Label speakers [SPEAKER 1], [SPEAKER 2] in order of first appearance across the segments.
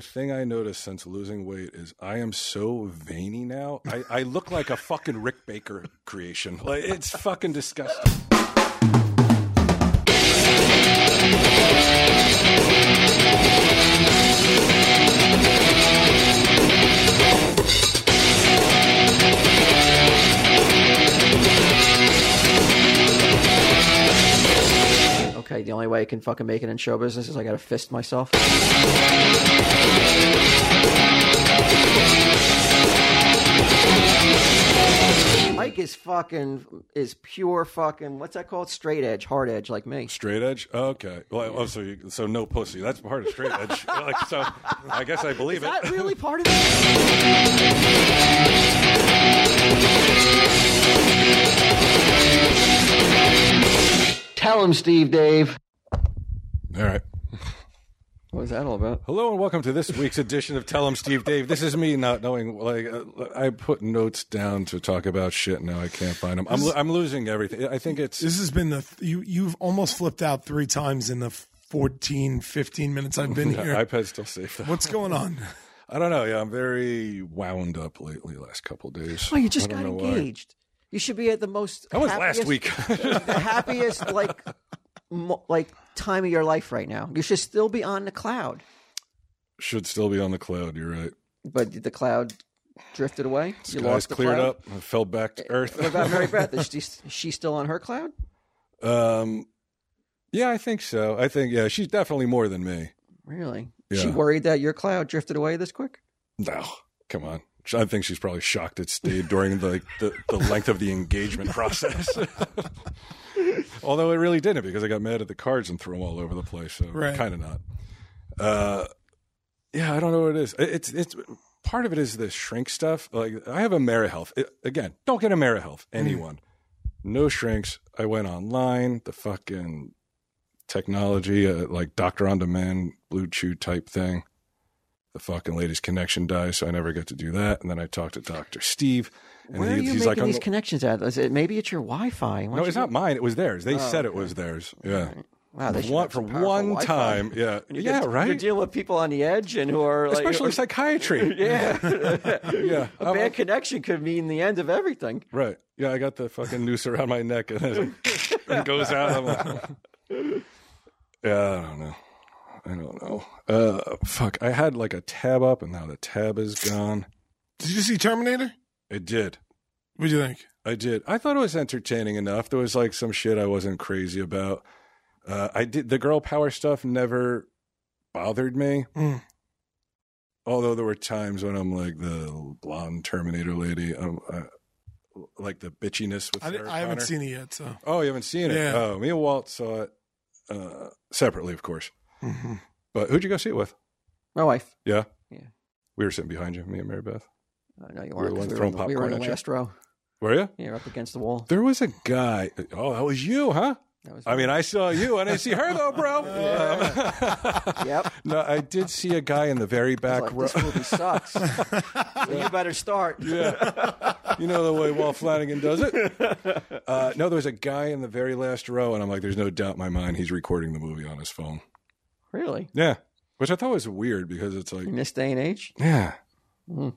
[SPEAKER 1] thing I noticed since losing weight is I am so veiny now. I, I look like a fucking Rick Baker creation. Like it's fucking disgusting.
[SPEAKER 2] Okay, the only way I can fucking make it in show business is I gotta fist myself. Mike is fucking is pure fucking what's that called? Straight edge, hard edge, like me.
[SPEAKER 1] Straight edge. Okay. Well, oh, so you, so no pussy. That's part of straight edge. like so, I guess I believe it.
[SPEAKER 2] Not really part of it. Tell him, Steve, Dave.
[SPEAKER 1] All right.
[SPEAKER 2] What was that all about?
[SPEAKER 1] Hello and welcome to this week's edition of Tell 'em Steve Dave. This is me not knowing. Like uh, I put notes down to talk about shit. Now I can't find them. I'm lo- I'm losing everything. I think it's
[SPEAKER 3] This has been the you you've almost flipped out three times in the 14 15 minutes I've been here.
[SPEAKER 1] iPad's still safe. Though.
[SPEAKER 3] What's going on?
[SPEAKER 1] I don't know. Yeah, I'm very wound up lately. Last couple days.
[SPEAKER 2] Oh, you just
[SPEAKER 1] I
[SPEAKER 2] got
[SPEAKER 1] don't know why.
[SPEAKER 2] engaged. You should be at the most.
[SPEAKER 1] That was
[SPEAKER 2] happiest-
[SPEAKER 1] last week.
[SPEAKER 2] the happiest like mo- like time of your life right now. You should still be on the cloud,
[SPEAKER 1] Should still be on the cloud. You're right.
[SPEAKER 2] but the cloud drifted away. you
[SPEAKER 1] Guys
[SPEAKER 2] lost the
[SPEAKER 1] cleared
[SPEAKER 2] cloud. Eh,
[SPEAKER 1] up. I fell back to earth.
[SPEAKER 2] What about Mary Beth? Is she, is she still on her cloud?
[SPEAKER 1] Um, yeah, I think so. I think yeah, she's definitely more than me.
[SPEAKER 2] Really? She
[SPEAKER 1] Yeah.
[SPEAKER 2] worried that your cloud drifted away this quick.
[SPEAKER 1] No, come on. I think she's probably shocked it stayed during the the, the length of the engagement process. Although it really didn't because I got mad at the cards and threw them all over the place. So
[SPEAKER 3] Right.
[SPEAKER 1] kind of not. Uh, yeah, I don't know what it is. It- It's it's part of it is this shrink stuff. Like I have AmeriHealth. It, again, don't get AmeriHealth. Anyone. No shrinks. I went online. The fucking technology, uh, like doctor on demand, blue chew type thing. The fucking lady's connection dies, so I never get to do that. And then I talked to Doctor Steve, and
[SPEAKER 2] Where
[SPEAKER 1] he-
[SPEAKER 2] are you
[SPEAKER 1] he's
[SPEAKER 2] making
[SPEAKER 1] like,
[SPEAKER 2] these
[SPEAKER 1] I'm,
[SPEAKER 2] connections at? Is it, maybe it's your Wi-Fi. Why
[SPEAKER 1] "No,
[SPEAKER 2] don't
[SPEAKER 1] it's
[SPEAKER 2] you-
[SPEAKER 1] not mine. It was theirs.
[SPEAKER 2] Oh,
[SPEAKER 1] They said it was theirs. Yeah,
[SPEAKER 2] Wow, they should
[SPEAKER 1] one,
[SPEAKER 2] have
[SPEAKER 1] for
[SPEAKER 2] some powerful
[SPEAKER 1] one
[SPEAKER 2] Wi-Fi.
[SPEAKER 1] time. Yeah,
[SPEAKER 2] You're
[SPEAKER 1] yeah,
[SPEAKER 2] de- You're
[SPEAKER 1] right.
[SPEAKER 2] dealing with people on the edge and who are like,
[SPEAKER 1] Especially psychiatry.
[SPEAKER 2] yeah,
[SPEAKER 1] yeah.
[SPEAKER 2] a
[SPEAKER 1] I'm-
[SPEAKER 2] bad connection could mean the end of everything.
[SPEAKER 1] Right. Yeah, I got the fucking noose around my neck and it and goes out. I'm like, yeah, I don't know. I don't know. Uh, fuck. I had like a tab up and now the tab is gone.
[SPEAKER 3] Did you see Terminator?
[SPEAKER 1] It did.
[SPEAKER 3] What do you think?
[SPEAKER 1] I did. I thought it was entertaining enough. There was like some shit I wasn't crazy about. Uh, I did the girl power stuff never bothered me.
[SPEAKER 3] Mm.
[SPEAKER 1] Although there were times when I'm like the blonde Terminator lady, um, uh, like the bitchiness with
[SPEAKER 3] I, di-
[SPEAKER 1] Sarah
[SPEAKER 3] I haven't
[SPEAKER 1] Connor.
[SPEAKER 3] seen it yet, so.
[SPEAKER 1] Oh, you haven't seen it?
[SPEAKER 3] Yeah.
[SPEAKER 1] Oh, me and Walt saw it uh, separately, of course. Mm-hmm.
[SPEAKER 3] Mhm.
[SPEAKER 1] But who'd you go see it with?
[SPEAKER 2] My wife.
[SPEAKER 1] Yeah.
[SPEAKER 2] Yeah.
[SPEAKER 1] We were sitting behind you, me and Mary Beth.
[SPEAKER 2] Uh, no, you
[SPEAKER 1] We're the
[SPEAKER 2] weren't. 'cause
[SPEAKER 1] ones
[SPEAKER 2] We were,
[SPEAKER 1] throwing
[SPEAKER 2] in the, we were in the
[SPEAKER 1] popcorn at you.
[SPEAKER 2] last row.
[SPEAKER 1] Were you?
[SPEAKER 2] Yeah, up against the wall.
[SPEAKER 1] There was a guy. Oh, that was you, huh?
[SPEAKER 2] That was
[SPEAKER 1] I mean, I saw you and I see her though, bro. Um,
[SPEAKER 2] yep.
[SPEAKER 1] no, I did see a guy in the very
[SPEAKER 2] I
[SPEAKER 1] back
[SPEAKER 2] was like,
[SPEAKER 1] row.
[SPEAKER 2] this movie sucks. Well, you better start.
[SPEAKER 1] You know the way Walt Flanagan does it. Uh, no, there was a guy in the very last row, and I'm like, there's no doubt in my mind he's recording the movie on his phone.
[SPEAKER 2] Really?
[SPEAKER 1] Yeah, which I thought was weird because it's like
[SPEAKER 2] In this day and age?
[SPEAKER 1] Yeah. Hmm.
[SPEAKER 2] Mm.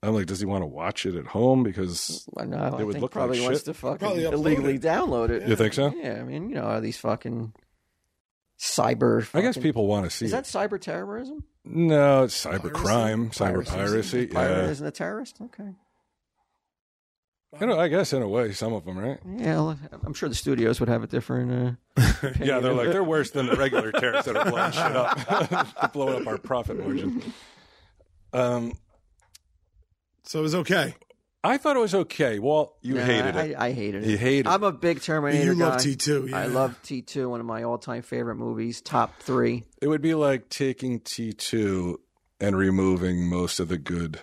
[SPEAKER 1] I'm like, does he want to watch it at home? Because
[SPEAKER 2] Well, no, I
[SPEAKER 1] would
[SPEAKER 2] think
[SPEAKER 1] look like
[SPEAKER 2] probably wants
[SPEAKER 1] shit.
[SPEAKER 2] to fucking
[SPEAKER 3] Probably upload
[SPEAKER 2] illegally
[SPEAKER 3] it.
[SPEAKER 2] download it.
[SPEAKER 1] you think so?
[SPEAKER 2] Yeah, I mean, you know, are these fucking cyber?
[SPEAKER 1] I guess
[SPEAKER 2] fucking-
[SPEAKER 1] people want to see
[SPEAKER 2] Is that
[SPEAKER 1] it.
[SPEAKER 2] cyber terrorism?
[SPEAKER 1] No, it's cyber crime, cyber piracy.
[SPEAKER 2] Pirate
[SPEAKER 1] Yeah.
[SPEAKER 2] isn't a terrorist. Okay.
[SPEAKER 1] You know, I guess in a way, some of them, right?
[SPEAKER 2] Yeah, well, I'm sure the studios would have a different. Uh,
[SPEAKER 1] Yeah, they're
[SPEAKER 2] opinion.
[SPEAKER 1] like, they're worse than the regular terrorists that are blowing shit up, They're blowing up our profit margin. Um,
[SPEAKER 3] So it was okay.
[SPEAKER 1] I thought it was okay. Well, you
[SPEAKER 2] Nah,
[SPEAKER 1] hated
[SPEAKER 2] I,
[SPEAKER 1] it.
[SPEAKER 2] I hated it.
[SPEAKER 1] You hated
[SPEAKER 2] I'm a big Terminator
[SPEAKER 3] you
[SPEAKER 2] guy.
[SPEAKER 3] love T2. Yeah.
[SPEAKER 2] I love T2, one of my all-time favorite movies, top three.
[SPEAKER 1] it would be like taking T2 and removing most of the good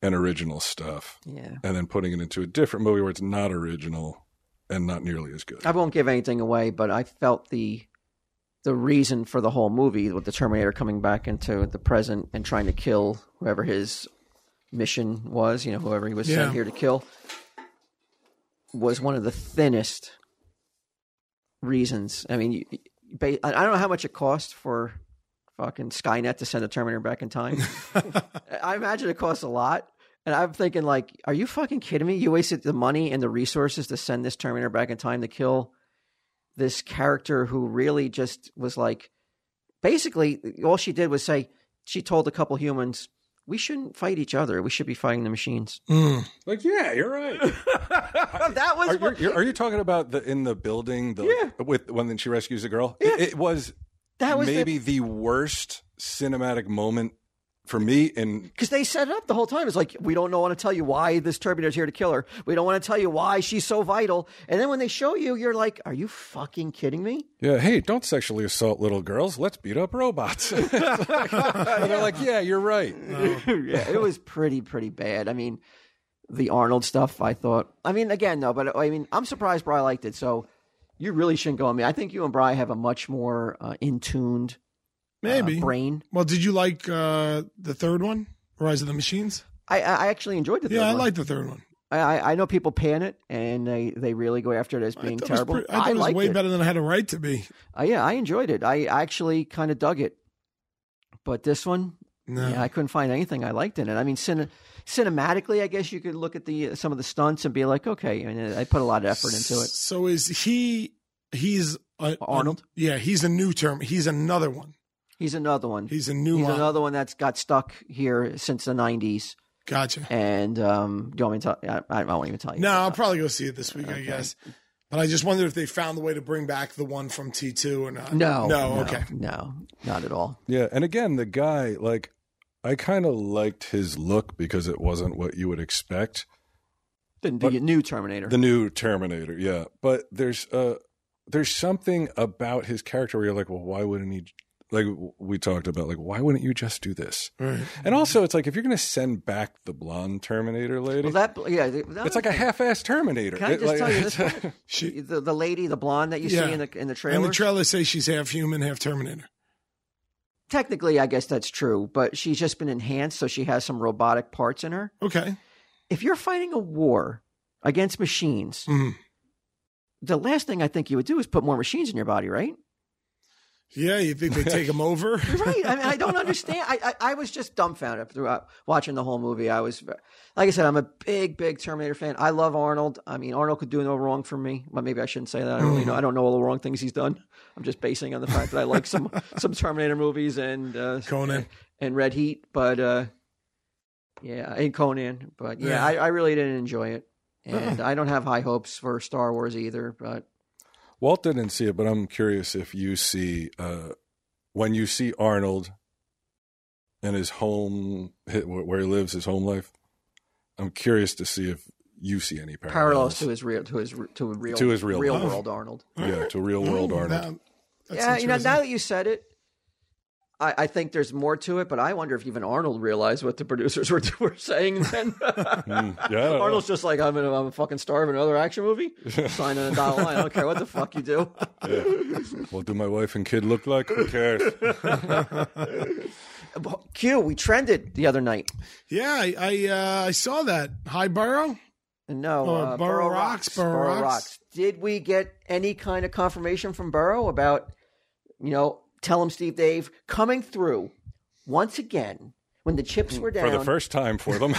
[SPEAKER 1] and original stuff
[SPEAKER 2] Yeah.
[SPEAKER 1] and then putting it into a different movie where it's not original and not nearly as good.
[SPEAKER 2] I won't give anything away, but I felt the the reason for the whole movie with the Terminator coming back into the present and trying to kill whoever his mission was, you know, whoever he was
[SPEAKER 3] Yeah.
[SPEAKER 2] sent here to kill, was one of the thinnest reasons. I mean, you, you- ba- I I don't know how much it cost for fucking Skynet to send a Terminator back in time. I imagine it costs a lot. And I'm thinking, like, are you fucking kidding me? You wasted the money and the resources to send this Terminator back in time to kill this character who really just was like, basically, all she did was say, she told a couple humans, we shouldn't fight each other. We should be fighting the machines.
[SPEAKER 3] Mm.
[SPEAKER 1] Like, yeah, you're right.
[SPEAKER 2] That was
[SPEAKER 1] Are you,
[SPEAKER 2] what-
[SPEAKER 1] you're- are you talking about the in the building? The,
[SPEAKER 2] Yeah.
[SPEAKER 1] With when she rescues the girl.
[SPEAKER 2] Yeah.
[SPEAKER 1] It, it was
[SPEAKER 2] that was
[SPEAKER 1] maybe the, worst cinematic moment for me in
[SPEAKER 2] because they set it up the whole time. It's like we don't know, want to tell you why this Terminator's here to kill her. We don't want to tell you why she's so vital. And then when they show you, you're like, "Are you fucking kidding me?"
[SPEAKER 1] yeah. Hey, don't sexually assault little girls. Let's beat up robots. and they're like, yeah, you're right.
[SPEAKER 2] yeah, it was pretty pretty bad. I mean, the Arnold stuff. I thought. I mean, again, no, but I mean, I'm surprised Bry liked it. So you really shouldn't go on me. I think you and Bry have a much more uh, in tuned uh,
[SPEAKER 3] Maybe.
[SPEAKER 2] brain.
[SPEAKER 3] well, did you like uh, the third one, Rise of the Machines?
[SPEAKER 2] I, I I actually enjoyed the third
[SPEAKER 3] yeah, I
[SPEAKER 2] one.
[SPEAKER 3] liked the third one.
[SPEAKER 2] I, I I know people pan it and they, they really go after it as being
[SPEAKER 3] I thought it was
[SPEAKER 2] terrible.
[SPEAKER 3] pretty- I thought it was
[SPEAKER 2] liked
[SPEAKER 3] way better than I had a right to be.
[SPEAKER 2] Uh, yeah, I enjoyed it. I actually kind of dug it. But this one,
[SPEAKER 3] No.
[SPEAKER 2] yeah, I couldn't find anything I liked in it. I mean, cine- cinematically, I guess you could look at the uh, some of the stunts and be like, okay, and I put a lot of effort into it.
[SPEAKER 3] So is he? He's a,
[SPEAKER 2] Arnold?
[SPEAKER 3] yeah, he's a new term. He's another one.
[SPEAKER 2] He's another one.
[SPEAKER 3] He's a new
[SPEAKER 2] He's
[SPEAKER 3] one.
[SPEAKER 2] another one that's got stuck here since the '90s.
[SPEAKER 3] Gotcha.
[SPEAKER 2] And um, do you want me to tell? I, I won't even tell you.
[SPEAKER 3] No, I'll probably go see it this week, I guess. But I just wondered if they found the way to bring back the one from T two or not.
[SPEAKER 2] no,
[SPEAKER 3] no, okay.
[SPEAKER 2] no, not at all.
[SPEAKER 1] Yeah, and again, the guy like I kind of liked his look because it wasn't what you would expect.
[SPEAKER 2] The, the
[SPEAKER 1] But-
[SPEAKER 2] new Terminator.
[SPEAKER 1] The new Terminator, yeah. But there's uh there's something about his character where you're like, well, why wouldn't he? Like we talked about, like why wouldn't you just do this?
[SPEAKER 3] Right.
[SPEAKER 2] Mm-hmm.
[SPEAKER 1] And also, it's like if you're going to send back the blonde Terminator lady,
[SPEAKER 2] well, that yeah, that-
[SPEAKER 1] it's like a half-ass Terminator.
[SPEAKER 2] Can I
[SPEAKER 1] It-
[SPEAKER 2] just
[SPEAKER 1] like-
[SPEAKER 2] tell you this?
[SPEAKER 3] She
[SPEAKER 2] the, the lady, the blonde that you
[SPEAKER 3] Yeah.
[SPEAKER 2] see in the in the
[SPEAKER 3] and
[SPEAKER 2] trailer.
[SPEAKER 3] the trailer says she's half human, half Terminator.
[SPEAKER 2] Technically, I guess that's true, but she's just been enhanced, so she has some robotic parts in her.
[SPEAKER 3] Okay.
[SPEAKER 2] If you're fighting a war against machines,
[SPEAKER 3] Mhm.
[SPEAKER 2] the last thing I think you would do is put more machines in your body, right?
[SPEAKER 3] Yeah, you think they take him over?
[SPEAKER 2] Right. I mean, I don't understand. I, I, I was just dumbfounded throughout watching the whole movie. I was, like I said, I'm a big, big Terminator fan. I love Arnold. I mean, Arnold could do no wrong for me. Well, maybe I shouldn't say that. I don't really know. I don't know all the wrong things he's done. I'm just basing on the fact that I like some some Terminator movies and uh,
[SPEAKER 3] Conan.
[SPEAKER 2] and Red Heat, but uh, yeah, and Conan. But yeah,
[SPEAKER 3] Yeah.
[SPEAKER 2] I, I really didn't enjoy it, and I don't have high hopes for Star Wars either. But
[SPEAKER 1] Walt didn't see it, but I'm curious if you see uh, when you see Arnold and his home, hi- where he lives, his home life. I'm curious to see if you see any
[SPEAKER 2] parallels
[SPEAKER 1] parallels,
[SPEAKER 2] to his real to his to a real
[SPEAKER 1] To his real
[SPEAKER 2] real
[SPEAKER 1] life.
[SPEAKER 2] world Arnold.
[SPEAKER 1] yeah, to real world
[SPEAKER 3] Mm,
[SPEAKER 1] Arnold.
[SPEAKER 3] that- that's
[SPEAKER 2] yeah, you know,
[SPEAKER 3] interesting.
[SPEAKER 2] now that you said it, I, I think there's more to it, but I wonder if even Arnold realized what the producers were, were saying then.
[SPEAKER 1] yeah, I don't know.
[SPEAKER 2] Arnold's just like, I'm, in a, I'm a fucking star of another action movie. Sign on a dollar line. I don't care what the fuck you do.
[SPEAKER 1] What do my wife and kid look like? Who cares?
[SPEAKER 2] But Q, we trended the other night.
[SPEAKER 3] Yeah, I I, uh, I saw that. Hi, Burrow.
[SPEAKER 2] No,
[SPEAKER 3] Oh,
[SPEAKER 2] uh,
[SPEAKER 3] Burrow
[SPEAKER 2] Burrow
[SPEAKER 3] rocks,
[SPEAKER 2] rocks.
[SPEAKER 3] Burrow rocks.
[SPEAKER 2] Did we get any kind of confirmation from Burrow about, you know, tell him Steve Dave coming through once again when Hmm, the chips were down
[SPEAKER 1] For the first time for them.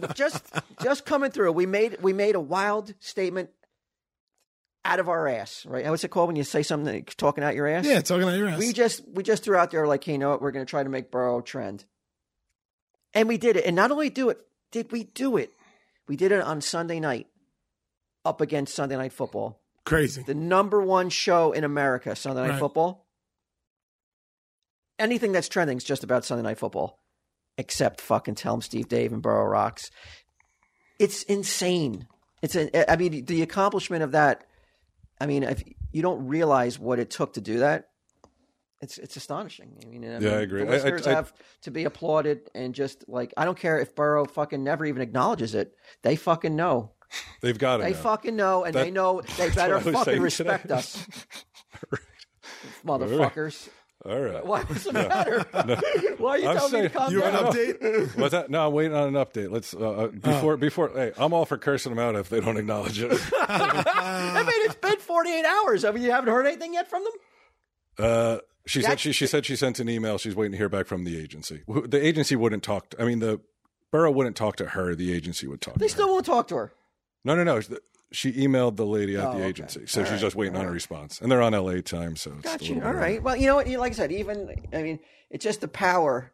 [SPEAKER 2] just just coming through. We made we made a wild statement out of our ass, right? What's it called when you say something that- talking out your ass?
[SPEAKER 3] Yeah, talking about your ass.
[SPEAKER 2] We just we just threw out there like, hey, you know what? We're going to try to make Burrow a trend, and we did it. And not only do it, did we do it? We did it on Sunday night, up against Sunday Night Football,
[SPEAKER 3] Crazy.
[SPEAKER 2] the number one show in America. Sunday Night
[SPEAKER 3] Right.
[SPEAKER 2] Football. Anything that's trending is just about Sunday Night Football, except fucking tell 'em Steve Dave and Burrow rocks. It's insane. It's an, I mean the accomplishment of that. I mean, if you don't realize what it took to do that, it's it's astonishing. I mean,
[SPEAKER 1] Yeah, I agree.
[SPEAKER 2] The
[SPEAKER 1] I- I-
[SPEAKER 2] listeners
[SPEAKER 1] I-
[SPEAKER 2] have to be applauded and just like I don't care if Burrow fucking never even acknowledges it. They fucking know.
[SPEAKER 1] They've got it.
[SPEAKER 2] They
[SPEAKER 1] now.
[SPEAKER 2] fucking know, and they
[SPEAKER 1] That-
[SPEAKER 2] know they better
[SPEAKER 1] what I was
[SPEAKER 2] fucking
[SPEAKER 1] saying
[SPEAKER 2] respect
[SPEAKER 1] today.
[SPEAKER 2] us, motherfuckers.
[SPEAKER 1] All right.
[SPEAKER 2] Why? What's the matter? Why are you
[SPEAKER 1] I'm
[SPEAKER 2] telling me
[SPEAKER 1] saying-
[SPEAKER 2] to calm
[SPEAKER 3] You
[SPEAKER 2] down?
[SPEAKER 3] have an update? Ah.
[SPEAKER 1] What's that? No, I'm waiting on an update. Let's uh, uh, before before. Hey, I'm all for cursing them out if they don't acknowledge it.
[SPEAKER 2] I mean, it's been 48 hours. I mean, you haven't heard anything yet from them?
[SPEAKER 1] Uh, she said
[SPEAKER 2] That's-
[SPEAKER 1] she she said she sent an email. She's waiting to hear back from the agency. Wh- The agency wouldn't talk. To, I mean, the borough wouldn't talk to her. The agency would talk.
[SPEAKER 2] They
[SPEAKER 1] to her.
[SPEAKER 2] still won't talk to her.
[SPEAKER 1] No, no, no. She emailed the lady at
[SPEAKER 2] Oh,
[SPEAKER 1] the
[SPEAKER 2] okay.
[SPEAKER 1] agency, so
[SPEAKER 2] All
[SPEAKER 1] she's
[SPEAKER 2] right,
[SPEAKER 1] just waiting
[SPEAKER 2] all
[SPEAKER 1] on a
[SPEAKER 2] right.
[SPEAKER 1] response. And they're on LA time, so it's a
[SPEAKER 2] Gotcha.
[SPEAKER 1] little
[SPEAKER 2] All
[SPEAKER 1] bit-
[SPEAKER 2] right. Well, you know what? Like I said, even I mean, it's just the power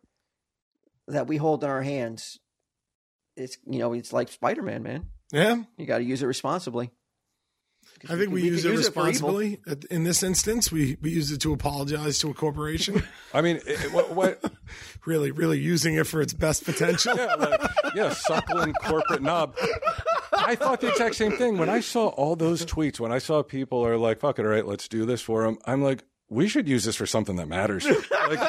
[SPEAKER 2] that we hold in our hands. It's you know, it's like Spider Man, man.
[SPEAKER 3] Yeah.
[SPEAKER 2] You got to use it responsibly. 'Cause
[SPEAKER 3] I think
[SPEAKER 2] can-
[SPEAKER 3] we,
[SPEAKER 2] can
[SPEAKER 3] use it
[SPEAKER 2] for evil.
[SPEAKER 3] responsibly. At- In this instance, we, we used it to apologize to a corporation.
[SPEAKER 1] I mean, it, what? what
[SPEAKER 3] really, really using it for its best potential.
[SPEAKER 1] yeah, like, yeah, suckling corporate knob. I thought the exact same thing when I saw all those tweets. When I saw people are like, "Fuck it, all right, let's do this for them." I'm like, we should use this for something that matters. Like,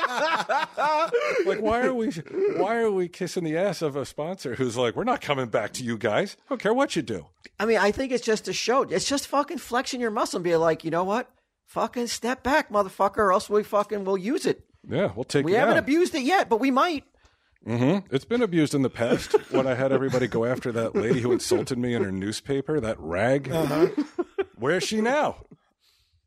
[SPEAKER 1] like, why are we? Why are we kissing the ass of a sponsor who's like, "We're not coming back to you guys. I don't care what you do."
[SPEAKER 2] I mean, I think it's just a show. It's just fucking flexing your muscle and being like, you know what? Fucking step back, motherfucker, or else we fucking will use it.
[SPEAKER 1] Yeah, we'll take.
[SPEAKER 2] We
[SPEAKER 1] you
[SPEAKER 2] haven't
[SPEAKER 1] down.
[SPEAKER 2] abused it yet, but we might.
[SPEAKER 1] It's been abused in the past when I had everybody go after that lady who insulted me in her newspaper, that rag. Where's she now?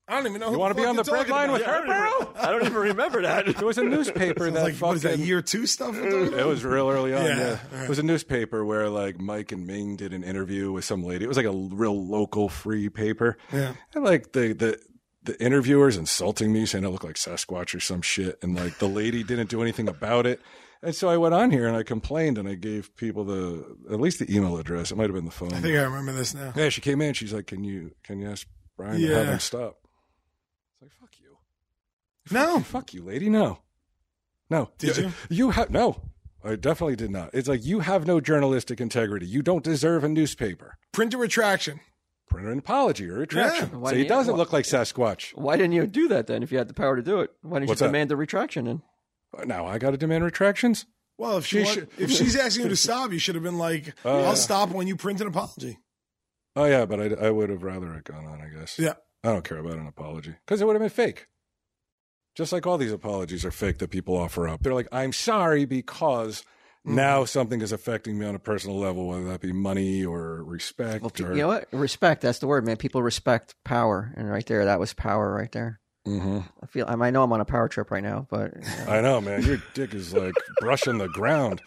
[SPEAKER 3] I don't even know.
[SPEAKER 1] You want to be on the break line with her, bro?
[SPEAKER 4] I don't even remember that.
[SPEAKER 1] It was a newspaper that
[SPEAKER 3] Like, what is that
[SPEAKER 1] fucking.
[SPEAKER 3] year two stuff? we're talking about?
[SPEAKER 1] It was real early on. Yeah,
[SPEAKER 3] Yeah,
[SPEAKER 1] it was a newspaper where like Mike and Ming did an interview with some lady. It was like a l- real local free paper.
[SPEAKER 3] Yeah.
[SPEAKER 1] and like the the the interviewers insulting me, saying I look like Sasquatch or some shit, and like the lady didn't do anything about it. And so I went on here and I complained and I gave people the at least the email address. It might have been the phone.
[SPEAKER 3] I think I remember this now.
[SPEAKER 1] yeah, she came in. She's like, "Can you can you ask Brian to
[SPEAKER 3] Yeah.
[SPEAKER 1] have him stop?" It's like, "Fuck you."
[SPEAKER 3] No,
[SPEAKER 1] fuck you, lady. No, no.
[SPEAKER 3] Did you?
[SPEAKER 1] You have no. I definitely did not. It's like you have no journalistic integrity. You don't deserve a newspaper.
[SPEAKER 3] printer retraction.
[SPEAKER 1] Print an apology or a retraction.
[SPEAKER 2] Why
[SPEAKER 1] So
[SPEAKER 2] do
[SPEAKER 1] he
[SPEAKER 2] you-
[SPEAKER 1] doesn't
[SPEAKER 2] why-
[SPEAKER 1] look like Sasquatch.
[SPEAKER 2] Why didn't you do that then? If you had the power to do it, why didn't
[SPEAKER 1] What's that?
[SPEAKER 2] you demand the retraction? And
[SPEAKER 1] Now I got to demand retractions.
[SPEAKER 3] Well, if she,
[SPEAKER 1] She
[SPEAKER 3] want-
[SPEAKER 1] should-
[SPEAKER 3] if she's asking you to stop, you should have been like,
[SPEAKER 1] Oh, yeah.
[SPEAKER 3] "I'll stop when you print an apology."
[SPEAKER 1] Oh yeah, but I, I would have rather it gone on. I guess.
[SPEAKER 3] Yeah.
[SPEAKER 1] I don't care about an apology because it would have been fake. Just like all these apologies are fake that people offer up. They're like, I'm sorry because
[SPEAKER 3] Mm-hmm.
[SPEAKER 1] now something is affecting me on a personal level, whether that be money or respect
[SPEAKER 2] well,
[SPEAKER 1] or
[SPEAKER 2] you know what? Respect. That's the word, man. People respect power, and right there, that was power, right there.
[SPEAKER 1] Mhm.
[SPEAKER 2] I feel. I, mean, I know I'm on a power trip right now, but you know.
[SPEAKER 1] I know, man. Your dick is like brushing the ground.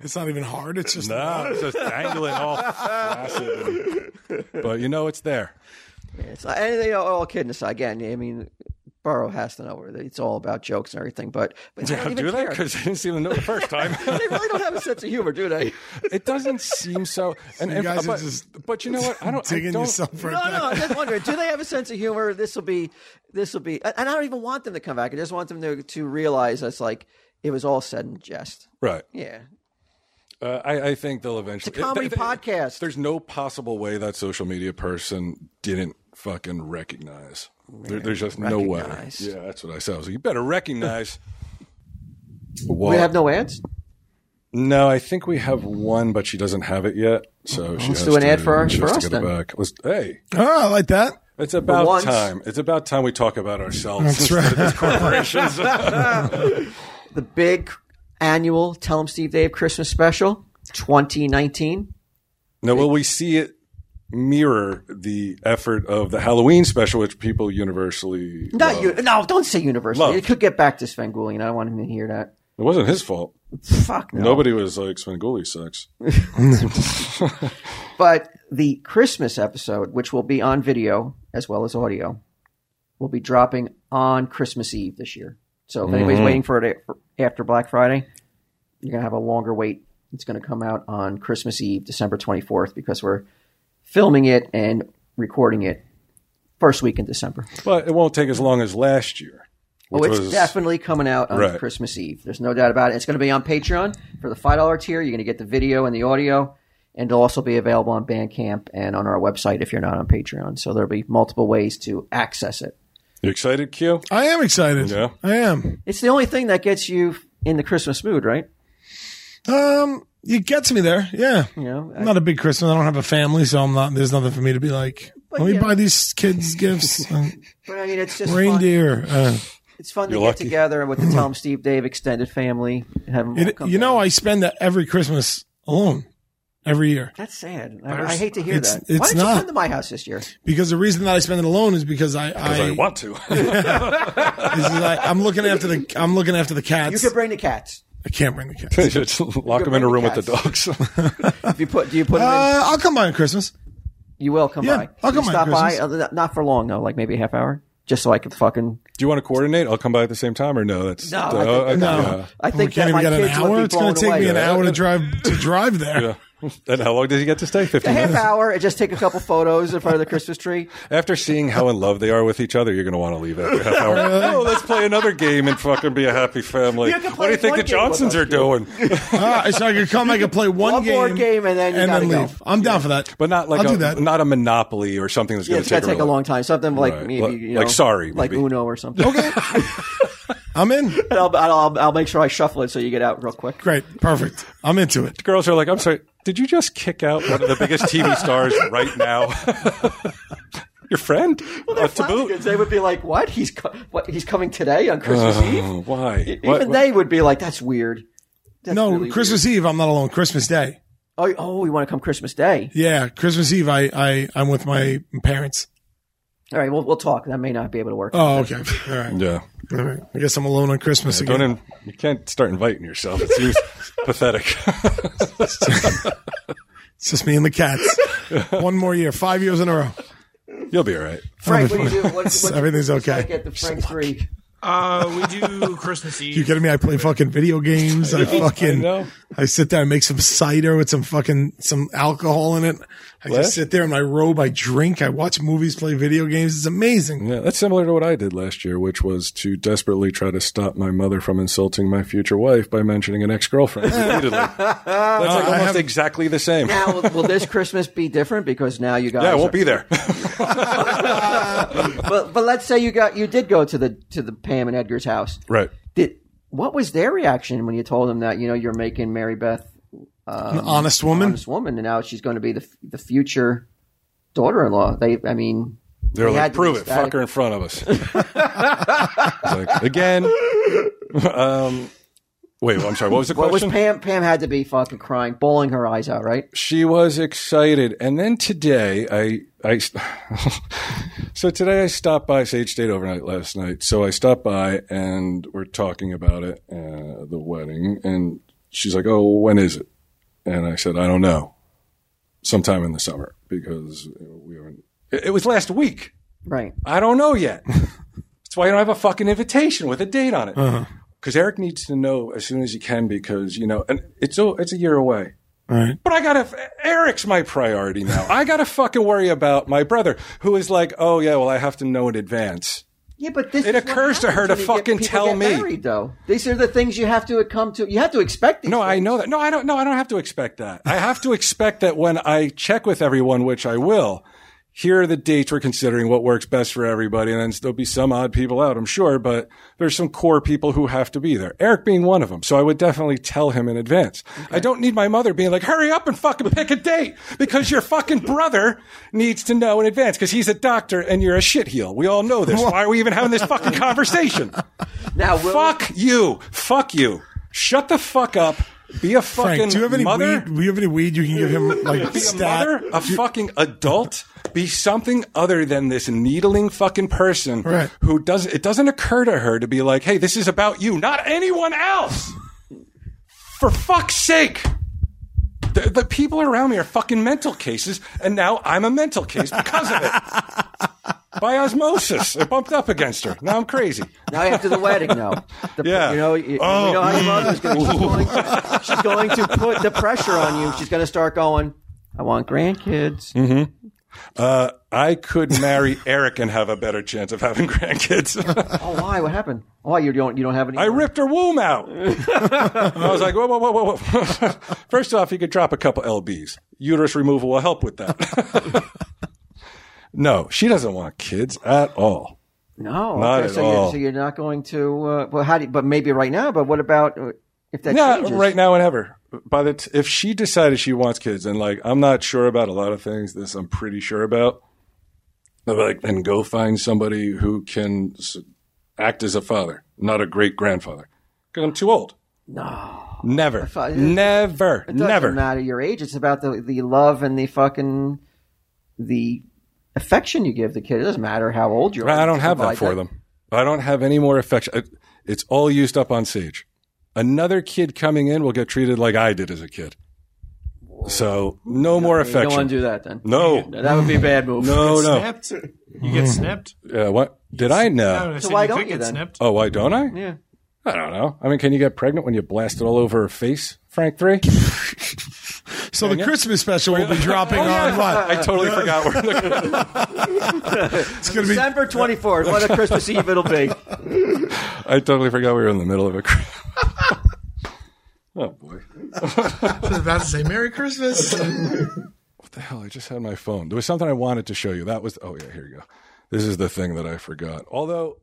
[SPEAKER 3] It's not even hard. It's just
[SPEAKER 1] No, it's just dangling all flaccid. But you know it's there.
[SPEAKER 2] It's not, and you know, all kidding aside, again, I mean, Burrow has to know where it's all about jokes and everything, but, but I don't even
[SPEAKER 1] do they?
[SPEAKER 2] care.
[SPEAKER 1] Because I didn't seem to know the first time.
[SPEAKER 2] they really don't have a sense of humor, do they?
[SPEAKER 1] it doesn't seem so. And,
[SPEAKER 3] You
[SPEAKER 1] and-
[SPEAKER 3] guys are
[SPEAKER 1] but,
[SPEAKER 3] just
[SPEAKER 1] but you know what? I don't. I
[SPEAKER 3] digging
[SPEAKER 1] don't
[SPEAKER 3] yourself right
[SPEAKER 2] No,
[SPEAKER 3] back.
[SPEAKER 2] no, I'm just wondering, do they have a sense of humor? This will be, this will be, and I don't even want them to come back. I just want them to to realize that's like it was all said in jest.
[SPEAKER 1] right.
[SPEAKER 2] Yeah,
[SPEAKER 1] Uh, I, I think they'll eventually.
[SPEAKER 2] It's a comedy
[SPEAKER 1] they- they-
[SPEAKER 2] podcast.
[SPEAKER 1] There's no possible way that social media person didn't fucking recognize. There, there's just
[SPEAKER 2] Recognize.
[SPEAKER 1] no way. Yeah, that's what I said. I was like, you better recognize.
[SPEAKER 2] we
[SPEAKER 1] What?
[SPEAKER 2] have no ads.
[SPEAKER 1] No, I think we have one, but she doesn't have it yet. So she
[SPEAKER 2] Let's
[SPEAKER 1] has
[SPEAKER 2] do an
[SPEAKER 1] to,
[SPEAKER 2] ad for-
[SPEAKER 1] she
[SPEAKER 2] for
[SPEAKER 1] has to
[SPEAKER 2] us
[SPEAKER 1] get it
[SPEAKER 2] then.
[SPEAKER 1] back. Let's- hey,
[SPEAKER 3] Oh, I like that.
[SPEAKER 1] it's about
[SPEAKER 2] once.
[SPEAKER 1] time. It's about time we talk about ourselves.
[SPEAKER 3] That's right.
[SPEAKER 1] corporations.
[SPEAKER 2] The big annual Tell 'em Steve Dave Christmas special, 2019.
[SPEAKER 1] now, will we see it mirror the effort of the Halloween special, which people universally?
[SPEAKER 2] Not
[SPEAKER 1] love?
[SPEAKER 2] you. No, don't say universal.
[SPEAKER 1] Loved.
[SPEAKER 2] It could get back to Svengulian. I don't want him to hear that.
[SPEAKER 1] It wasn't his fault.
[SPEAKER 2] Fuck no.
[SPEAKER 1] Nobody was like Svengoolie sucks.
[SPEAKER 2] But the Christmas episode, which will be on video as well as audio, will be dropping on Christmas Eve this year. So if anybody's waiting for it a- after Black Friday, you're going to have a longer wait. It's going to come out on Christmas Eve, December 24th, because we're filming it and recording it first week in December.
[SPEAKER 1] But it won't take as long as last year.
[SPEAKER 2] Oh,
[SPEAKER 1] which
[SPEAKER 2] it's
[SPEAKER 1] was-
[SPEAKER 2] definitely coming out on
[SPEAKER 1] Right.
[SPEAKER 2] Christmas Eve. There's no doubt about it. It's going to be on Patreon for the five dollar tier. You're going to get the video and the audio, and it'll also be available on Bandcamp and on our website if you're not on Patreon. So there'll be multiple ways to access it.
[SPEAKER 1] You excited, Q?
[SPEAKER 3] I am excited.
[SPEAKER 1] Yeah.
[SPEAKER 3] I am.
[SPEAKER 2] It's the only thing that gets you in the Christmas mood, right?
[SPEAKER 3] Um, it gets me there. Yeah.
[SPEAKER 2] You know,
[SPEAKER 3] I'm not a big Christmas. I don't have a family, so I'm not. There's nothing for me to be like. Let me
[SPEAKER 2] yeah.
[SPEAKER 3] buy these kids gifts. Uh,
[SPEAKER 2] but I mean, it's just fun.
[SPEAKER 3] reindeer. Uh,
[SPEAKER 2] It's fun to
[SPEAKER 1] You're
[SPEAKER 2] get
[SPEAKER 1] lucky.
[SPEAKER 2] together with the Tom, Steve, Dave extended family. and Have them all
[SPEAKER 3] it,
[SPEAKER 2] come
[SPEAKER 3] you know,
[SPEAKER 2] down.
[SPEAKER 3] I spend that every Christmas alone. every year.
[SPEAKER 2] That's sad. I, I hate to hear
[SPEAKER 3] It's-
[SPEAKER 2] that.
[SPEAKER 3] it's
[SPEAKER 2] Why did
[SPEAKER 3] not.
[SPEAKER 2] you come to my house this year?
[SPEAKER 3] Because the reason that I spend it alone is because I,
[SPEAKER 1] Because I,
[SPEAKER 3] I,
[SPEAKER 1] want to.
[SPEAKER 3] is I I'm looking after the I'm looking after the
[SPEAKER 2] You
[SPEAKER 3] cats.
[SPEAKER 2] could bring the cats.
[SPEAKER 3] I can't bring the cats.
[SPEAKER 1] Just lock them in a room with the dogs.
[SPEAKER 2] If you put, do you put them in?
[SPEAKER 3] Uh, I'll come by on Christmas.
[SPEAKER 2] You will come
[SPEAKER 3] yeah,
[SPEAKER 2] by.
[SPEAKER 3] I'll
[SPEAKER 2] You
[SPEAKER 3] come by
[SPEAKER 2] Stop by,
[SPEAKER 3] Christmas.
[SPEAKER 2] uh, not- not for long though, like maybe a half hour, just so I could fucking.
[SPEAKER 1] Do you want to coordinate? I'll come by at the same time, or no? That's
[SPEAKER 2] No, I
[SPEAKER 1] oh,
[SPEAKER 2] think-
[SPEAKER 1] I-
[SPEAKER 3] no.
[SPEAKER 2] I
[SPEAKER 3] We
[SPEAKER 2] think
[SPEAKER 3] can't
[SPEAKER 2] that
[SPEAKER 3] even
[SPEAKER 2] my
[SPEAKER 3] get an
[SPEAKER 2] kids would
[SPEAKER 3] hour.
[SPEAKER 2] be
[SPEAKER 3] It's going
[SPEAKER 2] blown
[SPEAKER 3] to take
[SPEAKER 2] away.
[SPEAKER 3] me an hour to drive to drive there.
[SPEAKER 1] yeah. And how long does he get to stay?
[SPEAKER 2] A
[SPEAKER 1] Fifteen
[SPEAKER 2] half
[SPEAKER 1] minutes.
[SPEAKER 2] hour. and Just take a couple photos in front of the Christmas tree.
[SPEAKER 1] After seeing how in love they are with each other, you're going to want to leave after a half hour. oh, let's play another game and fucking be a happy family.
[SPEAKER 2] You can
[SPEAKER 1] What do you
[SPEAKER 2] play
[SPEAKER 1] think
[SPEAKER 2] one
[SPEAKER 1] the
[SPEAKER 2] game with
[SPEAKER 1] Johnsons
[SPEAKER 2] us,
[SPEAKER 1] are doing?
[SPEAKER 3] Ah, so I could come. I could play one,
[SPEAKER 2] One
[SPEAKER 3] game,
[SPEAKER 2] board game and then you gotta go.
[SPEAKER 3] leave. I'm down for that.
[SPEAKER 1] But not like
[SPEAKER 3] I'll
[SPEAKER 1] a,
[SPEAKER 3] do that.
[SPEAKER 1] not a monopoly or something that's
[SPEAKER 2] Yeah,
[SPEAKER 1] going
[SPEAKER 2] it's
[SPEAKER 1] to
[SPEAKER 2] got
[SPEAKER 1] take,
[SPEAKER 2] to take a long time. Something like
[SPEAKER 1] Right.
[SPEAKER 2] maybe
[SPEAKER 1] Like-
[SPEAKER 2] you know,
[SPEAKER 1] like sorry,
[SPEAKER 2] like
[SPEAKER 1] maybe.
[SPEAKER 2] Uno or something.
[SPEAKER 3] okay, I'm in.
[SPEAKER 2] And I'll, I'll I'll make sure I shuffle it so you get out real quick.
[SPEAKER 3] Great, perfect. I'm into it.
[SPEAKER 1] Girls are like, I'm sorry, did you just kick out one of the biggest TV stars right now? Your friend? Well,
[SPEAKER 2] They're Flanagan's. They would be like, "What? He's co- what? He's coming today on
[SPEAKER 3] Uh,
[SPEAKER 2] Christmas Eve."
[SPEAKER 1] Uh, why?
[SPEAKER 2] E- Even
[SPEAKER 1] What-
[SPEAKER 2] they would be like, "That's weird." That's
[SPEAKER 3] No,
[SPEAKER 2] really
[SPEAKER 3] Christmas Eve. I'm not alone. Christmas Day.
[SPEAKER 2] weird. Oh, oh, you want to come Christmas Day?
[SPEAKER 3] Yeah, Christmas Eve. I I I'm with my parents.
[SPEAKER 2] All right, we'll we'll talk. That may not be able to work.
[SPEAKER 3] Oh, okay. All right.
[SPEAKER 1] yeah.
[SPEAKER 3] All right. I guess I'm alone on Christmas
[SPEAKER 1] Don't
[SPEAKER 3] again.
[SPEAKER 1] in, you can't start inviting yourself. It seems pathetic.
[SPEAKER 3] It's just me and the cats. One more year, five years in a row.
[SPEAKER 1] You'll be all right.
[SPEAKER 2] Frank, what do you do? What, what,
[SPEAKER 3] Everything's okay.
[SPEAKER 2] Like at the Frank three.
[SPEAKER 4] Uh, we do Christmas Eve.
[SPEAKER 3] You kidding me? I play fucking video games. I,
[SPEAKER 1] I
[SPEAKER 3] fucking, I,
[SPEAKER 1] know.
[SPEAKER 3] sit there and make some cider with some fucking, some alcohol in it. I
[SPEAKER 1] What?
[SPEAKER 3] just sit there in my robe. I drink. I watch movies, play video games. It's amazing.
[SPEAKER 1] Yeah, that's similar to what I did last year, which was to desperately try to stop my mother from insulting my future wife by mentioning an ex girlfriend repeatedly. Uh, That's like almost
[SPEAKER 3] have-
[SPEAKER 1] exactly the same.
[SPEAKER 2] Now, will, will this Christmas be different because now you guys?
[SPEAKER 1] Yeah, I won't
[SPEAKER 2] are-
[SPEAKER 1] be there.
[SPEAKER 2] But but let's say you got you did go to the to the Pam and Edgar's house.
[SPEAKER 1] right.
[SPEAKER 2] Did what was their reaction when you told them that you know you're making Mary Beth
[SPEAKER 3] An
[SPEAKER 1] Mm-hmm.
[SPEAKER 3] honest woman.
[SPEAKER 2] this woman and now she's going to be the the future daughter-in-law? They, I mean,
[SPEAKER 1] They're
[SPEAKER 2] They had
[SPEAKER 1] like,
[SPEAKER 2] to
[SPEAKER 1] prove
[SPEAKER 2] be
[SPEAKER 1] it.
[SPEAKER 2] static.
[SPEAKER 1] Fuck her in front of us. It's like, again. um, wait, well, I'm sorry. What was the
[SPEAKER 2] what was
[SPEAKER 1] question?
[SPEAKER 2] Pam? Pam had to be fucking crying, bawling her eyes out, right?
[SPEAKER 1] she was excited. And then today, I, I, so today I stopped by Sage State overnight last night. So I stopped by and we're talking about it, uh, the wedding. And she's like, Oh, when is it? And I said, I don't know. Sometime in the summer because you know, we haven't, it, it was last week.
[SPEAKER 2] Right.
[SPEAKER 1] I don't know yet. That's why I don't have a fucking invitation with a date on it.
[SPEAKER 3] Uh-huh.
[SPEAKER 1] Because Eric needs to know as soon as he can because, you know, and it's, a- it's a year away.
[SPEAKER 3] All right.
[SPEAKER 1] But I gotta, Eric's my priority now. I gotta fucking worry about my brother who is like, oh yeah, well, I have to know in advance.
[SPEAKER 2] Yeah, but this
[SPEAKER 1] It
[SPEAKER 2] is what
[SPEAKER 1] occurs to her
[SPEAKER 2] happens
[SPEAKER 1] to
[SPEAKER 2] when you
[SPEAKER 1] fucking
[SPEAKER 2] get, people
[SPEAKER 1] tell
[SPEAKER 2] get
[SPEAKER 1] me.
[SPEAKER 2] Married, though these are the things you have to come to. You have to expect. These
[SPEAKER 1] No,
[SPEAKER 2] things.
[SPEAKER 1] I know that. No, I don't, no, I don't have to expect that. I have to expect that when I check with everyone, which I will, here are the dates we're considering, what works best for everybody. And then there'll be some odd people out, I'm sure, but there's some core people who have to be there. Eric being one of them. So I would definitely tell him in advance. I don't need my mother being like, hurry up and fucking pick a date because your fucking brother needs to know in advance because he's a doctor and you're a shitheel. We all know this. Why are we even having this fucking conversation?
[SPEAKER 2] Now, will,
[SPEAKER 1] Fuck you. Fuck you. Shut the fuck up. Be a fucking
[SPEAKER 3] Frank, do you have any
[SPEAKER 1] mother.
[SPEAKER 3] weed? Do you have any weed you can give him? Like
[SPEAKER 1] Be a
[SPEAKER 3] stat?
[SPEAKER 1] mother, a fucking adult. Be something other than this needling fucking person
[SPEAKER 3] Right.
[SPEAKER 1] who doesn't. It doesn't occur to her to be like, "Hey, this is about you, not anyone else." For fuck's sake, the, the people around me are fucking mental cases, and now I'm a mental case because of it. By osmosis, I bumped up against her. Now I'm crazy.
[SPEAKER 2] now after the wedding, though. The-
[SPEAKER 1] Yeah.
[SPEAKER 2] You know, you,
[SPEAKER 1] Oh.
[SPEAKER 2] you know how your mother's gonna, she's going to. She's going to put the pressure on you. She's going to start going. I want grandkids.
[SPEAKER 1] Mm-hmm. Uh, I could marry Eric and have a better chance of having grandkids.
[SPEAKER 2] Oh, why? What happened? Why you don't you don't have any?
[SPEAKER 1] I ripped her womb out. I was like, whoa, whoa, whoa, whoa, whoa. First off, you could drop a couple lbs. Uterus removal will help with that. no, she doesn't want kids at all.
[SPEAKER 2] no,
[SPEAKER 1] Not
[SPEAKER 2] okay,
[SPEAKER 1] at
[SPEAKER 2] so,
[SPEAKER 1] all.
[SPEAKER 2] You're, so you're not going to. Uh, well, how do? You, but maybe right now. But what about uh, if that
[SPEAKER 1] Yeah,
[SPEAKER 2] changes?
[SPEAKER 1] right now and ever. By the t- if she decided she wants kids, and like I'm not sure about a lot of things, this I'm pretty sure about. I'll be like, then go find somebody who can s- act as a father, not a great grandfather, because I'm too old.
[SPEAKER 2] No,
[SPEAKER 1] Never.
[SPEAKER 2] thought- it-
[SPEAKER 1] Never.
[SPEAKER 2] It doesn't
[SPEAKER 1] Never.
[SPEAKER 2] matter your age. It's about the, the love and the fucking the affection you give the kid. It doesn't matter how old you are.
[SPEAKER 1] I don't
[SPEAKER 2] You
[SPEAKER 1] have that
[SPEAKER 2] provide
[SPEAKER 1] for them. I don't have any more affection. I- It's all used up on Sage. Another kid coming in will get treated like I did as a kid. So no more
[SPEAKER 2] You don't want
[SPEAKER 1] affection.
[SPEAKER 2] to do that then.
[SPEAKER 1] No.
[SPEAKER 2] That would be a bad move.
[SPEAKER 1] No, no.
[SPEAKER 4] Snapped. You get snipped.
[SPEAKER 1] Uh, what? Did I
[SPEAKER 4] No,
[SPEAKER 1] know?
[SPEAKER 4] I
[SPEAKER 2] So
[SPEAKER 4] said
[SPEAKER 2] why
[SPEAKER 4] you
[SPEAKER 2] don't
[SPEAKER 4] could
[SPEAKER 2] you
[SPEAKER 4] get
[SPEAKER 2] then?
[SPEAKER 4] snipped.
[SPEAKER 1] Oh, why don't I?
[SPEAKER 2] Yeah.
[SPEAKER 1] I don't know. I mean, can you get pregnant when you blast it all over her face, Frank 3?
[SPEAKER 3] So the Christmas special will be dropping
[SPEAKER 1] Oh,
[SPEAKER 3] on what?
[SPEAKER 1] I totally forgot where the
[SPEAKER 3] It's going to be
[SPEAKER 2] December 24th. What a Christmas Eve it'll be.
[SPEAKER 1] I totally forgot we were in the middle of a. cr- oh boy!
[SPEAKER 4] I was about to say Merry Christmas.
[SPEAKER 1] What the hell? I just had my phone. There was something I wanted to show you. That was. Oh yeah, here you go. This is the thing that I forgot. Although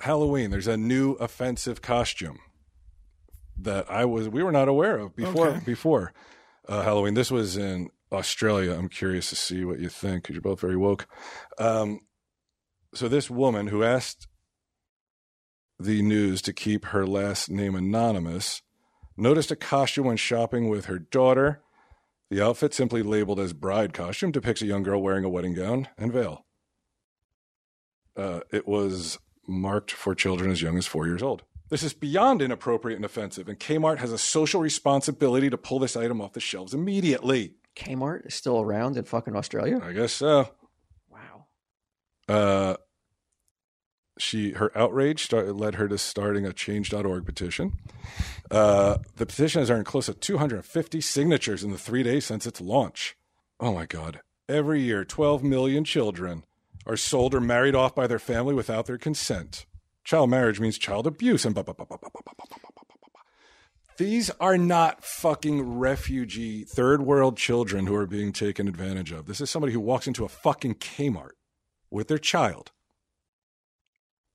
[SPEAKER 1] Halloween, there's a new offensive costume that I was we were not aware of before before uh, Halloween. This was in Australia. I'm curious to see what you think because you're both very woke. Um, so this woman who asked the news to keep her last name anonymous noticed a costume when shopping with her daughter. The outfit, simply labeled as bride costume, depicts a young girl wearing a wedding gown and veil. Uh, it was marked for children as young as four years old. This is beyond inappropriate and offensive, and Kmart has a social responsibility to pull this item off the shelves immediately.
[SPEAKER 2] Kmart is still around in fucking Australia.
[SPEAKER 1] I guess so.
[SPEAKER 2] Wow.
[SPEAKER 1] Uh, she her outrage started, led her to starting a change.org petition. Uh, the petition has earned close to 250 signatures in the three days since its launch. Oh my God. Every year, 12 million children are sold or married off by their family without their consent. Child marriage means child abuse and blah, blah, blah, blah, blah, blah, blah, blah, blah, blah, blah, blah. These are not fucking refugee third world children who are being taken advantage of. This is somebody who walks into a fucking Kmart with their child.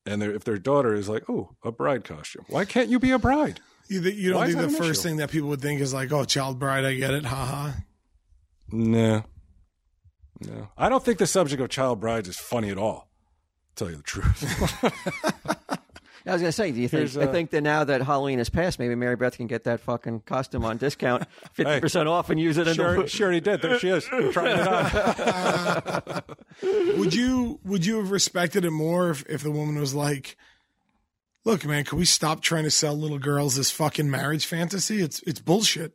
[SPEAKER 1] And their, if their daughter is like, oh, a bride costume, why can't you be a bride?
[SPEAKER 3] you, you don't
[SPEAKER 1] Why is
[SPEAKER 3] think
[SPEAKER 1] that
[SPEAKER 3] the
[SPEAKER 1] an
[SPEAKER 3] first
[SPEAKER 1] issue?
[SPEAKER 3] thing that people would think is like, oh, child bride, I get it, haha.
[SPEAKER 1] No. No. I don't think the subject of child brides is funny at all. Tell you the truth.
[SPEAKER 2] I was gonna say, do you think?
[SPEAKER 1] Here's,
[SPEAKER 2] I
[SPEAKER 1] uh,
[SPEAKER 2] think that now that Halloween has passed, maybe Mary Beth can get that fucking costume on discount, fifty percent off, and use it in
[SPEAKER 1] sure,
[SPEAKER 2] the.
[SPEAKER 1] she already did. There she is. Trying it on.
[SPEAKER 3] Would you would you have respected it more if, if the woman was like, "Look, man, can we stop trying to sell little girls this fucking marriage fantasy? It's it's bullshit.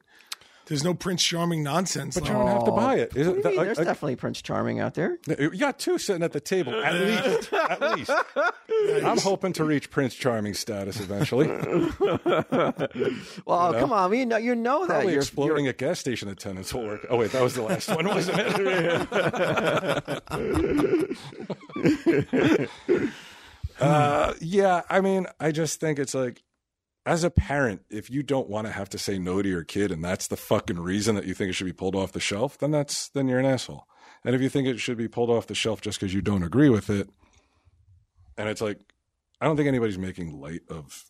[SPEAKER 3] There's no Prince Charming nonsense.
[SPEAKER 1] But
[SPEAKER 3] Like,
[SPEAKER 1] you don't have to buy it. Is it-
[SPEAKER 2] What do you mean? There's
[SPEAKER 1] I- I-
[SPEAKER 2] definitely Prince Charming out there.
[SPEAKER 1] you got two sitting at the table, at least. At least. I'm hoping to reach Prince Charming status eventually.
[SPEAKER 2] Well, come on, you know, you know that
[SPEAKER 1] Probably
[SPEAKER 2] you're,
[SPEAKER 1] exploding at gas station attendants will work. Oh wait, that was the last one, wasn't it? uh, yeah, I mean, I just think it's like, as a parent, if you don't want to have to say no to your kid, and that's the fucking reason that you think it should be pulled off the shelf, then that's then you're an asshole. And if you think it should be pulled off the shelf just because you don't agree with it, and it's like, I don't think anybody's making light of.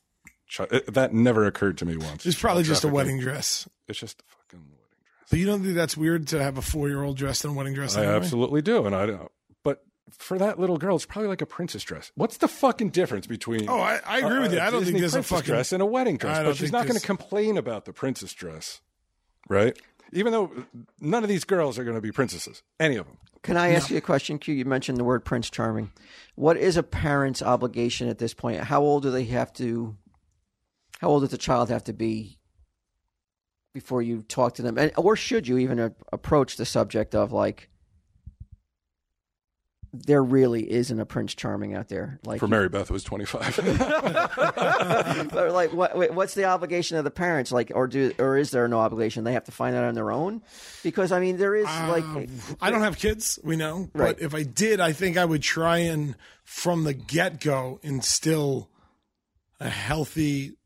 [SPEAKER 1] chi- it- That never occurred to me once.
[SPEAKER 3] it's probably
[SPEAKER 1] Child
[SPEAKER 3] just a
[SPEAKER 1] trafficking.
[SPEAKER 3] wedding dress.
[SPEAKER 1] It's just a fucking wedding dress.
[SPEAKER 3] But you don't think that's weird to have a four year old dressed in a wedding dress?
[SPEAKER 1] I
[SPEAKER 3] anyway?
[SPEAKER 1] absolutely do, and I don't. But for that little girl, it's probably like a princess dress. What's the fucking difference between?
[SPEAKER 3] Oh, I, I agree with you. I don't think
[SPEAKER 1] Disney
[SPEAKER 3] there's a
[SPEAKER 1] princess
[SPEAKER 3] fucking
[SPEAKER 1] dress and a wedding dress,
[SPEAKER 3] I
[SPEAKER 1] but
[SPEAKER 3] don't
[SPEAKER 1] she's
[SPEAKER 3] think
[SPEAKER 1] not going
[SPEAKER 3] this-
[SPEAKER 1] to complain about the princess dress, right? Even though none of these girls are going to be princesses, any of them.
[SPEAKER 2] Can I ask you a question, Q? You mentioned the word Prince Charming. What is a parent's obligation at this point? How old do they have to? How old does the child have to be before you talk to them, and or should you even a- approach the subject of like? There really isn't a Prince Charming out there. Like,
[SPEAKER 1] For Mary Beth, it was twenty-five.
[SPEAKER 2] or, like what, wait, what's the obligation of the parents? Like, or do, or is there no obligation? They have to find out on their own. Because I mean, there is like,
[SPEAKER 3] Um, I don't have kids, we know.
[SPEAKER 2] Right.
[SPEAKER 3] But if I did, I think I would try and from the get go instill a healthy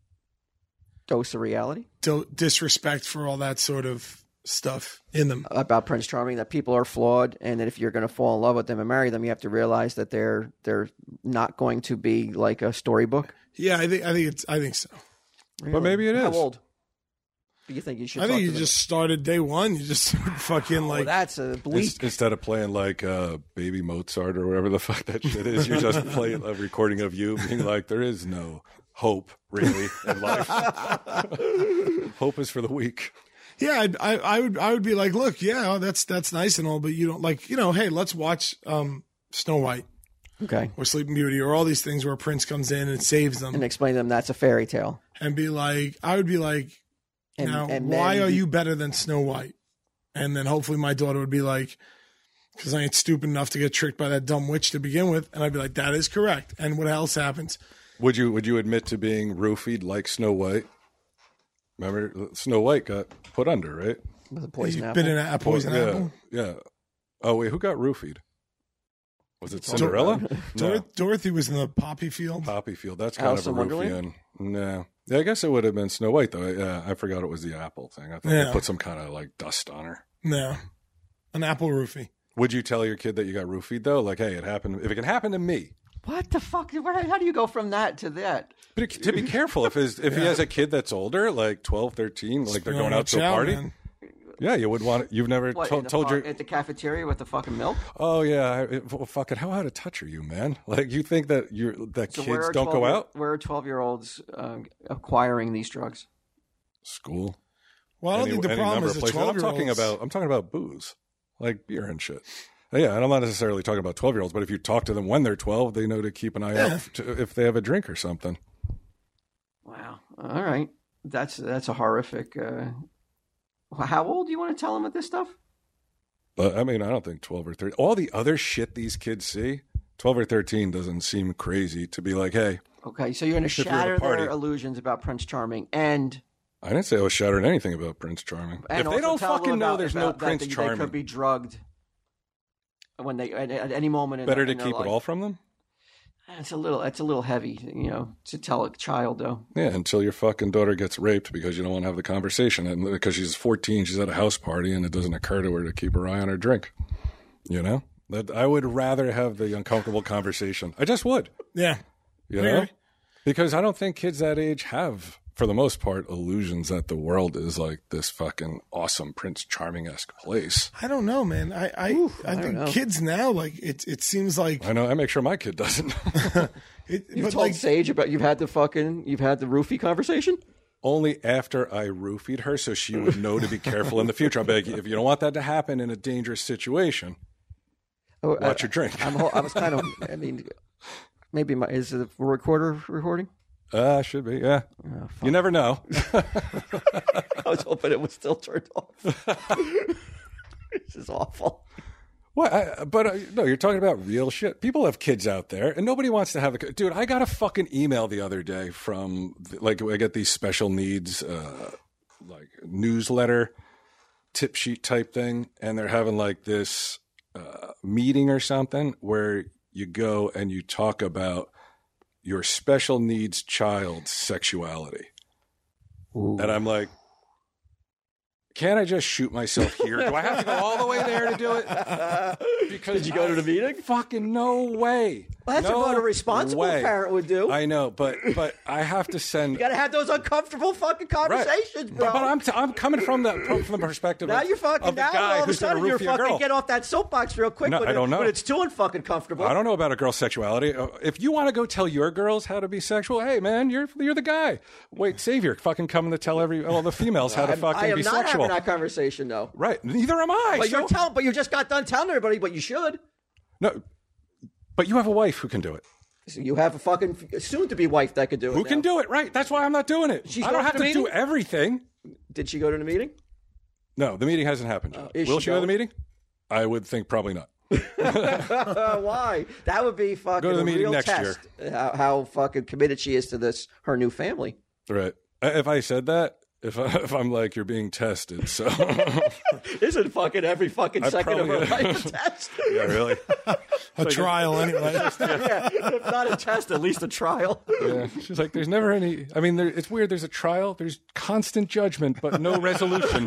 [SPEAKER 2] dose of reality.
[SPEAKER 3] do- disrespect for all that sort of stuff in them.
[SPEAKER 2] about Prince Charming that people are flawed, and that if you're going to fall in love with them and marry them, you have to realize that they're they're not going to be like a storybook.
[SPEAKER 3] Yeah, I think I think it's I think so.
[SPEAKER 1] but maybe it is.
[SPEAKER 2] How old? You think you should?
[SPEAKER 3] I
[SPEAKER 2] talk
[SPEAKER 3] think you
[SPEAKER 2] to them?
[SPEAKER 3] just started day one. You just fucking
[SPEAKER 2] Well,
[SPEAKER 3] like
[SPEAKER 2] that's a bleak.
[SPEAKER 1] Ins- instead of playing like uh, Baby Mozart or whatever the fuck that shit is, you just play a recording of you being like, there is no hope really in life. hope is for the weak.
[SPEAKER 3] Yeah, I'd, I, I would, I would be like, look, yeah, oh, that's that's nice and all, but you don't like, you know, hey, let's watch um, Snow White
[SPEAKER 2] Okay,
[SPEAKER 3] or Sleeping Beauty or all these things where Prince comes in and saves them,
[SPEAKER 2] and
[SPEAKER 3] and,
[SPEAKER 2] explain to them that's a fairy tale.
[SPEAKER 3] be like, I would be like,
[SPEAKER 2] And,
[SPEAKER 3] now
[SPEAKER 2] and
[SPEAKER 3] why
[SPEAKER 2] men-
[SPEAKER 3] are you better than Snow White? And then hopefully my daughter would be like, because I ain't stupid enough to get tricked by that dumb witch to begin with, and I'd be like, that is correct. And what else happens?
[SPEAKER 1] Would you would you admit to being roofied like Snow White? Remember, Snow White got put under, right?
[SPEAKER 2] with a poison
[SPEAKER 3] You've
[SPEAKER 2] apple?
[SPEAKER 3] been in a, a poison
[SPEAKER 1] yeah,
[SPEAKER 3] apple.
[SPEAKER 1] Yeah. Oh wait, who got roofied? Was it
[SPEAKER 2] Dor-
[SPEAKER 1] Cinderella?
[SPEAKER 3] Dor-
[SPEAKER 1] no,
[SPEAKER 3] Dorothy was in the poppy field.
[SPEAKER 1] Poppy Field. That's kind
[SPEAKER 2] Alice
[SPEAKER 1] of
[SPEAKER 2] in
[SPEAKER 1] a
[SPEAKER 2] Wonderland?
[SPEAKER 1] roofian. No. Yeah, I guess it would have been Snow White though. Yeah, I forgot it was the apple thing. I thought
[SPEAKER 3] Yeah.
[SPEAKER 1] they put some kind of like dust on her.
[SPEAKER 3] No, an apple roofie.
[SPEAKER 1] Would you tell your kid that you got roofied though? Like, hey, it happened. If it can happen to me,
[SPEAKER 2] What the fuck? Where, how do you go from that to that?
[SPEAKER 1] but it- to be careful if his, if he has a kid that's older, like 12, 13, like they're
[SPEAKER 3] You know,
[SPEAKER 1] going out to a
[SPEAKER 3] watch out,
[SPEAKER 1] party.
[SPEAKER 3] man.
[SPEAKER 1] Yeah, you would want. You've never
[SPEAKER 2] What,
[SPEAKER 1] to-
[SPEAKER 2] in the
[SPEAKER 1] told
[SPEAKER 2] fu-
[SPEAKER 1] your.
[SPEAKER 2] at the cafeteria with the fucking milk?
[SPEAKER 1] Oh yeah, I- it, well, fuck it. How out of touch are you, man? Like you think that you're that
[SPEAKER 2] So where
[SPEAKER 1] kids
[SPEAKER 2] are
[SPEAKER 1] don't go
[SPEAKER 2] 12
[SPEAKER 1] out?
[SPEAKER 2] Where are twelve-year-olds um, acquiring these drugs?
[SPEAKER 1] School.
[SPEAKER 3] Well, I don't
[SPEAKER 1] any-
[SPEAKER 3] think the
[SPEAKER 1] any
[SPEAKER 3] problem
[SPEAKER 1] number
[SPEAKER 3] is
[SPEAKER 1] of
[SPEAKER 3] the
[SPEAKER 1] places.
[SPEAKER 3] twelve
[SPEAKER 1] I'm
[SPEAKER 3] year
[SPEAKER 1] talking about. I'm talking about booze, like beer and shit. Uh, Yeah, and I'm not necessarily talking about 12 year olds, but if you talk to them when they're 12, they know to keep an eye out to, if they have a drink or something.
[SPEAKER 2] Wow. All right. That's that's a horrific. Uh, how old do you want to tell them about this stuff?
[SPEAKER 1] But I mean, I don't think 12 or 13. All the other shit these kids see, 12 or 13 doesn't seem crazy to be like, hey,
[SPEAKER 2] Okay, so you're going to
[SPEAKER 1] you're at a
[SPEAKER 2] shatter
[SPEAKER 1] party.
[SPEAKER 2] their illusions about Prince Charming and
[SPEAKER 1] I didn't say I was shattering anything about Prince Charming.
[SPEAKER 2] and
[SPEAKER 1] if
[SPEAKER 2] also
[SPEAKER 1] they don't
[SPEAKER 2] tell them
[SPEAKER 1] fucking know
[SPEAKER 2] about-
[SPEAKER 1] there's no
[SPEAKER 2] about that
[SPEAKER 1] Prince
[SPEAKER 2] they-
[SPEAKER 1] Charming,
[SPEAKER 2] They could be drugged when they at, at any moment. In
[SPEAKER 1] better
[SPEAKER 2] in
[SPEAKER 1] to
[SPEAKER 2] their
[SPEAKER 1] keep
[SPEAKER 2] life.
[SPEAKER 1] it all from them?
[SPEAKER 2] It's a little. It's a little heavy, you know, to tell a child though.
[SPEAKER 1] Yeah, until your fucking daughter gets raped because you don't want to have the conversation. And because she's 14, she's at a house party and it doesn't occur to her to keep her eye on her drink. You know? That I would rather have the uncomfortable conversation. I just would.
[SPEAKER 3] Yeah,
[SPEAKER 1] You
[SPEAKER 3] Maybe.
[SPEAKER 1] know? Because I don't think kids that age have, for the most part, illusions that the world is like this fucking awesome Prince Charming esque place.
[SPEAKER 3] I don't know, man. I I, I
[SPEAKER 2] don't
[SPEAKER 3] think
[SPEAKER 2] know.
[SPEAKER 3] kids now like it. It seems like
[SPEAKER 1] I know. I make sure my kid doesn't.
[SPEAKER 3] it,
[SPEAKER 2] You
[SPEAKER 3] but
[SPEAKER 2] told
[SPEAKER 3] like
[SPEAKER 2] Sage about you've had the fucking you've had the roofie conversation.
[SPEAKER 1] Only after I roofied her so she would know to be careful in the future. I'll be like, if you don't want that to happen in a dangerous situation,
[SPEAKER 2] Oh, I,
[SPEAKER 1] watch your drink.
[SPEAKER 2] I'm, ho- I was kind of. I mean, maybe my is the recorder recording?
[SPEAKER 1] Uh, should be, yeah. you never know.
[SPEAKER 2] I was hoping it was still turned off. this is awful.
[SPEAKER 1] What? I, but uh, no, you're talking about real shit. People have kids out there, and nobody wants to have a kid. dude. I got a fucking email the other day from like I get these special needs uh, like newsletter tip sheet type thing, and they're having like this uh, meeting or something where you go and you talk about your special needs child's sexuality. And I'm like, can't I just shoot myself here? Do I have to go all the way there to do it? Because Did you go to the meeting? Fucking no way.
[SPEAKER 2] Well, that's
[SPEAKER 1] no
[SPEAKER 2] what a responsible
[SPEAKER 1] way.
[SPEAKER 2] parent would do.
[SPEAKER 1] I know, but but I have to send.
[SPEAKER 2] You gotta have those uncomfortable fucking
[SPEAKER 1] Right.
[SPEAKER 2] conversations, bro.
[SPEAKER 1] But, but I'm, t- I'm coming from the from the perspective.
[SPEAKER 2] now
[SPEAKER 1] of,
[SPEAKER 2] you're fucking.
[SPEAKER 1] of the
[SPEAKER 2] Now
[SPEAKER 1] guy
[SPEAKER 2] all of a
[SPEAKER 1] who's gonna
[SPEAKER 2] sudden you're
[SPEAKER 1] roof your
[SPEAKER 2] fucking
[SPEAKER 1] girl.
[SPEAKER 2] get off that soapbox real quick.
[SPEAKER 1] No,
[SPEAKER 2] when
[SPEAKER 1] I
[SPEAKER 2] it-
[SPEAKER 1] don't know.
[SPEAKER 2] When it's too uncomfortable.
[SPEAKER 1] I don't know about a girl's sexuality. Uh, If you want to go tell your girls how to be sexual, hey man, you're you're the guy. Wait, Savior, fucking coming to tell every all the females how to fucking
[SPEAKER 2] I am
[SPEAKER 1] be
[SPEAKER 2] not
[SPEAKER 1] sexual.
[SPEAKER 2] having that conversation though.
[SPEAKER 1] right? Neither am I.
[SPEAKER 2] But
[SPEAKER 1] so-
[SPEAKER 2] you're telling. But you just got done telling everybody. But you should.
[SPEAKER 1] no, but you have a wife who can do it.
[SPEAKER 2] So you have a fucking soon-to-be wife that could do it.
[SPEAKER 1] Who can do it? Right. That's why I'm not doing it.
[SPEAKER 2] She's
[SPEAKER 1] I don't
[SPEAKER 2] going
[SPEAKER 1] have
[SPEAKER 2] to
[SPEAKER 1] to
[SPEAKER 2] the
[SPEAKER 1] do
[SPEAKER 2] meeting?
[SPEAKER 1] everything.
[SPEAKER 2] Did she go to the meeting?
[SPEAKER 1] No, the meeting hasn't happened yet.
[SPEAKER 2] Uh, is
[SPEAKER 1] Will
[SPEAKER 2] she
[SPEAKER 1] she go to the
[SPEAKER 2] going?
[SPEAKER 1] meeting? I would think probably not.
[SPEAKER 2] Uh, why? That would be fucking
[SPEAKER 1] Go to the
[SPEAKER 2] a
[SPEAKER 1] meeting
[SPEAKER 2] real
[SPEAKER 1] next
[SPEAKER 2] test. uh, How, how fucking committed she is to this her new family.
[SPEAKER 1] Right. I- If I said that, if, I, if I'm like, you're being tested, so.
[SPEAKER 2] Isn't fucking every fucking second of her
[SPEAKER 1] probably-
[SPEAKER 2] life a test?
[SPEAKER 1] yeah, really?
[SPEAKER 3] a trial anyway.
[SPEAKER 2] yeah, if not a test, at least a trial.
[SPEAKER 1] Yeah. She's like, there's never any. I mean, there, it's weird. There's a trial, there's constant judgment, but no resolution.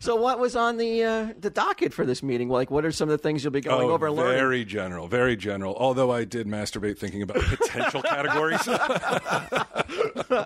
[SPEAKER 2] So, what was on the uh, the docket for this meeting? Like, what are some of the things you'll be going over and learning?
[SPEAKER 1] Oh, very general, very general. Although I did masturbate thinking about potential categories.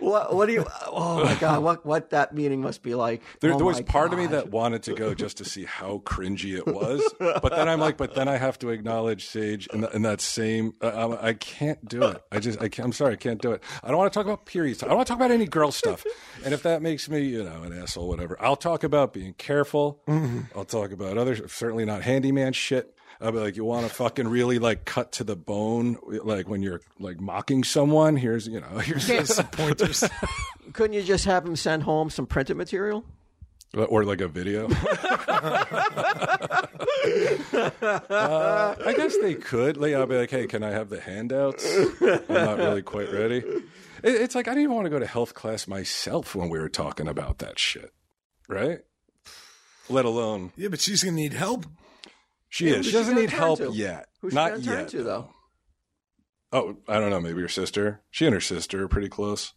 [SPEAKER 2] What, what do you? Oh my god, what what that meeting must be like?
[SPEAKER 1] There,
[SPEAKER 2] Oh
[SPEAKER 1] there was
[SPEAKER 2] my
[SPEAKER 1] part of me
[SPEAKER 2] God.
[SPEAKER 1] that wanted to go just to see how cringy it was, but then I'm like, but then I have to acknowledge Sage and, th- and that same. Uh, I'm- I can't do it. I just, I can't, I'm sorry, I can't do it. I don't want to talk about periods. I don't want to talk about any girl stuff. And if that makes me, you know, an asshole, whatever, I'll talk about being careful.
[SPEAKER 2] Mm-hmm.
[SPEAKER 1] I'll talk about other, certainly not handyman shit. I'll be like, you want to fucking really like cut to the bone, like when you're like mocking someone. Here's, you know, here's this,
[SPEAKER 3] Pointers.
[SPEAKER 2] Couldn't you just have him send home some printed material?
[SPEAKER 1] or like a video. Uh, I guess they could. Like, I'll be like, hey, can I have the handouts? I'm not really quite ready. It, it's like, I didn't even want to go to health class myself when we were talking about that shit, right? Let alone
[SPEAKER 3] Yeah, but she's gonna need help.
[SPEAKER 1] she
[SPEAKER 2] Yeah,
[SPEAKER 1] is.
[SPEAKER 2] who's
[SPEAKER 1] She
[SPEAKER 2] she
[SPEAKER 1] doesn't
[SPEAKER 2] gonna
[SPEAKER 1] need
[SPEAKER 2] turn
[SPEAKER 1] help
[SPEAKER 2] to?
[SPEAKER 1] yet.
[SPEAKER 2] Who's she
[SPEAKER 1] not
[SPEAKER 2] gonna turn
[SPEAKER 1] yet,
[SPEAKER 2] to though?
[SPEAKER 1] Oh, I don't know. Maybe her sister. She and her sister are pretty close.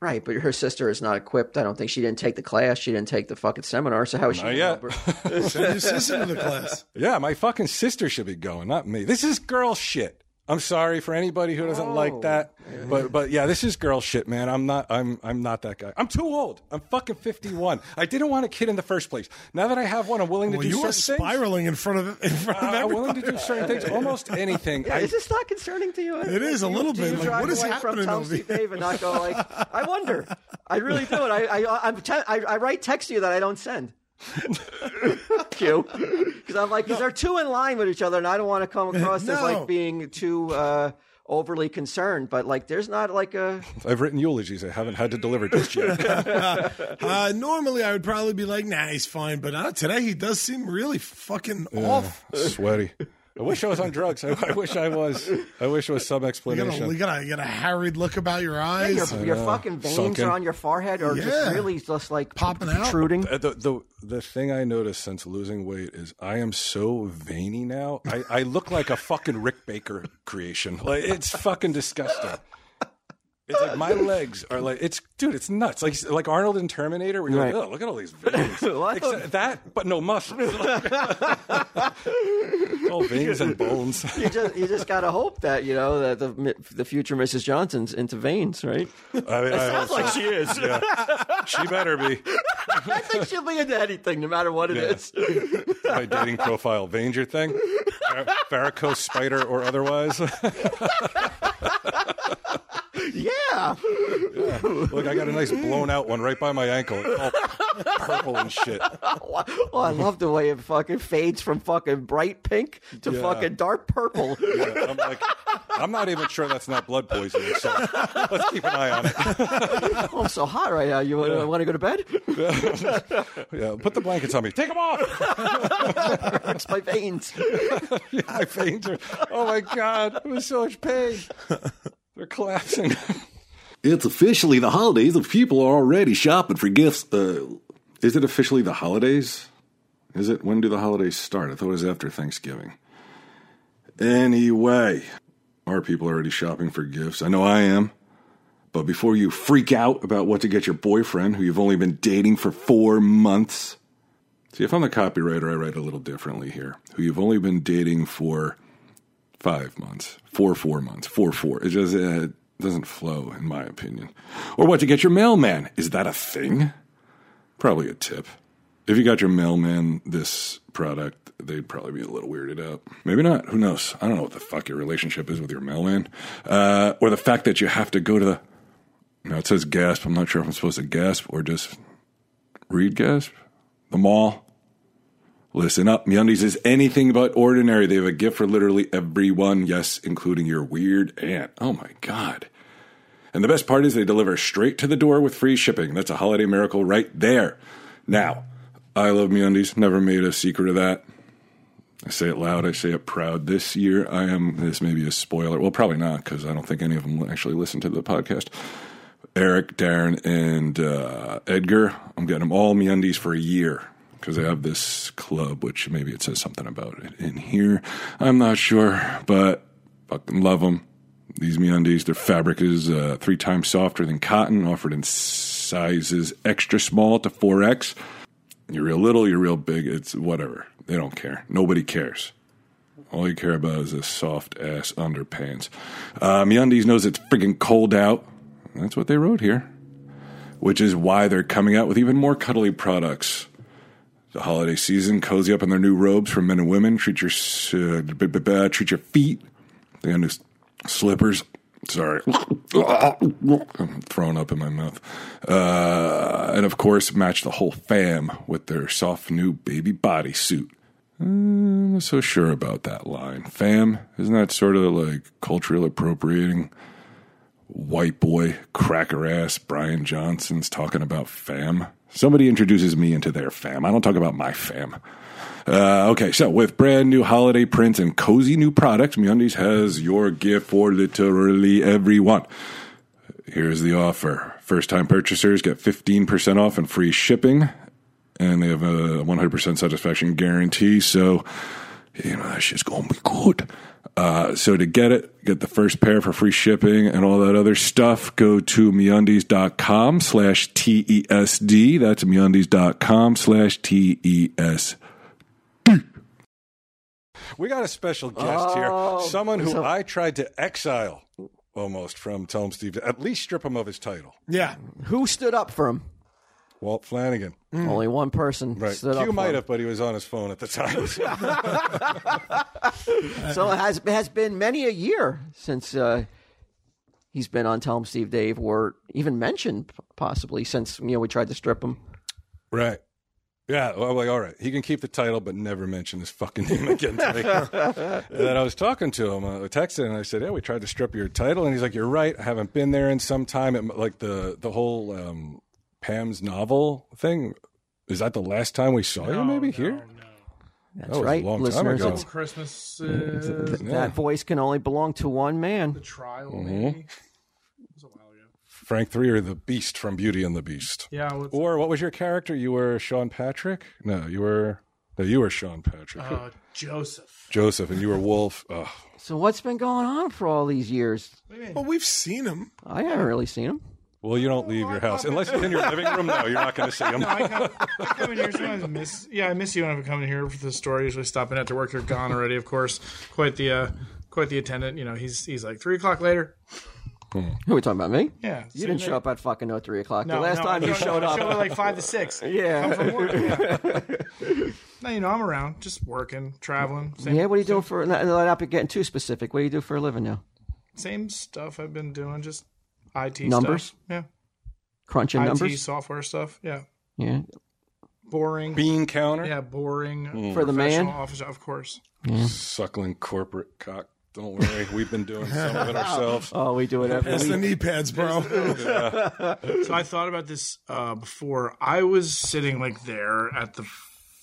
[SPEAKER 2] Right, but her sister is not equipped. I don't think she didn't take the class. She didn't take the fucking seminar. So how is she?
[SPEAKER 1] Not
[SPEAKER 2] gonna
[SPEAKER 1] yet.
[SPEAKER 2] remember?
[SPEAKER 3] Send your sister to the class.
[SPEAKER 1] Yeah, my fucking sister should be going, not me. This is girl shit. I'm sorry for anybody who doesn't
[SPEAKER 2] Oh.
[SPEAKER 1] like that, but but yeah, this is girl shit, man. I'm not I'm I'm not that guy. I'm too old. I'm fucking 51. I didn't want a kid in the first place. Now that I have one, I'm willing to
[SPEAKER 3] Well,
[SPEAKER 1] do
[SPEAKER 3] you
[SPEAKER 1] certain
[SPEAKER 3] are
[SPEAKER 1] things.
[SPEAKER 3] spiraling in front of in front of
[SPEAKER 1] I- I'm
[SPEAKER 3] everyone.
[SPEAKER 1] willing to do certain things, almost anything.
[SPEAKER 2] Yeah,
[SPEAKER 1] I-
[SPEAKER 2] is this not concerning to you?
[SPEAKER 3] It is a
[SPEAKER 2] Do you-
[SPEAKER 3] little
[SPEAKER 2] do you
[SPEAKER 3] bit. Like,
[SPEAKER 2] drive
[SPEAKER 3] what is
[SPEAKER 2] away
[SPEAKER 3] happening
[SPEAKER 2] From Tom
[SPEAKER 3] over
[SPEAKER 2] Steve
[SPEAKER 3] here?
[SPEAKER 2] Dave and not go like, I wonder. I really do. And I, I, I'm te- I, I write texts to you that I don't send. Q, because I'm like, because they're too in line with each other, and I don't want to come across as
[SPEAKER 3] No.
[SPEAKER 2] like being too uh, overly concerned. But like, there's not like a
[SPEAKER 1] I've written eulogies. I haven't had to deliver just yet.
[SPEAKER 3] Uh, normally, I would probably be like, "Nah, he's fine," but uh, today he does seem really fucking off.
[SPEAKER 1] Sweaty. I wish I was on drugs. I, I wish I was. I wish it was some
[SPEAKER 3] You got, a, you
[SPEAKER 1] explanation.
[SPEAKER 3] got a you got a harried look about your
[SPEAKER 2] your,
[SPEAKER 3] eyes.
[SPEAKER 2] your fucking veins
[SPEAKER 1] Sunken.
[SPEAKER 2] are on your forehead, or
[SPEAKER 3] uh, Yeah.
[SPEAKER 2] just really just like
[SPEAKER 3] Popping out.
[SPEAKER 2] protruding.
[SPEAKER 1] Uh, the the the thing I noticed since losing weight is I am so veiny now. I, I look like a fucking Rick Baker creation. Like it's fucking disgusting. It's like my legs are like it's dude. It's nuts. Like like Arnold in Terminator, where you're
[SPEAKER 2] Right.
[SPEAKER 1] like, oh, look at all these veins.
[SPEAKER 2] What?
[SPEAKER 1] Except that, but no muscles. all veins and bones.
[SPEAKER 2] You just, you just gotta hope that you know that the the future Mrs. Johnson's into veins, right?
[SPEAKER 1] I mean, I-
[SPEAKER 2] Sounds like she is.
[SPEAKER 1] she better be.
[SPEAKER 2] I think she'll be into anything, no matter what it
[SPEAKER 1] Yeah.
[SPEAKER 2] is.
[SPEAKER 1] My dating profile, veins your thing, Var- varicose spider or otherwise.
[SPEAKER 2] Yeah.
[SPEAKER 1] Look, I got a nice blown out one right by my ankle. It's all purple and shit.
[SPEAKER 2] Oh, I love the way it fucking fades from fucking bright pink to
[SPEAKER 1] Yeah.
[SPEAKER 2] fucking dark purple.
[SPEAKER 1] Yeah, I'm like, I'm not even sure that's not blood poisoning. So let's keep an eye on it.
[SPEAKER 2] oh, I'm so hot right now. You want, to go to bed?
[SPEAKER 1] Yeah, put the blankets on me. Take them off.
[SPEAKER 2] Hurts my veins.
[SPEAKER 1] Yeah, my veins are. Oh my god, I'm in so much pain. They're collapsing.
[SPEAKER 5] It's officially the holidays, and people are already shopping for gifts. Uh, is it officially the holidays? Is it? When do the holidays start? I thought it was after Thanksgiving. Anyway, are people already shopping for gifts? I know I am. But before you freak out about what to get your boyfriend, who you've only been dating for four months, see, if I'm the copywriter, I write a little differently here. Who you've only been dating for five months, four, four months, four, four. It just uh, doesn't flow, in my opinion. Or what to get your mailman. Is that a thing? Probably a tip. If you got your mailman this product, they'd probably be a little weirded out. Maybe not. Who knows? I don't know what the fuck your relationship is with your mailman. Uh, or the fact that you have to go to the. Now it says gasp. I'm not sure if I'm supposed to gasp or just read gasp. The mall. Listen up. MeUndies is anything but ordinary. They have a gift for literally everyone, yes, including your weird aunt. Oh my God. And the best part is they deliver straight to the door with free shipping. That's a holiday miracle right there. Now, I love MeUndies. Never made a secret of that. I say it loud. I say it proud. This year, I am, this may be a spoiler. Well, probably not, because I don't think any of them actually listen to the podcast. Eric, Darren, and uh, Edgar, I'm getting them all MeUndies for a year. because they have this club, which maybe it says something about it in here. I'm not sure, but fucking love them. These MeUndies, their fabric is uh, three times softer than cotton, offered in sizes extra small to 4X. You're real little, you're real big, it's whatever. They don't care. Nobody cares. All you care about is this soft ass underpants. Uh, MeUndies knows it's friggin' cold out. That's what they wrote here, which is why they're coming out with even more cuddly products. The holiday season, cozy up in their new robes for men and women. Treat your s- uh, b- b- b- treat your feet. They got new s- slippers. Sorry, I'm throwing up in my mouth. Uh, and of course, match the whole fam with their soft new baby bodysuit. I'm not so sure about that line. Fam, isn't that sort of like cultural appropriating? White boy, cracker ass Brian Johnson's talking about fam. Somebody introduces me into their fam. I don't talk about my fam. Uh, okay, so with brand new holiday prints and cozy new products, MeUndies has your gift for literally everyone. Here's the offer. First time purchasers get 15% off and free shipping, and they have a 100% satisfaction guarantee. So, you know, that shit's going to be good. Uh, so, to get it, get the first pair for free shipping and all that other stuff, go to meundies.com slash TESD. That's meundies.com slash E TESD.
[SPEAKER 1] We got a special guest
[SPEAKER 2] Oh,
[SPEAKER 1] here, someone who
[SPEAKER 2] so-
[SPEAKER 1] I tried to exile almost from Tell Him Steve, at least strip him of his title.
[SPEAKER 3] Yeah.
[SPEAKER 2] Who stood up for him?
[SPEAKER 1] Walt Flanagan.
[SPEAKER 2] Only one person
[SPEAKER 1] Hmm. Right.
[SPEAKER 2] stood up.
[SPEAKER 1] Q
[SPEAKER 2] for
[SPEAKER 1] might
[SPEAKER 2] him.
[SPEAKER 1] have, but he was on his phone at the time.
[SPEAKER 2] So it has it has been many a year since uh, he's been on Tell 'em Steve Dave, or even mentioned possibly since you know we tried to strip him.
[SPEAKER 1] right. Yeah, well, I'm like, all right, he can keep the title, but never mention his fucking name again. To me. and then I was talking to him, uh, I texted, and I said, "Yeah, we tried to strip your title," and he's like, "You're right, I haven't been there in some time." It, like the the whole um, Pam's novel thing. Is that the last time we saw you? Maybe here.
[SPEAKER 2] That's
[SPEAKER 1] was a
[SPEAKER 2] right,
[SPEAKER 1] long time
[SPEAKER 2] listeners.
[SPEAKER 4] Oh.
[SPEAKER 1] ago.
[SPEAKER 2] it's-
[SPEAKER 4] Christmas uh,
[SPEAKER 2] th-
[SPEAKER 1] Yeah.
[SPEAKER 2] That voice can only belong to one man.
[SPEAKER 4] trial, maybe. It was a while ago.
[SPEAKER 1] Frank Three or the Beast from Beauty and the Beast.
[SPEAKER 4] Yeah, well, it's,
[SPEAKER 1] Or what was your character? You were Sean Patrick? No, you were no, you were Sean Patrick.
[SPEAKER 4] uh, Joseph.
[SPEAKER 1] Joseph, and you were Wolf. Ugh.
[SPEAKER 2] So what's been going on for all these years?
[SPEAKER 3] Well, we've seen him.
[SPEAKER 2] I haven't really seen him.
[SPEAKER 1] Well, you don't leave your house unless it's in your living room. No, you're not going to see him.
[SPEAKER 4] I come, I come in here sometimes. I miss, yeah, I miss you when I'm coming here for the store. Usually stopping after work. You're gone already, of course. Quite the uh, quite the attendant. You know, he's he's like three o'clock later.
[SPEAKER 2] Who are we talking about? Me?
[SPEAKER 4] Yeah,
[SPEAKER 2] You didn't show up at fucking no three o'clock. the last
[SPEAKER 4] no,
[SPEAKER 2] time
[SPEAKER 4] I
[SPEAKER 2] you
[SPEAKER 4] showed-
[SPEAKER 2] showed
[SPEAKER 4] I
[SPEAKER 2] up,
[SPEAKER 4] showed at like five to six.
[SPEAKER 2] yeah,
[SPEAKER 4] Come from work, yeah. no, you know, I'm around, just working, traveling. Same,
[SPEAKER 2] yeah. What do you do for? Not, not be getting too specific. What do you do for a living now?
[SPEAKER 4] same stuff I've been doing, just IT
[SPEAKER 2] Numbers?
[SPEAKER 4] stuff. Yeah,
[SPEAKER 2] Crunching
[SPEAKER 4] IT
[SPEAKER 2] numbers.
[SPEAKER 4] software stuff. Yeah,
[SPEAKER 2] Yeah.
[SPEAKER 4] boring.
[SPEAKER 1] Bean counter,
[SPEAKER 4] yeah, boring.
[SPEAKER 2] For the
[SPEAKER 4] Professional
[SPEAKER 2] Hmm. man?
[SPEAKER 4] office, of course.
[SPEAKER 1] suckling corporate cock. Don't worry, we've been doing some of it ourselves.
[SPEAKER 2] Oh, we do it every
[SPEAKER 3] It's
[SPEAKER 2] week.
[SPEAKER 3] the knee pads, bro.
[SPEAKER 4] So I thought about this uh, before. I was sitting like there at the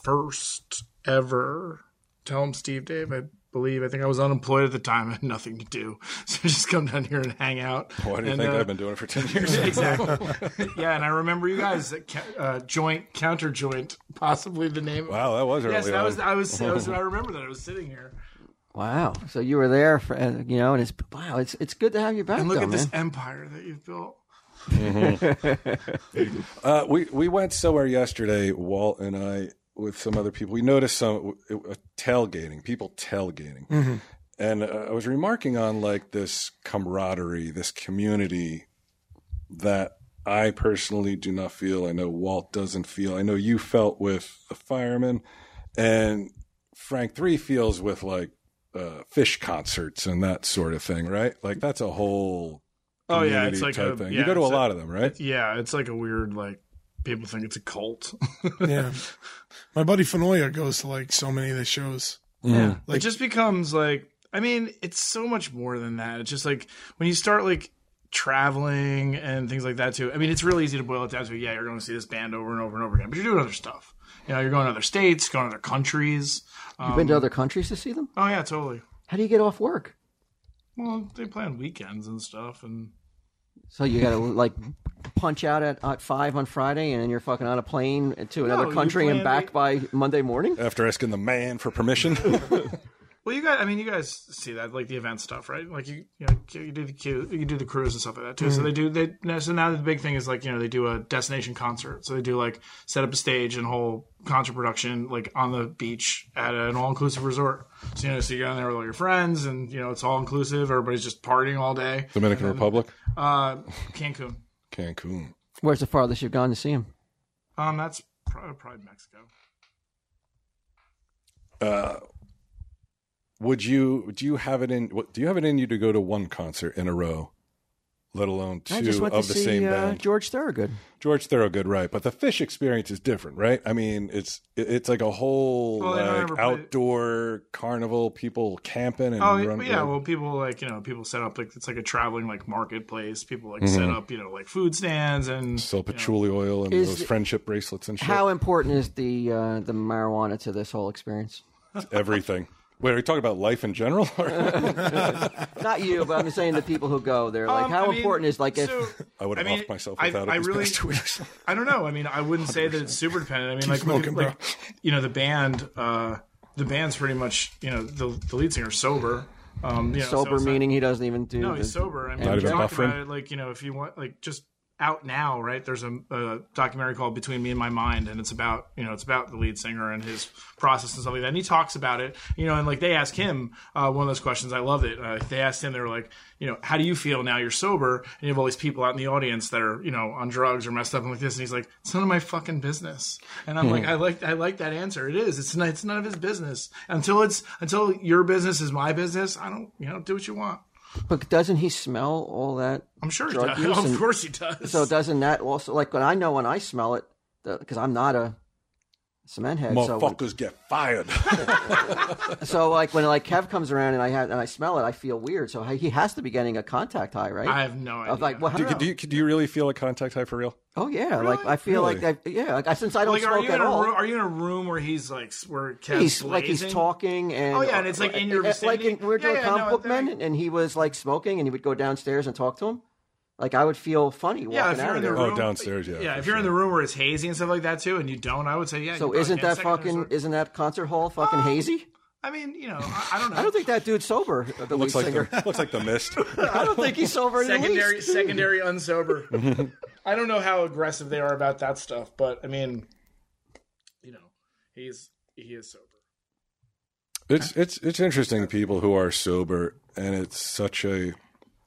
[SPEAKER 4] first ever Tell 'em Steve Dave, I believe. I think I was unemployed at the time. I had nothing to do. So I just come down here and hang out.
[SPEAKER 1] Why do you
[SPEAKER 4] And,
[SPEAKER 1] think
[SPEAKER 4] uh,
[SPEAKER 1] I've been doing it for ten years?
[SPEAKER 4] Exactly. yeah, and I remember you guys at ca- uh, joint counter joint, possibly the name.
[SPEAKER 1] Wow, that was early
[SPEAKER 4] Yes, that
[SPEAKER 1] on.
[SPEAKER 4] was I was I was I remember that I was sitting here
[SPEAKER 2] Wow. So you were there for uh, you know, and it's wow. It's it's good to have you back.
[SPEAKER 4] and look
[SPEAKER 2] though,
[SPEAKER 4] at this
[SPEAKER 2] man.
[SPEAKER 4] empire that you've built.
[SPEAKER 1] Uh, we we went somewhere yesterday, Walt and I, with some other people. We noticed some uh, tailgating, people tailgating,
[SPEAKER 4] Mm-hmm.
[SPEAKER 1] and uh, I was remarking on like this camaraderie, this community that I personally do not feel. I know Walt doesn't feel. I know you felt with the firemen, and Frank Three feels with like uh, fish concerts and that sort of thing, right? Like that's a whole.
[SPEAKER 4] Oh, yeah,
[SPEAKER 1] community
[SPEAKER 4] it's like
[SPEAKER 1] type
[SPEAKER 4] a-
[SPEAKER 1] thing.
[SPEAKER 4] yeah,
[SPEAKER 1] you go to a
[SPEAKER 4] it's a-
[SPEAKER 1] lot of them, right?
[SPEAKER 4] Yeah, it's like a weird like people think it's a cult.
[SPEAKER 3] yeah. My buddy Fenoya goes to like so many of the shows.
[SPEAKER 4] Yeah.
[SPEAKER 3] Like-
[SPEAKER 4] it just becomes like I mean, it's so much more than that. It's just like when you start like traveling and things like that too. I mean, it's really easy to boil it down to yeah, you're going to see this band over and over and over again, but you're doing other stuff. You know, you're going to other states, going to other countries.
[SPEAKER 2] You've
[SPEAKER 4] um,
[SPEAKER 2] been to other countries to see them.
[SPEAKER 4] Oh yeah, totally.
[SPEAKER 2] How do you get off work?
[SPEAKER 4] Well, they play on weekends and stuff, and
[SPEAKER 2] So you got to like punch out at, at five on Friday, and then you're fucking on a plane to another
[SPEAKER 4] No, you
[SPEAKER 2] country and
[SPEAKER 4] plan
[SPEAKER 2] back
[SPEAKER 4] it.
[SPEAKER 2] by Monday morning.
[SPEAKER 1] After asking the man for permission,
[SPEAKER 4] Well, you guys, I mean, you guys see that, like the event stuff, right? Like you, you know, you do the cu- you do the cruise and stuff like that too. So they do they now- so now the big thing is like you know they do a destination concert. So they do like set up a stage and whole concert production like on the beach at an all inclusive resort. So you know, so you go in there with all your friends and you know it's all inclusive. Everybody's just partying all day.
[SPEAKER 1] Dominican Republic,
[SPEAKER 4] Uh, Cancun.
[SPEAKER 1] Cancun.
[SPEAKER 2] Where's the farthest you've gone to see him?
[SPEAKER 4] Um, that's probably, probably Mexico.
[SPEAKER 1] Uh, would you do you have it in? what- Do you have it in you to go to one concert in a row, let alone two
[SPEAKER 2] I just went
[SPEAKER 1] of
[SPEAKER 2] to
[SPEAKER 1] the
[SPEAKER 2] see
[SPEAKER 1] same
[SPEAKER 2] uh,
[SPEAKER 1] band?
[SPEAKER 2] George Thorogood.
[SPEAKER 1] George Thorogood, right? But the fish experience is different, right? I mean, it's it- it's like a whole
[SPEAKER 4] Well, they don't ever
[SPEAKER 1] like
[SPEAKER 4] play-
[SPEAKER 1] outdoor carnival, people camping and
[SPEAKER 4] Oh
[SPEAKER 1] run-
[SPEAKER 4] yeah, well people like you know people set up like it's like a traveling like marketplace. People like set up you know like food stands and
[SPEAKER 1] sell patchouli oil and
[SPEAKER 2] Is-
[SPEAKER 1] those friendship bracelets and shit.
[SPEAKER 2] How important is the uh, the marijuana to this whole experience?
[SPEAKER 1] Everything. Wait, are we talking about life in general? I
[SPEAKER 2] Not you, but I'm just saying the people who go there. Like,
[SPEAKER 4] Um,
[SPEAKER 2] how
[SPEAKER 4] I mean,
[SPEAKER 2] important is like if
[SPEAKER 4] so-
[SPEAKER 1] would have
[SPEAKER 4] I mean,
[SPEAKER 1] offed myself
[SPEAKER 4] I-
[SPEAKER 1] without
[SPEAKER 4] I
[SPEAKER 1] it these
[SPEAKER 4] really-
[SPEAKER 1] past two weeks.
[SPEAKER 4] I don't know. I mean, I wouldn't say that it's super dependent. I mean, like,
[SPEAKER 3] smoking,
[SPEAKER 4] like, you know, the band, uh, the band's pretty much, you know, the, the lead singer's sober. Um, you know, so
[SPEAKER 2] sober
[SPEAKER 4] it's not-
[SPEAKER 2] meaning he doesn't even do?
[SPEAKER 4] no,
[SPEAKER 2] the-
[SPEAKER 4] he's sober. I mean,
[SPEAKER 1] Not
[SPEAKER 4] we
[SPEAKER 1] even
[SPEAKER 4] talked
[SPEAKER 1] buffering?
[SPEAKER 4] about it, like you know, if you want, like just out now, right? There's a, a documentary called Between Me and My Mind, and it's about you know, it's about the lead singer and his process and stuff like that. And he talks about it, you know, and like they ask him uh, one of those questions. I loved it. Uh, they asked him, they were like, you know, how do you feel now you're sober and you have all these people out in the audience that are you know on drugs or messed up and like this? And he's like, it's none of my fucking business. And I'm
[SPEAKER 1] Hmm.
[SPEAKER 4] like, I like, I like that answer. It is. It's not, it's none of his business until it's until your business is my business. I don't, you know, do what you want.
[SPEAKER 2] But doesn't he smell all that?
[SPEAKER 4] I'm sure he
[SPEAKER 2] drug
[SPEAKER 4] does.
[SPEAKER 2] use
[SPEAKER 4] Of
[SPEAKER 2] and-
[SPEAKER 4] course he does.
[SPEAKER 2] So doesn't that also like when I know when I smell it because I'm not a cement head. So when-
[SPEAKER 1] Motherfuckers get fired.
[SPEAKER 2] so like when like Kev comes around and I have and I smell it, I feel weird. So he has to be getting a contact high, right?
[SPEAKER 4] I have no idea.
[SPEAKER 2] was like, well, how-
[SPEAKER 1] do, you- do you, do you really feel a contact high for real?
[SPEAKER 2] oh yeah, like I feel like I, yeah, like I, since I don't
[SPEAKER 4] like, are
[SPEAKER 2] smoke
[SPEAKER 4] you in
[SPEAKER 2] at
[SPEAKER 4] a
[SPEAKER 2] all.
[SPEAKER 4] room? Are you in a room where he's like, s- where Kev's
[SPEAKER 2] He's like he's
[SPEAKER 4] blazing?
[SPEAKER 2] talking and eh,
[SPEAKER 4] Oh, yeah, and it's, like, in your
[SPEAKER 2] like
[SPEAKER 4] vicinity?
[SPEAKER 2] in, we were
[SPEAKER 4] Yeah,
[SPEAKER 2] doing
[SPEAKER 4] yeah,
[SPEAKER 2] comic
[SPEAKER 4] no,
[SPEAKER 2] book
[SPEAKER 4] that-
[SPEAKER 2] men and he was like smoking and he would go downstairs and talk to him. Like I would feel funny walking
[SPEAKER 4] Yeah, if
[SPEAKER 2] out
[SPEAKER 4] you're
[SPEAKER 2] of
[SPEAKER 4] in the
[SPEAKER 2] there.
[SPEAKER 4] room,
[SPEAKER 1] Oh, downstairs, yeah,
[SPEAKER 4] Yeah,
[SPEAKER 1] for
[SPEAKER 4] if you're in the room where it's hazy and stuff like that too, and you don't, I would say, yeah. you
[SPEAKER 2] So
[SPEAKER 4] probably
[SPEAKER 2] isn't
[SPEAKER 4] get
[SPEAKER 2] that
[SPEAKER 4] second or
[SPEAKER 2] fucking
[SPEAKER 4] third.
[SPEAKER 2] isn't that concert hall fucking hazy?
[SPEAKER 4] I mean, you know, I, I don't know.
[SPEAKER 2] I don't think that dude's sober. The lead
[SPEAKER 1] Looks like
[SPEAKER 2] singer.
[SPEAKER 1] the, looks like the mist.
[SPEAKER 2] I don't think he's sober. in the
[SPEAKER 4] secondary,
[SPEAKER 2] least.
[SPEAKER 4] secondary,
[SPEAKER 1] Mm-hmm.
[SPEAKER 4] unsober. I don't know how aggressive they are about that stuff, but I mean, you know, he's he is sober.
[SPEAKER 1] It's it's it's interesting people who are sober and it's such a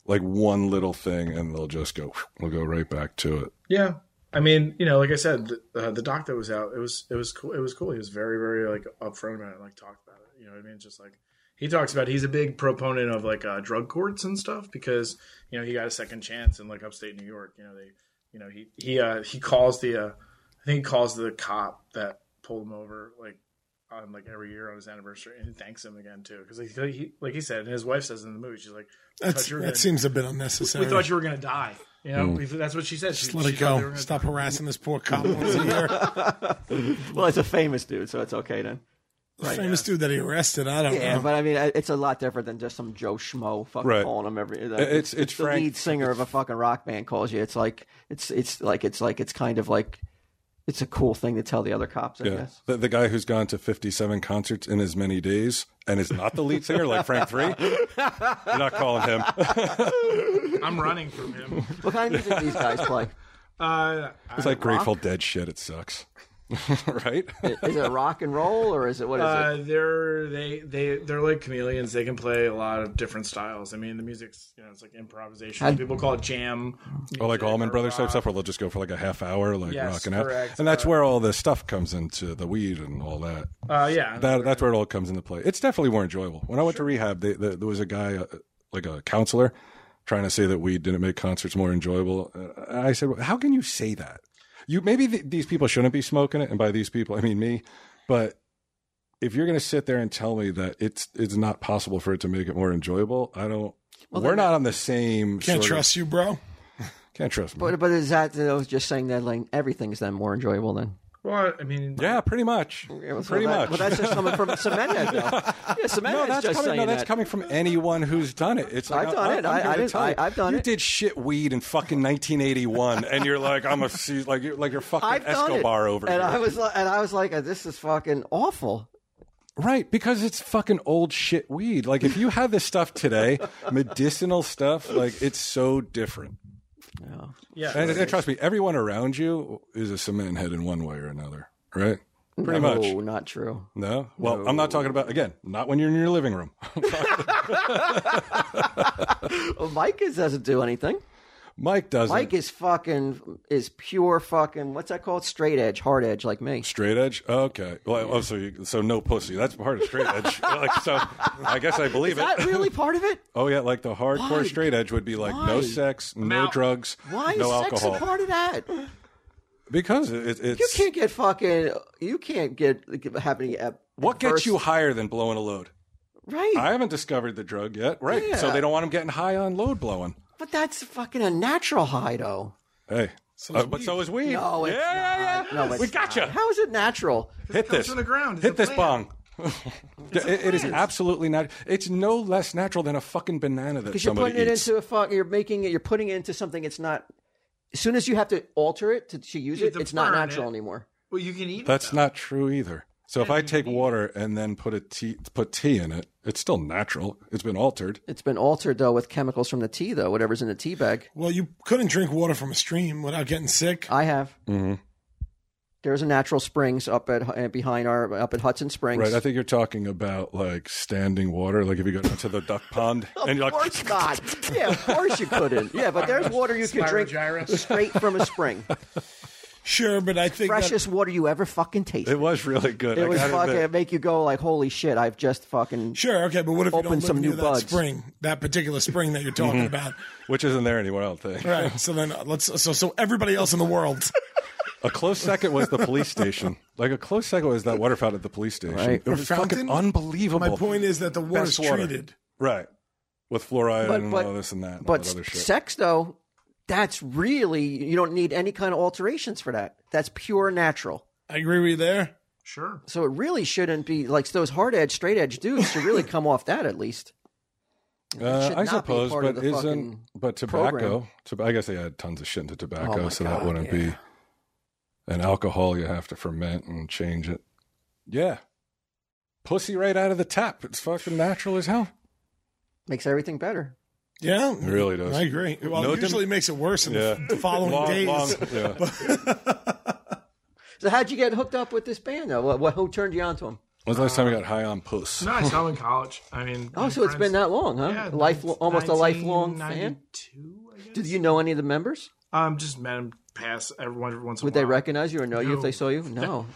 [SPEAKER 1] like one little thing and they'll just go we'll go right back to it.
[SPEAKER 4] Yeah, I mean, you know, like I said, the, uh, the doc that was out, it was it was cool. It was cool. He was very very like upfront about it, like talked about it. You know what I mean? Just like he talks about, he's a big proponent of like uh, drug courts and stuff because you know he got a second chance in like upstate New York. You know they, you know he he uh, he calls the, uh, I think he calls the cop that pulled him over like on like every year on his anniversary and he thanks him again too because like he like he said and his wife says in the movie she's like "We
[SPEAKER 3] That's,
[SPEAKER 4] thought you were
[SPEAKER 3] that
[SPEAKER 4] gonna-
[SPEAKER 3] seems a bit
[SPEAKER 4] we
[SPEAKER 3] unnecessary.
[SPEAKER 4] thought you were gonna die. You know, We- that's what she said.
[SPEAKER 3] Mm. Just
[SPEAKER 4] She-
[SPEAKER 3] let
[SPEAKER 4] she
[SPEAKER 3] it
[SPEAKER 4] thought they were
[SPEAKER 3] go.
[SPEAKER 4] gonna
[SPEAKER 3] Stop harassing this poor cop once a year.
[SPEAKER 2] Well, it's a famous dude, so it's okay then.
[SPEAKER 3] The famous dude that he arrested. I don't
[SPEAKER 2] Yeah,
[SPEAKER 3] know.
[SPEAKER 2] but I mean, I- it's a lot different than just some Joe Schmo fucking
[SPEAKER 1] Um, Right.
[SPEAKER 2] calling him every. It's,
[SPEAKER 1] it's- it's
[SPEAKER 2] the
[SPEAKER 1] Frank-
[SPEAKER 2] lead singer of a fucking rock band calls you. It's like it's it's like it's like it's kind of like it's a cool thing to tell the other cops. I
[SPEAKER 1] Yeah.
[SPEAKER 2] guess.
[SPEAKER 1] The, the guy who's gone to 57 concerts in as many days and is not the lead singer like Frank 3. You're not calling him.
[SPEAKER 4] I'm running from him.
[SPEAKER 2] What kind of music do these guys play?
[SPEAKER 4] Uh,
[SPEAKER 1] It's like Grateful Dead shit. It sucks. right?
[SPEAKER 2] Is it rock and roll or is it what is
[SPEAKER 4] uh,
[SPEAKER 2] it?
[SPEAKER 4] they're they they they're like chameleons. They can play a lot of different styles. I mean, the music's you know it's like improvisation.
[SPEAKER 2] And-
[SPEAKER 4] People call it jam.
[SPEAKER 1] Or like
[SPEAKER 4] music
[SPEAKER 1] Allman
[SPEAKER 4] or
[SPEAKER 1] Brothers type
[SPEAKER 4] rock.
[SPEAKER 1] stuff where they'll just go for like a half hour, like
[SPEAKER 4] Yes,
[SPEAKER 1] rocking out.
[SPEAKER 4] correct,
[SPEAKER 1] and that's
[SPEAKER 4] correct.
[SPEAKER 1] where all the stuff comes into the weed and all that.
[SPEAKER 4] Uh, yeah,
[SPEAKER 1] that that's where it all comes into play. It's definitely more enjoyable. When I went to rehab, they, they, there was a guy, uh, like a counselor, trying to say that weed didn't make concerts more enjoyable. Uh, I said, well, "How can you say that? You maybe th- these people shouldn't be smoking it, and by these people, I mean me. But if you're going to sit there and tell me that it's it's not possible for it to make it more enjoyable, I don't. we're not on the same.
[SPEAKER 3] Can't
[SPEAKER 1] sort of-
[SPEAKER 3] trust you, bro.
[SPEAKER 1] can't trust. Me.
[SPEAKER 2] But but is that I was just saying that like everything's then more enjoyable then?
[SPEAKER 4] Well, I mean,
[SPEAKER 1] Yeah, pretty much.
[SPEAKER 2] Yeah, well, so
[SPEAKER 1] pretty much.
[SPEAKER 2] that- Well, that's just coming from Cementhead, though. Yeah,
[SPEAKER 1] no,
[SPEAKER 2] Cementhead's
[SPEAKER 1] that's
[SPEAKER 2] just
[SPEAKER 1] coming.
[SPEAKER 2] saying
[SPEAKER 1] No, that's
[SPEAKER 2] that.
[SPEAKER 1] coming from anyone who's done it. It's like
[SPEAKER 2] I've done
[SPEAKER 1] I,
[SPEAKER 2] it.
[SPEAKER 1] I'm
[SPEAKER 2] I-
[SPEAKER 1] here
[SPEAKER 2] I
[SPEAKER 1] to
[SPEAKER 2] didn't-
[SPEAKER 1] tell
[SPEAKER 2] I-
[SPEAKER 1] you.
[SPEAKER 2] I've done
[SPEAKER 1] you
[SPEAKER 2] it.
[SPEAKER 1] did shit weed in fucking 1981, and you're like, I'm a se- like you're like you're fucking
[SPEAKER 2] I've done
[SPEAKER 1] Escobar
[SPEAKER 2] it.
[SPEAKER 1] over
[SPEAKER 2] and
[SPEAKER 1] here,
[SPEAKER 2] I was li- and I was like, this is fucking awful.
[SPEAKER 1] right? Because it's fucking old shit weed. Like if you had this stuff today, medicinal stuff, like it's so different.
[SPEAKER 4] yeah.
[SPEAKER 1] And, and trust me, everyone around you is a cement head in one way or another, right? Pretty
[SPEAKER 2] no,
[SPEAKER 1] much.
[SPEAKER 2] not true.
[SPEAKER 1] No. Well, I'm not talking about again. Not when you're in your living room.
[SPEAKER 2] Well, Mike is, doesn't do anything.
[SPEAKER 1] Mike doesn't.
[SPEAKER 2] Mike is fucking is pure fucking what's that called? Straight edge, hard edge, like me.
[SPEAKER 1] Straight edge. Okay. Well, oh, so you, so no pussy. That's part of straight edge. like, so I guess I believe
[SPEAKER 2] Is that
[SPEAKER 1] it.
[SPEAKER 2] really part of it?
[SPEAKER 1] Oh yeah, like the hardcore
[SPEAKER 2] Why?
[SPEAKER 1] straight edge would be like no
[SPEAKER 2] Why?
[SPEAKER 1] sex, no
[SPEAKER 4] Now-
[SPEAKER 1] drugs,
[SPEAKER 2] Why
[SPEAKER 1] no
[SPEAKER 2] is sex
[SPEAKER 1] alcohol.
[SPEAKER 2] a part of that?
[SPEAKER 1] because it, it's
[SPEAKER 2] You can't get fucking. You can't get, get happening at
[SPEAKER 1] what gets
[SPEAKER 2] first-
[SPEAKER 1] you higher than blowing a load.
[SPEAKER 2] right.
[SPEAKER 1] I haven't discovered the drug yet. Right. So
[SPEAKER 2] Yeah.
[SPEAKER 1] they don't want him getting high on load blowing.
[SPEAKER 2] but that's fucking a natural high, though.
[SPEAKER 1] Hey.
[SPEAKER 3] is
[SPEAKER 1] Uh, but
[SPEAKER 3] weed.
[SPEAKER 1] so is weed.
[SPEAKER 2] No, it's
[SPEAKER 1] yeah, yeah,
[SPEAKER 2] not.
[SPEAKER 1] yeah.
[SPEAKER 2] No, it's
[SPEAKER 1] we got
[SPEAKER 2] not.
[SPEAKER 1] you.
[SPEAKER 2] How is it natural?
[SPEAKER 1] Hit
[SPEAKER 4] comes
[SPEAKER 1] this.
[SPEAKER 4] from the ground. It's
[SPEAKER 1] Hit
[SPEAKER 4] a
[SPEAKER 1] this
[SPEAKER 4] plant.
[SPEAKER 1] bong. It- it is absolutely not. It's no less natural than a fucking banana that
[SPEAKER 2] Because you're
[SPEAKER 1] somebody
[SPEAKER 2] putting it
[SPEAKER 1] eats.
[SPEAKER 2] into a fuck. You're making it. You're putting it into something. It's not. As soon as you have to alter it to, to use
[SPEAKER 4] You
[SPEAKER 2] it,
[SPEAKER 4] have to
[SPEAKER 2] it's not
[SPEAKER 4] burn
[SPEAKER 2] natural
[SPEAKER 4] it.
[SPEAKER 2] anymore.
[SPEAKER 4] Well, you can eat.
[SPEAKER 1] That's not true either. So if I take water and then put a tea, put tea in it, it's still natural. It's been altered.
[SPEAKER 2] It's been altered though with chemicals from the tea, though whatever's in the tea bag.
[SPEAKER 3] Well, you couldn't drink water from a stream without getting sick.
[SPEAKER 2] I have.
[SPEAKER 1] Mhm.
[SPEAKER 2] There's a natural springs up at uh, behind our up at Hudson Springs.
[SPEAKER 1] Right. I think you're talking about like standing water. Like if you go down to the duck pond and you're
[SPEAKER 2] of
[SPEAKER 1] like,
[SPEAKER 2] course not. Yeah, of course you couldn't. Yeah, but there's water you could drink
[SPEAKER 4] Spirogyrus.
[SPEAKER 2] straight from a spring.
[SPEAKER 3] Sure, but I think that,
[SPEAKER 2] Freshest water you ever fucking tasted.
[SPEAKER 1] it was really good.
[SPEAKER 2] It
[SPEAKER 1] I
[SPEAKER 2] was
[SPEAKER 1] gotta
[SPEAKER 2] fucking
[SPEAKER 1] admit.
[SPEAKER 2] make you go like, holy shit! I've just fucking
[SPEAKER 3] sure, okay, but what if you
[SPEAKER 2] Open
[SPEAKER 3] don't live
[SPEAKER 2] some
[SPEAKER 3] near
[SPEAKER 2] new
[SPEAKER 3] that
[SPEAKER 2] buds. Mm-hmm.
[SPEAKER 3] spring, that particular spring that you're talking about?
[SPEAKER 1] which isn't there anywhere else. I think.
[SPEAKER 3] Right. So then uh, let's so so everybody else in the world.
[SPEAKER 1] A close second was the police station. Like a close second was that water fountain at the police station.
[SPEAKER 2] Right.
[SPEAKER 1] It was
[SPEAKER 3] Fountain?
[SPEAKER 1] fucking unbelievable.
[SPEAKER 3] My point is that the water's
[SPEAKER 1] Best water.
[SPEAKER 3] treated.
[SPEAKER 1] right with fluoride
[SPEAKER 2] But-
[SPEAKER 1] and
[SPEAKER 2] but-
[SPEAKER 1] all this and that. And all
[SPEAKER 2] But
[SPEAKER 1] that other shit.
[SPEAKER 2] sex, though, that's really you don't need any kind of alterations for that. That's pure natural.
[SPEAKER 3] I agree with you there.
[SPEAKER 4] Sure.
[SPEAKER 2] So it really shouldn't be like those hard edge, straight edge dudes should really come off that at least.
[SPEAKER 1] Uh,
[SPEAKER 2] should
[SPEAKER 1] I
[SPEAKER 2] not be
[SPEAKER 1] suppose,
[SPEAKER 2] part of
[SPEAKER 1] but
[SPEAKER 2] the
[SPEAKER 1] isn't
[SPEAKER 2] fucking
[SPEAKER 1] but tobacco?
[SPEAKER 2] program.
[SPEAKER 1] To, I guess they add tons of shit into
[SPEAKER 2] Oh
[SPEAKER 1] tobacco,
[SPEAKER 2] my
[SPEAKER 1] so that
[SPEAKER 2] God,
[SPEAKER 1] wouldn't be. And alcohol, you have to ferment and change it. Yeah, pussy right out of the tap. It's fucking natural as hell.
[SPEAKER 2] Makes everything better.
[SPEAKER 3] Yeah, it
[SPEAKER 1] really does.
[SPEAKER 3] I agree. Well,
[SPEAKER 1] No
[SPEAKER 3] it usually makes it worse in
[SPEAKER 1] Yeah,
[SPEAKER 3] the following
[SPEAKER 1] Long-
[SPEAKER 3] days.
[SPEAKER 1] long- yeah.
[SPEAKER 2] So how'd you get hooked up with this band though? What, what who turned you on to them?
[SPEAKER 1] When's the last time you got high on puss?
[SPEAKER 4] No, I saw him in college. I mean,
[SPEAKER 2] Oh, so it's been that long, huh? Life, almost a lifelong fan.
[SPEAKER 4] Two, I guess.
[SPEAKER 2] Did you know any of the members?
[SPEAKER 4] Um, just met him pass everyone every once in a
[SPEAKER 2] Would they
[SPEAKER 4] while.
[SPEAKER 2] recognize you or know you if
[SPEAKER 4] No.
[SPEAKER 2] they saw you? No.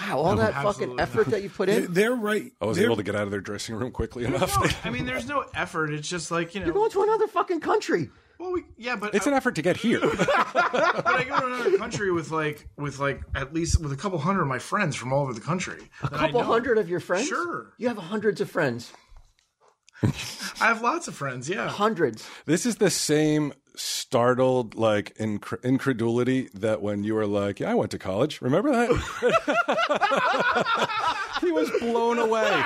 [SPEAKER 2] Wow, all that fucking
[SPEAKER 4] Absolutely
[SPEAKER 2] effort that you put in.
[SPEAKER 3] They're right.
[SPEAKER 1] I was
[SPEAKER 3] they're-
[SPEAKER 1] able to get out of their dressing room quickly enough.
[SPEAKER 4] No, I mean, there's no effort. It's just like you know.
[SPEAKER 2] You're going to another fucking country.
[SPEAKER 4] well, we, yeah, but
[SPEAKER 1] it's
[SPEAKER 4] I,
[SPEAKER 1] an effort to get here.
[SPEAKER 4] but I go to another country with like with like at least with a couple hundred of my friends from all over the country. A
[SPEAKER 2] A couple hundred of your friends.
[SPEAKER 4] Sure.
[SPEAKER 2] You have hundreds of friends.
[SPEAKER 4] I have lots of friends. Yeah.
[SPEAKER 2] Hundreds.
[SPEAKER 1] This is the same startled like incre- incredulity that when you were like, "Yeah, I went to college." Remember that? he was blown away.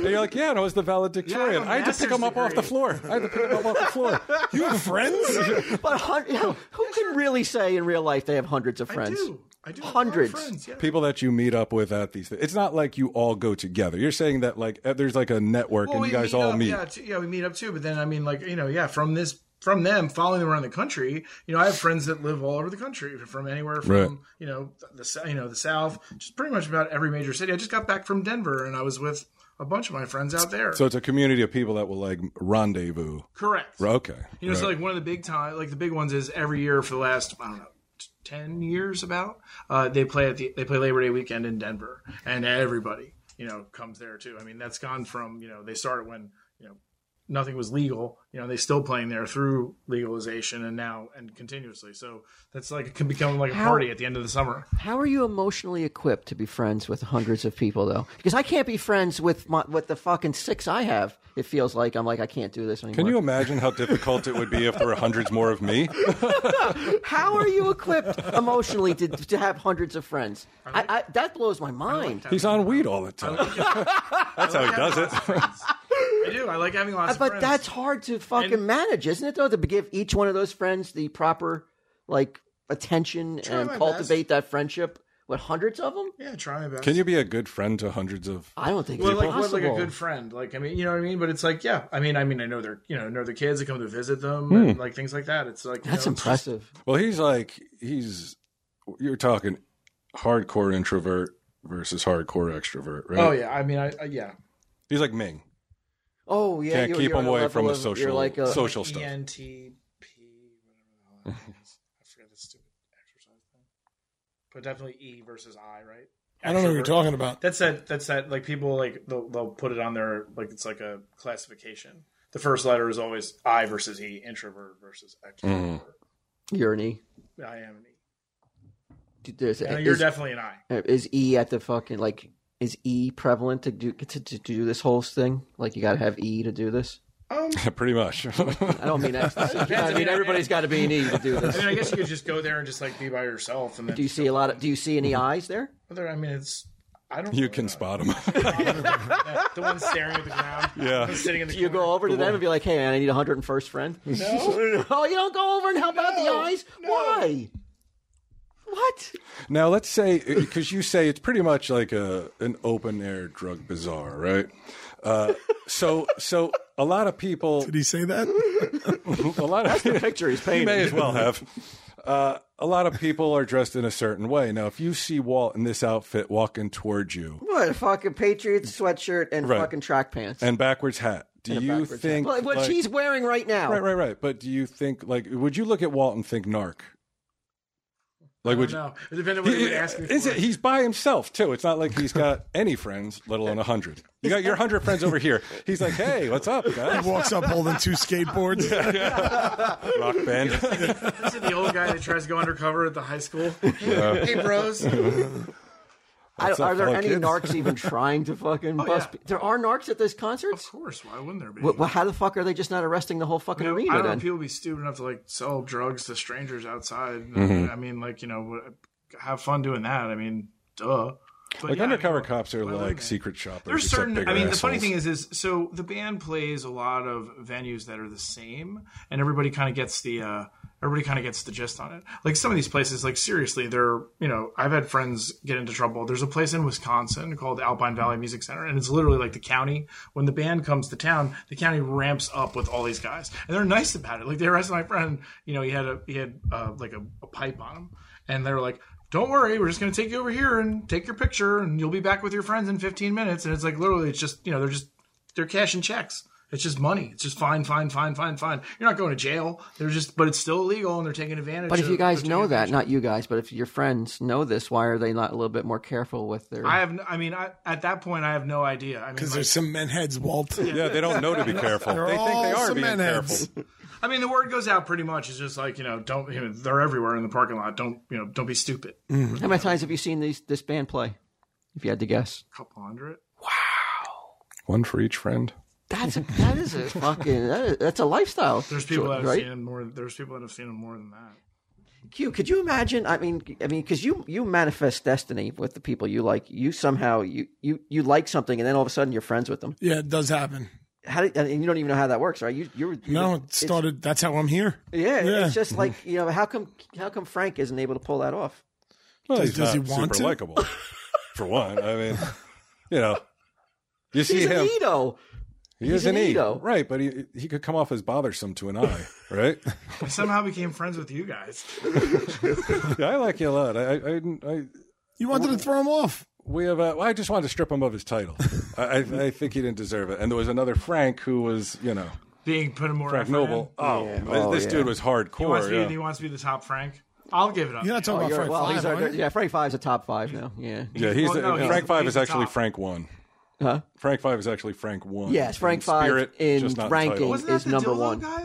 [SPEAKER 1] and you're like, "Yeah, and I was the
[SPEAKER 4] Yeah, I
[SPEAKER 1] valedictorian.
[SPEAKER 4] have a
[SPEAKER 1] I, had to pick
[SPEAKER 4] master's
[SPEAKER 1] him up off the
[SPEAKER 4] degree."
[SPEAKER 1] floor. I had to pick him up off the floor."
[SPEAKER 3] You have friends?
[SPEAKER 2] But a hun- you know, who can really say in real life they have hundreds of
[SPEAKER 4] I
[SPEAKER 2] friends?
[SPEAKER 4] do. I do. have a lot of
[SPEAKER 2] Hundreds.
[SPEAKER 4] friends, yeah.
[SPEAKER 1] People that you meet up with at these, it's not like you all go together. You're saying that like eh, there's like a network
[SPEAKER 4] Well,
[SPEAKER 1] and you
[SPEAKER 4] we
[SPEAKER 1] guys all
[SPEAKER 4] up,
[SPEAKER 1] meet.
[SPEAKER 4] Yeah, too, yeah, we meet up too. But then I mean, like you know, yeah, from this, from them, following them around the country. You know, I have friends that live all over the country, from anywhere from
[SPEAKER 1] Right.
[SPEAKER 4] you know the s- you know the south, just pretty much about every major city. I just got back from Denver, and I was with a bunch of my friends out there.
[SPEAKER 1] So it's a community of people that will like rendezvous.
[SPEAKER 4] correct.
[SPEAKER 1] Okay.
[SPEAKER 4] You know, so
[SPEAKER 1] right.
[SPEAKER 4] like one of the big time, like the big ones is every year for the last I don't know. t- Ten years about, uh, they play at the they play Labor Day weekend in Denver, and everybody you know comes there too. I mean, that's gone from you know they started when you know nothing was legal, you know they're still playing there through legalization and now and continuously. So that's like it can become like a party at the end of the summer.
[SPEAKER 2] How are you emotionally equipped to be friends with hundreds of people though? Because I can't be friends with my, with the fucking six I have. it feels like I'm like I can't do this anymore.
[SPEAKER 1] Can you imagine how difficult it would be if there were hundreds more of me?
[SPEAKER 2] How are you equipped emotionally to, to have hundreds of friends? I, I, that blows my mind.
[SPEAKER 1] He's on weed all the time. That's how he does it.
[SPEAKER 4] I do. I like having lots of
[SPEAKER 2] Uh, But
[SPEAKER 4] friends.
[SPEAKER 2] that's hard to fucking manage, isn't it? Though to give each one of those friends the proper like attention and
[SPEAKER 4] my
[SPEAKER 2] cultivate that friendship with hundreds of them.
[SPEAKER 4] yeah. Try my best.
[SPEAKER 1] Can you be a good friend to hundreds of?
[SPEAKER 2] I don't think
[SPEAKER 4] Well,
[SPEAKER 2] it's
[SPEAKER 4] like what,
[SPEAKER 2] possible.
[SPEAKER 4] like a good friend. Like I mean, you know what I mean. But it's like, yeah. I mean, I mean, I know they're you know know their kids. I come to visit them and like things like that. It's like you
[SPEAKER 2] that's
[SPEAKER 4] know, it's just-
[SPEAKER 2] impressive.
[SPEAKER 1] Well, he's like he's. You're talking hardcore introvert versus hardcore extrovert, right?
[SPEAKER 4] Oh yeah. I mean, I, I yeah.
[SPEAKER 1] He's like Ming.
[SPEAKER 2] Oh yeah,
[SPEAKER 1] Can't
[SPEAKER 2] you're,
[SPEAKER 1] keep him
[SPEAKER 2] you're on a
[SPEAKER 1] away
[SPEAKER 2] level
[SPEAKER 1] from the
[SPEAKER 2] of- you're
[SPEAKER 1] social
[SPEAKER 2] like a-
[SPEAKER 1] social
[SPEAKER 4] E
[SPEAKER 1] stuff.
[SPEAKER 4] ENTP, whatever the hell that is. I forget the stupid exercise thing. But definitely E versus I, right?
[SPEAKER 3] I don't know what you're
[SPEAKER 4] Extrovert.
[SPEAKER 3] talking about.
[SPEAKER 4] That's that. That's that. Like people like they'll, they'll put it on their like it's like a classification. The first letter is always I versus E, introvert versus extrovert.
[SPEAKER 2] Urinary.
[SPEAKER 4] I am an E.
[SPEAKER 2] There's-
[SPEAKER 4] You know,
[SPEAKER 2] is-
[SPEAKER 4] you're definitely an I.
[SPEAKER 2] Is E at the fucking like is E prevalent to do to, to do this whole thing? Like you got to have E to do this.
[SPEAKER 4] Um,
[SPEAKER 1] Pretty much.
[SPEAKER 2] I don't mean ecstasy. I mean everybody's got to be an E to do
[SPEAKER 4] I
[SPEAKER 2] this.
[SPEAKER 4] mean, I guess you could just go there and just like be by yourself, and then
[SPEAKER 2] Do you see a lot of? Do you see any eyes there?
[SPEAKER 4] Whether- I mean, it's I don't.
[SPEAKER 1] you
[SPEAKER 4] really
[SPEAKER 1] can
[SPEAKER 4] know.
[SPEAKER 1] spot him.
[SPEAKER 4] the one staring at the ground.
[SPEAKER 1] Yeah.
[SPEAKER 4] the one sitting in the.
[SPEAKER 2] You go
[SPEAKER 4] corner.
[SPEAKER 2] over to them and be like, "Hey, man, I need a hundred and first friend." No, oh, you don't go over and help out the eyes. Why? What?
[SPEAKER 1] Now let's say because you say it's pretty much like a an open air drug bazaar, right? Uh, so so a lot of people,
[SPEAKER 3] Did he say that?
[SPEAKER 1] a lot of you
[SPEAKER 2] Picture he's painting.
[SPEAKER 1] may as well have. Uh, a lot of people are dressed in a certain way. Now, if you see Walt in this outfit walking towards you
[SPEAKER 2] What a fucking Patriots sweatshirt and
[SPEAKER 1] Right.
[SPEAKER 2] fucking track pants.
[SPEAKER 1] and backwards hat, do
[SPEAKER 2] And a
[SPEAKER 1] you
[SPEAKER 2] backwards hat.
[SPEAKER 1] think
[SPEAKER 2] Like, what
[SPEAKER 1] like-
[SPEAKER 2] she's wearing right now?
[SPEAKER 1] right, right, right? But do you think like would you look at Walt and think narc? Like would you?
[SPEAKER 4] No, it depends on what you would ask me.
[SPEAKER 1] Is
[SPEAKER 4] for.
[SPEAKER 1] it, he's by himself too. It's not like he's got any friends, let alone a hundred. You got your hundred friends over here. He's like, hey, what's up, guys?
[SPEAKER 3] Walks up holding two skateboards.
[SPEAKER 1] Rock band.
[SPEAKER 4] This is the old guy that tries to go undercover at the high school. hey, bros.
[SPEAKER 2] I,
[SPEAKER 1] What's up,
[SPEAKER 2] are there
[SPEAKER 1] fellow
[SPEAKER 2] any
[SPEAKER 1] kids?
[SPEAKER 2] narcs even trying to fucking bust?
[SPEAKER 4] Oh, yeah.
[SPEAKER 2] pe- There are narcs at those concerts.
[SPEAKER 4] Of course, why wouldn't there be?
[SPEAKER 2] Wh- wh- how the fuck are they just not arresting the whole fucking
[SPEAKER 4] I
[SPEAKER 2] arena
[SPEAKER 4] don't know.
[SPEAKER 2] then?
[SPEAKER 4] People be stupid enough to like sell drugs to strangers outside.
[SPEAKER 1] Mm-hmm.
[SPEAKER 4] I mean, like you know, wh- have fun doing that. I mean, duh. But
[SPEAKER 1] Like
[SPEAKER 4] yeah, I mean,
[SPEAKER 1] undercover cops are
[SPEAKER 4] why wouldn't
[SPEAKER 1] like
[SPEAKER 4] they?
[SPEAKER 1] secret shoppers.
[SPEAKER 4] There's
[SPEAKER 1] except
[SPEAKER 4] certain.
[SPEAKER 1] bigger
[SPEAKER 4] I mean, the funny
[SPEAKER 1] assholes.
[SPEAKER 4] thing is, is so the band plays a lot of venues that are the same, and everybody kind of gets the uh, everybody kind of gets the gist on it. Like some of these places, like seriously, they're you know I've had friends get into trouble. There's a place in Wisconsin called Alpine Valley Music Center, and it's literally like the county. When the band comes to town, the county ramps up with all these guys, and they're nice about it. Like they arrested my friend. You know, he had a he had uh, like a, a pipe on him, and they were like don't worry, we're just going to take you over here and take your picture, and you'll be back with your friends in 15 minutes. And it's like literally, it's just you know they're just they're cashing checks. It's just money. It's just fine, fine, fine, fine, fine. You're not going to jail. They're just, but it's still illegal, and they're taking advantage.
[SPEAKER 2] But if
[SPEAKER 4] of-
[SPEAKER 2] you guys
[SPEAKER 4] they're
[SPEAKER 2] know
[SPEAKER 4] taking
[SPEAKER 2] that, not you guys, but if your friends know this, why are they not a little bit more careful with their?
[SPEAKER 4] I have. n- I mean, I, at that point, I have no idea. I mean,
[SPEAKER 3] Because
[SPEAKER 4] like,
[SPEAKER 3] there's some men heads, Walt.
[SPEAKER 1] yeah, they don't know to be careful.
[SPEAKER 3] They're
[SPEAKER 1] They think they
[SPEAKER 3] all
[SPEAKER 1] are
[SPEAKER 3] some
[SPEAKER 1] being
[SPEAKER 3] men heads.
[SPEAKER 1] careful.
[SPEAKER 4] I mean, the word goes out pretty much. It's just like you know, don't. You know, they're everywhere in the parking lot. Don't you know? Don't be stupid.
[SPEAKER 2] How many times have you seen these this band play? If you had to guess,
[SPEAKER 4] couple hundred.
[SPEAKER 1] One for each friend.
[SPEAKER 2] that's a, that is a fucking that is, that's a lifestyle.
[SPEAKER 4] There's people that have
[SPEAKER 2] right?
[SPEAKER 4] seen him more. There's people that have seen him more than that.
[SPEAKER 2] Q, could you imagine? I mean, I mean, because you you manifest destiny with the people you like. You somehow you you you like something, and then all of a sudden you're friends with them.
[SPEAKER 3] Yeah, it does happen.
[SPEAKER 2] How did, and you don't even know how that works, right? You you're
[SPEAKER 3] No, it started. That's how I'm here.
[SPEAKER 2] yeah,
[SPEAKER 3] Yeah.
[SPEAKER 2] It's just like you know how come how come Frank isn't able to pull that off?
[SPEAKER 1] Well,
[SPEAKER 3] Does-
[SPEAKER 1] he's
[SPEAKER 3] does he
[SPEAKER 1] not
[SPEAKER 3] want
[SPEAKER 1] super
[SPEAKER 3] to?
[SPEAKER 1] likable. For one, I mean, you know, you see
[SPEAKER 2] He's an
[SPEAKER 1] him.
[SPEAKER 3] Oh,
[SPEAKER 2] Edo.
[SPEAKER 1] he is
[SPEAKER 2] he's an
[SPEAKER 1] E,
[SPEAKER 2] Edo.
[SPEAKER 1] right? But he he could come off as bothersome to an eye, right?
[SPEAKER 4] I somehow became friends with you guys.
[SPEAKER 1] yeah, I like you a lot. I I, I, I
[SPEAKER 3] You wanted to throw him off.
[SPEAKER 1] We have. A, well, I just wanted to strip him of his title. I, I, I think he didn't deserve it. And there was another Frank who was, you know,
[SPEAKER 4] Being put in more
[SPEAKER 1] Frank
[SPEAKER 4] effort
[SPEAKER 1] Noble.
[SPEAKER 4] in.
[SPEAKER 1] Oh,
[SPEAKER 2] Yeah.
[SPEAKER 1] this,
[SPEAKER 2] Oh,
[SPEAKER 1] this
[SPEAKER 2] yeah.
[SPEAKER 1] dude was
[SPEAKER 4] He wants, to
[SPEAKER 1] hardcore.
[SPEAKER 4] be,
[SPEAKER 1] yeah.
[SPEAKER 4] he wants to be the top Frank. I'll give it up.
[SPEAKER 3] You're not talking
[SPEAKER 2] Oh,
[SPEAKER 3] about
[SPEAKER 2] you're,
[SPEAKER 3] Frank
[SPEAKER 2] well,
[SPEAKER 3] Five,
[SPEAKER 2] he's
[SPEAKER 3] are
[SPEAKER 2] our,
[SPEAKER 3] you?
[SPEAKER 2] yeah, Frank Five's a top five now. Yeah,
[SPEAKER 1] Yeah, he's
[SPEAKER 4] Well, no,
[SPEAKER 1] uh,
[SPEAKER 4] he's-
[SPEAKER 1] Frank Five
[SPEAKER 4] he's
[SPEAKER 1] is
[SPEAKER 4] the
[SPEAKER 1] actually
[SPEAKER 4] top.
[SPEAKER 1] Frank One.
[SPEAKER 2] Huh?
[SPEAKER 6] Frank Five is actually Frank One.
[SPEAKER 2] Yes, Frank
[SPEAKER 6] in
[SPEAKER 2] Five
[SPEAKER 6] spirit,
[SPEAKER 2] in
[SPEAKER 6] just not
[SPEAKER 2] ranking.
[SPEAKER 6] title.
[SPEAKER 4] Wasn't that
[SPEAKER 2] Is
[SPEAKER 4] the
[SPEAKER 2] number
[SPEAKER 4] dildo
[SPEAKER 2] one.
[SPEAKER 4] guy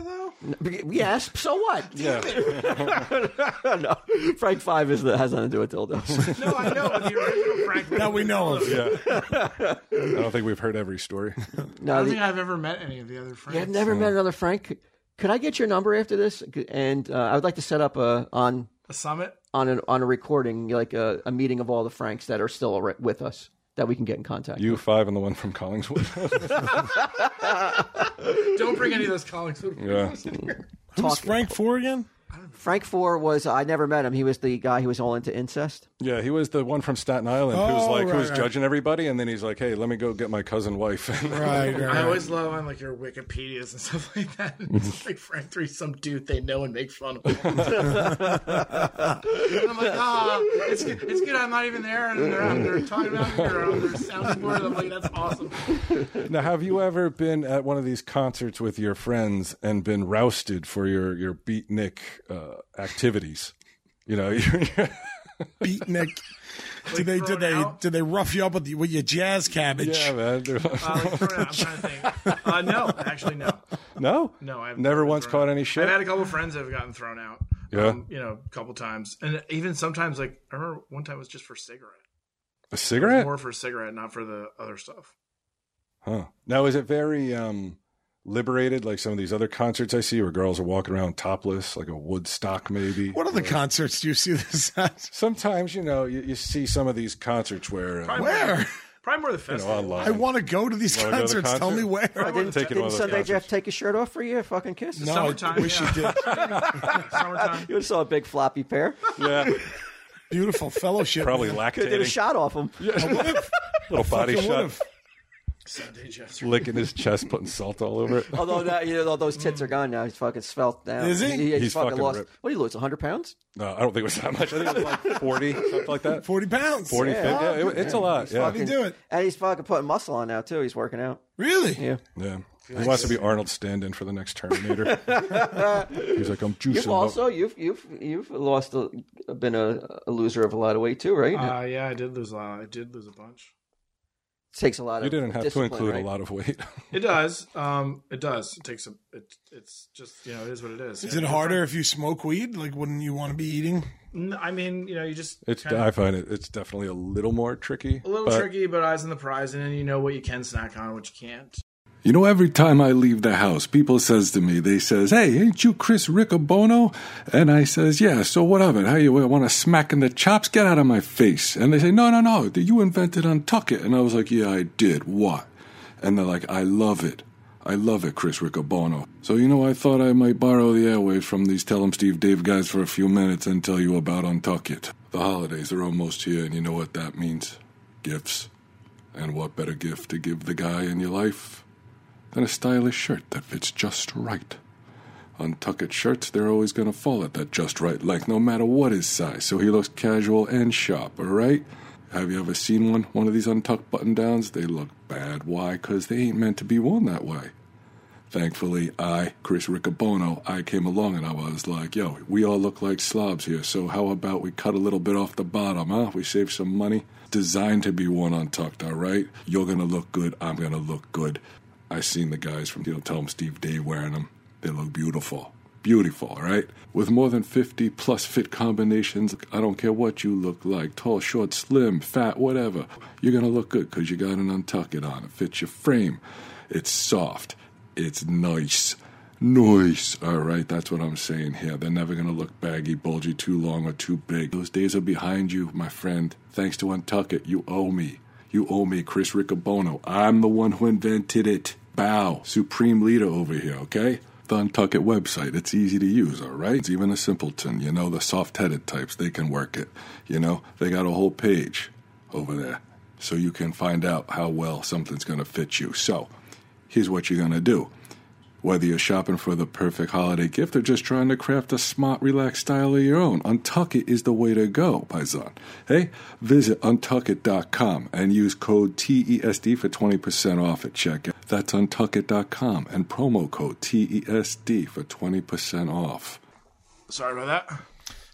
[SPEAKER 4] though?
[SPEAKER 2] Yes. So what?
[SPEAKER 6] Yeah,
[SPEAKER 2] no, Frank Five is the, has nothing to do with dildos.
[SPEAKER 4] No, I know, but the original Frank.
[SPEAKER 3] That we know of.
[SPEAKER 6] yeah. I don't think we've heard every story.
[SPEAKER 4] I
[SPEAKER 2] no,
[SPEAKER 4] don't
[SPEAKER 2] the,
[SPEAKER 4] think I've ever met any of the other Franks.
[SPEAKER 2] I've never met another Frank. Could I get your number after this? And uh, I would like to set up a on
[SPEAKER 4] A summit.
[SPEAKER 2] on an, on a recording, like a, a meeting of all the Franks that are still ar- with us that we can get in contact.
[SPEAKER 6] You five and the one from Collingswood.
[SPEAKER 4] Don't bring any of those Collingswood.
[SPEAKER 6] yeah.
[SPEAKER 3] Who's Frank Four again?
[SPEAKER 2] Frank Four was I never met him. He was the guy who was all into incest.
[SPEAKER 6] Yeah, he was the one from Staten Island who was
[SPEAKER 3] Oh,
[SPEAKER 6] like who
[SPEAKER 3] right,
[SPEAKER 6] was
[SPEAKER 3] right.
[SPEAKER 6] judging everybody, and then he's like, "Hey, let me go get my cousin wife."
[SPEAKER 3] Right, right.
[SPEAKER 4] I always love on like your Wikipedias and stuff like that. It's like Frank Three, some dude they know and make fun of. Him. I'm like, ah, it's good. It's good. I'm not even there, and they're out there talking about me or on their soundboard. I'm like, that's awesome.
[SPEAKER 6] now, have you ever been at one of these concerts with your friends and been rousted for your your beatnik uh, activities? You know,
[SPEAKER 3] Beatnik. Did they did
[SPEAKER 4] thrown
[SPEAKER 3] they
[SPEAKER 4] out?
[SPEAKER 3] did they rough you up with, the, with your jazz cabbage?
[SPEAKER 6] yeah, man. They're like-
[SPEAKER 4] Uh, like, throw it out. I'm trying to think. Uh, no, actually, no,
[SPEAKER 6] no,
[SPEAKER 4] no. I've
[SPEAKER 6] never
[SPEAKER 4] been
[SPEAKER 6] once
[SPEAKER 4] thrown
[SPEAKER 6] caught
[SPEAKER 4] out.
[SPEAKER 6] any shit.
[SPEAKER 4] I've had a couple friends that have gotten thrown out. um,
[SPEAKER 6] Yeah.
[SPEAKER 4] you know, a couple times, and even sometimes, like I remember one time it was just for cigarette.
[SPEAKER 6] a
[SPEAKER 4] It was
[SPEAKER 6] cigarette?
[SPEAKER 4] more for a cigarette, not for the other stuff.
[SPEAKER 6] Huh. Now, is it very um, liberated like some of these other concerts I see where girls are walking around topless, like a Woodstock maybe?
[SPEAKER 3] What other concerts do you see this at?
[SPEAKER 6] Sometimes, you know, you, you see some of these concerts where. Uh,
[SPEAKER 4] Probably
[SPEAKER 3] Where?
[SPEAKER 4] Probably more the
[SPEAKER 6] you
[SPEAKER 4] festival.
[SPEAKER 6] know, online.
[SPEAKER 3] I want to go to these
[SPEAKER 6] Wanna go to
[SPEAKER 3] concerts.
[SPEAKER 6] the
[SPEAKER 3] Tell me
[SPEAKER 6] concert?
[SPEAKER 3] where.
[SPEAKER 6] taking
[SPEAKER 2] Didn't, didn't
[SPEAKER 6] one of those
[SPEAKER 2] Sunday
[SPEAKER 6] concerts.
[SPEAKER 2] Jeff take his shirt off for you? A fucking kiss.
[SPEAKER 3] No, I
[SPEAKER 4] Summertime,
[SPEAKER 3] wish
[SPEAKER 4] yeah.
[SPEAKER 3] you did.
[SPEAKER 4] Summertime.
[SPEAKER 2] You saw a big floppy pair.
[SPEAKER 6] yeah,
[SPEAKER 3] Beautiful fellowship.
[SPEAKER 6] probably
[SPEAKER 2] Could have did a
[SPEAKER 6] lactating.
[SPEAKER 2] shot off him.
[SPEAKER 6] Little body
[SPEAKER 3] Fucking
[SPEAKER 6] shot,
[SPEAKER 3] would've.
[SPEAKER 4] Sunday Jeff's
[SPEAKER 6] licking his chest, putting salt all over it.
[SPEAKER 2] Although now, you know, all those tits are gone now. He's fucking svelte down.
[SPEAKER 3] Is he?
[SPEAKER 6] He's fucking
[SPEAKER 2] lost.
[SPEAKER 6] ripped.
[SPEAKER 2] What did he lose? 100 pounds?
[SPEAKER 6] No, I don't think it was that much. I think it was like 40, something like that. 40,
[SPEAKER 3] Forty pounds.
[SPEAKER 6] 50. Yeah, it- it's a lot. Yeah.
[SPEAKER 3] How'd he do it?
[SPEAKER 2] And he's fucking putting muscle on now, too. He's working out.
[SPEAKER 3] Really?
[SPEAKER 2] Yeah.
[SPEAKER 6] yeah. He wants to be Arnold stand in for the next Terminator. He's like, I'm juicing.
[SPEAKER 2] You've
[SPEAKER 6] up.
[SPEAKER 2] also, you've, you've, you've lost, a, been a, a loser of a lot of weight, too, right?
[SPEAKER 4] Uh, yeah, I did lose a lot. I did lose a bunch.
[SPEAKER 2] it takes a lot of
[SPEAKER 6] You didn't have to
[SPEAKER 2] discipline,
[SPEAKER 6] include
[SPEAKER 2] right?
[SPEAKER 6] a lot of weight.
[SPEAKER 4] It does. Um, it does. It takes a. It, it's just you know, it is what it is.
[SPEAKER 3] Is it harder if you smoke weed? Like, wouldn't you want to be eating?
[SPEAKER 4] N- I mean, you know, you just
[SPEAKER 6] It's
[SPEAKER 4] kinda-
[SPEAKER 6] I find it it's definitely a little more tricky.
[SPEAKER 4] a little
[SPEAKER 6] but-
[SPEAKER 4] tricky, but eyes on the prize, and then you know what you can snack on, what you can't.
[SPEAKER 1] You know, every time I leave the house, people says to me, they says, "Hey, ain't you Chris Riccobono?" And I says, "Yeah." So what of it? How you want to smack in the chops? Get out of my face! And they say, "No, no, no. You invented Untuck It." And I was like, "Yeah, I did. What?" And they're like, "I love it. I love it, Chris Riccobono." So you know, I thought I might borrow the airwaves from these Tell 'em Steve Dave guys for a few minutes and tell you about Untuck It. The holidays are almost here, and you know what that means? Gifts. And what better gift to give the guy in your life? than a stylish shirt that fits just right. Untucked shirts, they're always going to fall at that just right length, no matter what his size, so he looks casual and sharp, all right? Have you ever seen one? One of these untucked button downs? They look bad. Why? 'Cause they ain't meant to be worn that way. Thankfully, I, Chris Riccobono, I came along and I was like, yo, we all look like slobs here, so how about we cut a little bit off the bottom, huh? We save some money. Designed to be worn untucked, all right? You're gonna look good, I'm gonna look good. I seen the guys from you know, Tell 'em Steve Dave wearing them. They look beautiful. Beautiful, all right? With more than 50 plus fit combinations, I don't care what you look like tall, short, slim, fat, whatever. You're gonna look good 'cause you got an untuck it on. It fits your frame. It's soft. It's nice. Nice. All right, that's what I'm saying here. They're never going to look baggy, bulgy, too long, or too big. Those days are behind you, my friend. Thanks to Untuck It, you owe me. You owe me, Chris Riccobono. I'm the one who invented it. Bow. Supreme leader over here, okay? The Untuck It website. It's easy to use, all right? It's even a simpleton. You know, the soft headed types, they can work it. You know, they got a whole page over there so you can find out how well something's going to fit you. So, here's what you're going to do. Whether you're shopping for the perfect holiday gift or just trying to craft a smart, relaxed style of your own, Untuck It is the way to go, Paisan. Hey, visit untuckit.com and use code TESD for 20% off at checkout. That's untuckit.com and promo code TESD for 20% off.
[SPEAKER 4] Sorry about that.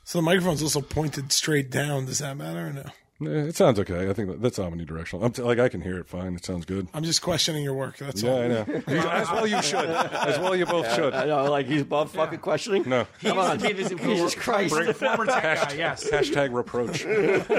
[SPEAKER 3] So the microphone's also pointed straight down. Does that matter or no?
[SPEAKER 1] Eh, It sounds okay. I think that's omnidirectional. I'm t- like I can hear it fine. It sounds good.
[SPEAKER 3] I'm just questioning your work. That's
[SPEAKER 1] Yeah,
[SPEAKER 3] all.
[SPEAKER 1] I know. As well you should. As well you both should.
[SPEAKER 2] I know, like he's above fucking questioning.
[SPEAKER 1] No.
[SPEAKER 2] Come on, Jesus Christ!
[SPEAKER 4] The former tech guy, yes.
[SPEAKER 1] Hashtag reproach.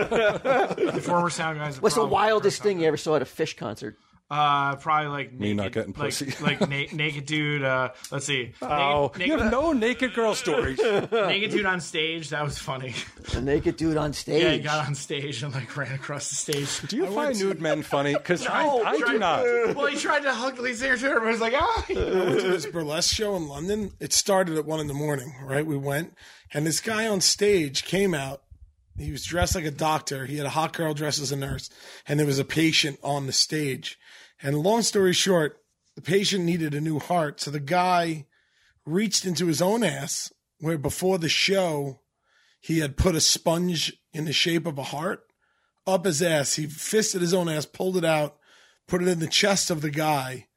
[SPEAKER 4] The former sound guy.
[SPEAKER 2] What's the wildest thing you ever saw at a fish concert?
[SPEAKER 4] Uh, probably like
[SPEAKER 1] Me
[SPEAKER 4] naked,
[SPEAKER 1] not getting
[SPEAKER 4] like,
[SPEAKER 1] pussy.
[SPEAKER 4] like na- naked dude. Uh, let's see.
[SPEAKER 1] Oh,
[SPEAKER 4] naked,
[SPEAKER 1] you
[SPEAKER 4] naked,
[SPEAKER 1] have no naked girl stories.
[SPEAKER 4] naked dude on stage. That was funny.
[SPEAKER 2] A naked dude on stage.
[SPEAKER 4] Yeah, he got on stage and like ran across the stage.
[SPEAKER 1] Do you find nude men funny? Because
[SPEAKER 2] No,
[SPEAKER 1] I, I do
[SPEAKER 4] tried-
[SPEAKER 1] not.
[SPEAKER 4] Well, he tried to hug Lee Singer too, but was like, ah.
[SPEAKER 3] this burlesque show in London. It started at one in the morning, right? We went, and this guy on stage came out. He was dressed like a doctor. He had a hot girl dressed as a nurse, and there was a patient on the stage. And long story short, the patient needed a new heart. So the guy reached into his own ass, where before the show, he had put a sponge in the shape of a heart up his ass. He fisted his own ass, pulled it out, put it in the chest of the guy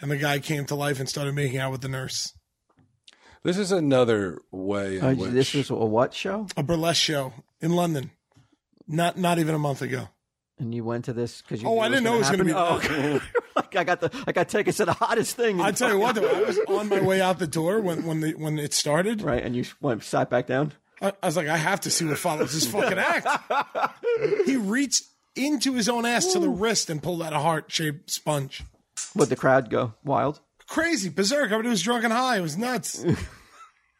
[SPEAKER 3] and the guy came to life and started making out with the nurse.
[SPEAKER 1] This is another way in
[SPEAKER 2] Uh,
[SPEAKER 1] which
[SPEAKER 2] this was a what show?
[SPEAKER 3] A burlesque show in London, not not even a month ago.
[SPEAKER 2] And you went to this because you.
[SPEAKER 3] Oh,
[SPEAKER 2] knew
[SPEAKER 3] I didn't know it was going to be.
[SPEAKER 2] happen? Oh, okay. I got the I got tickets to the hottest thing.
[SPEAKER 3] I tell you what, though, I was on my way out the door when when the, when it started.
[SPEAKER 2] Right, and you went sat back down.
[SPEAKER 3] I, I was like, I have to see what follows this fucking act. he reached into his own ass to the wrist and pulled out a heart shaped sponge.
[SPEAKER 2] Would the crowd go wild?
[SPEAKER 3] Crazy, berserk. Everybody was drunk and high. It was nuts.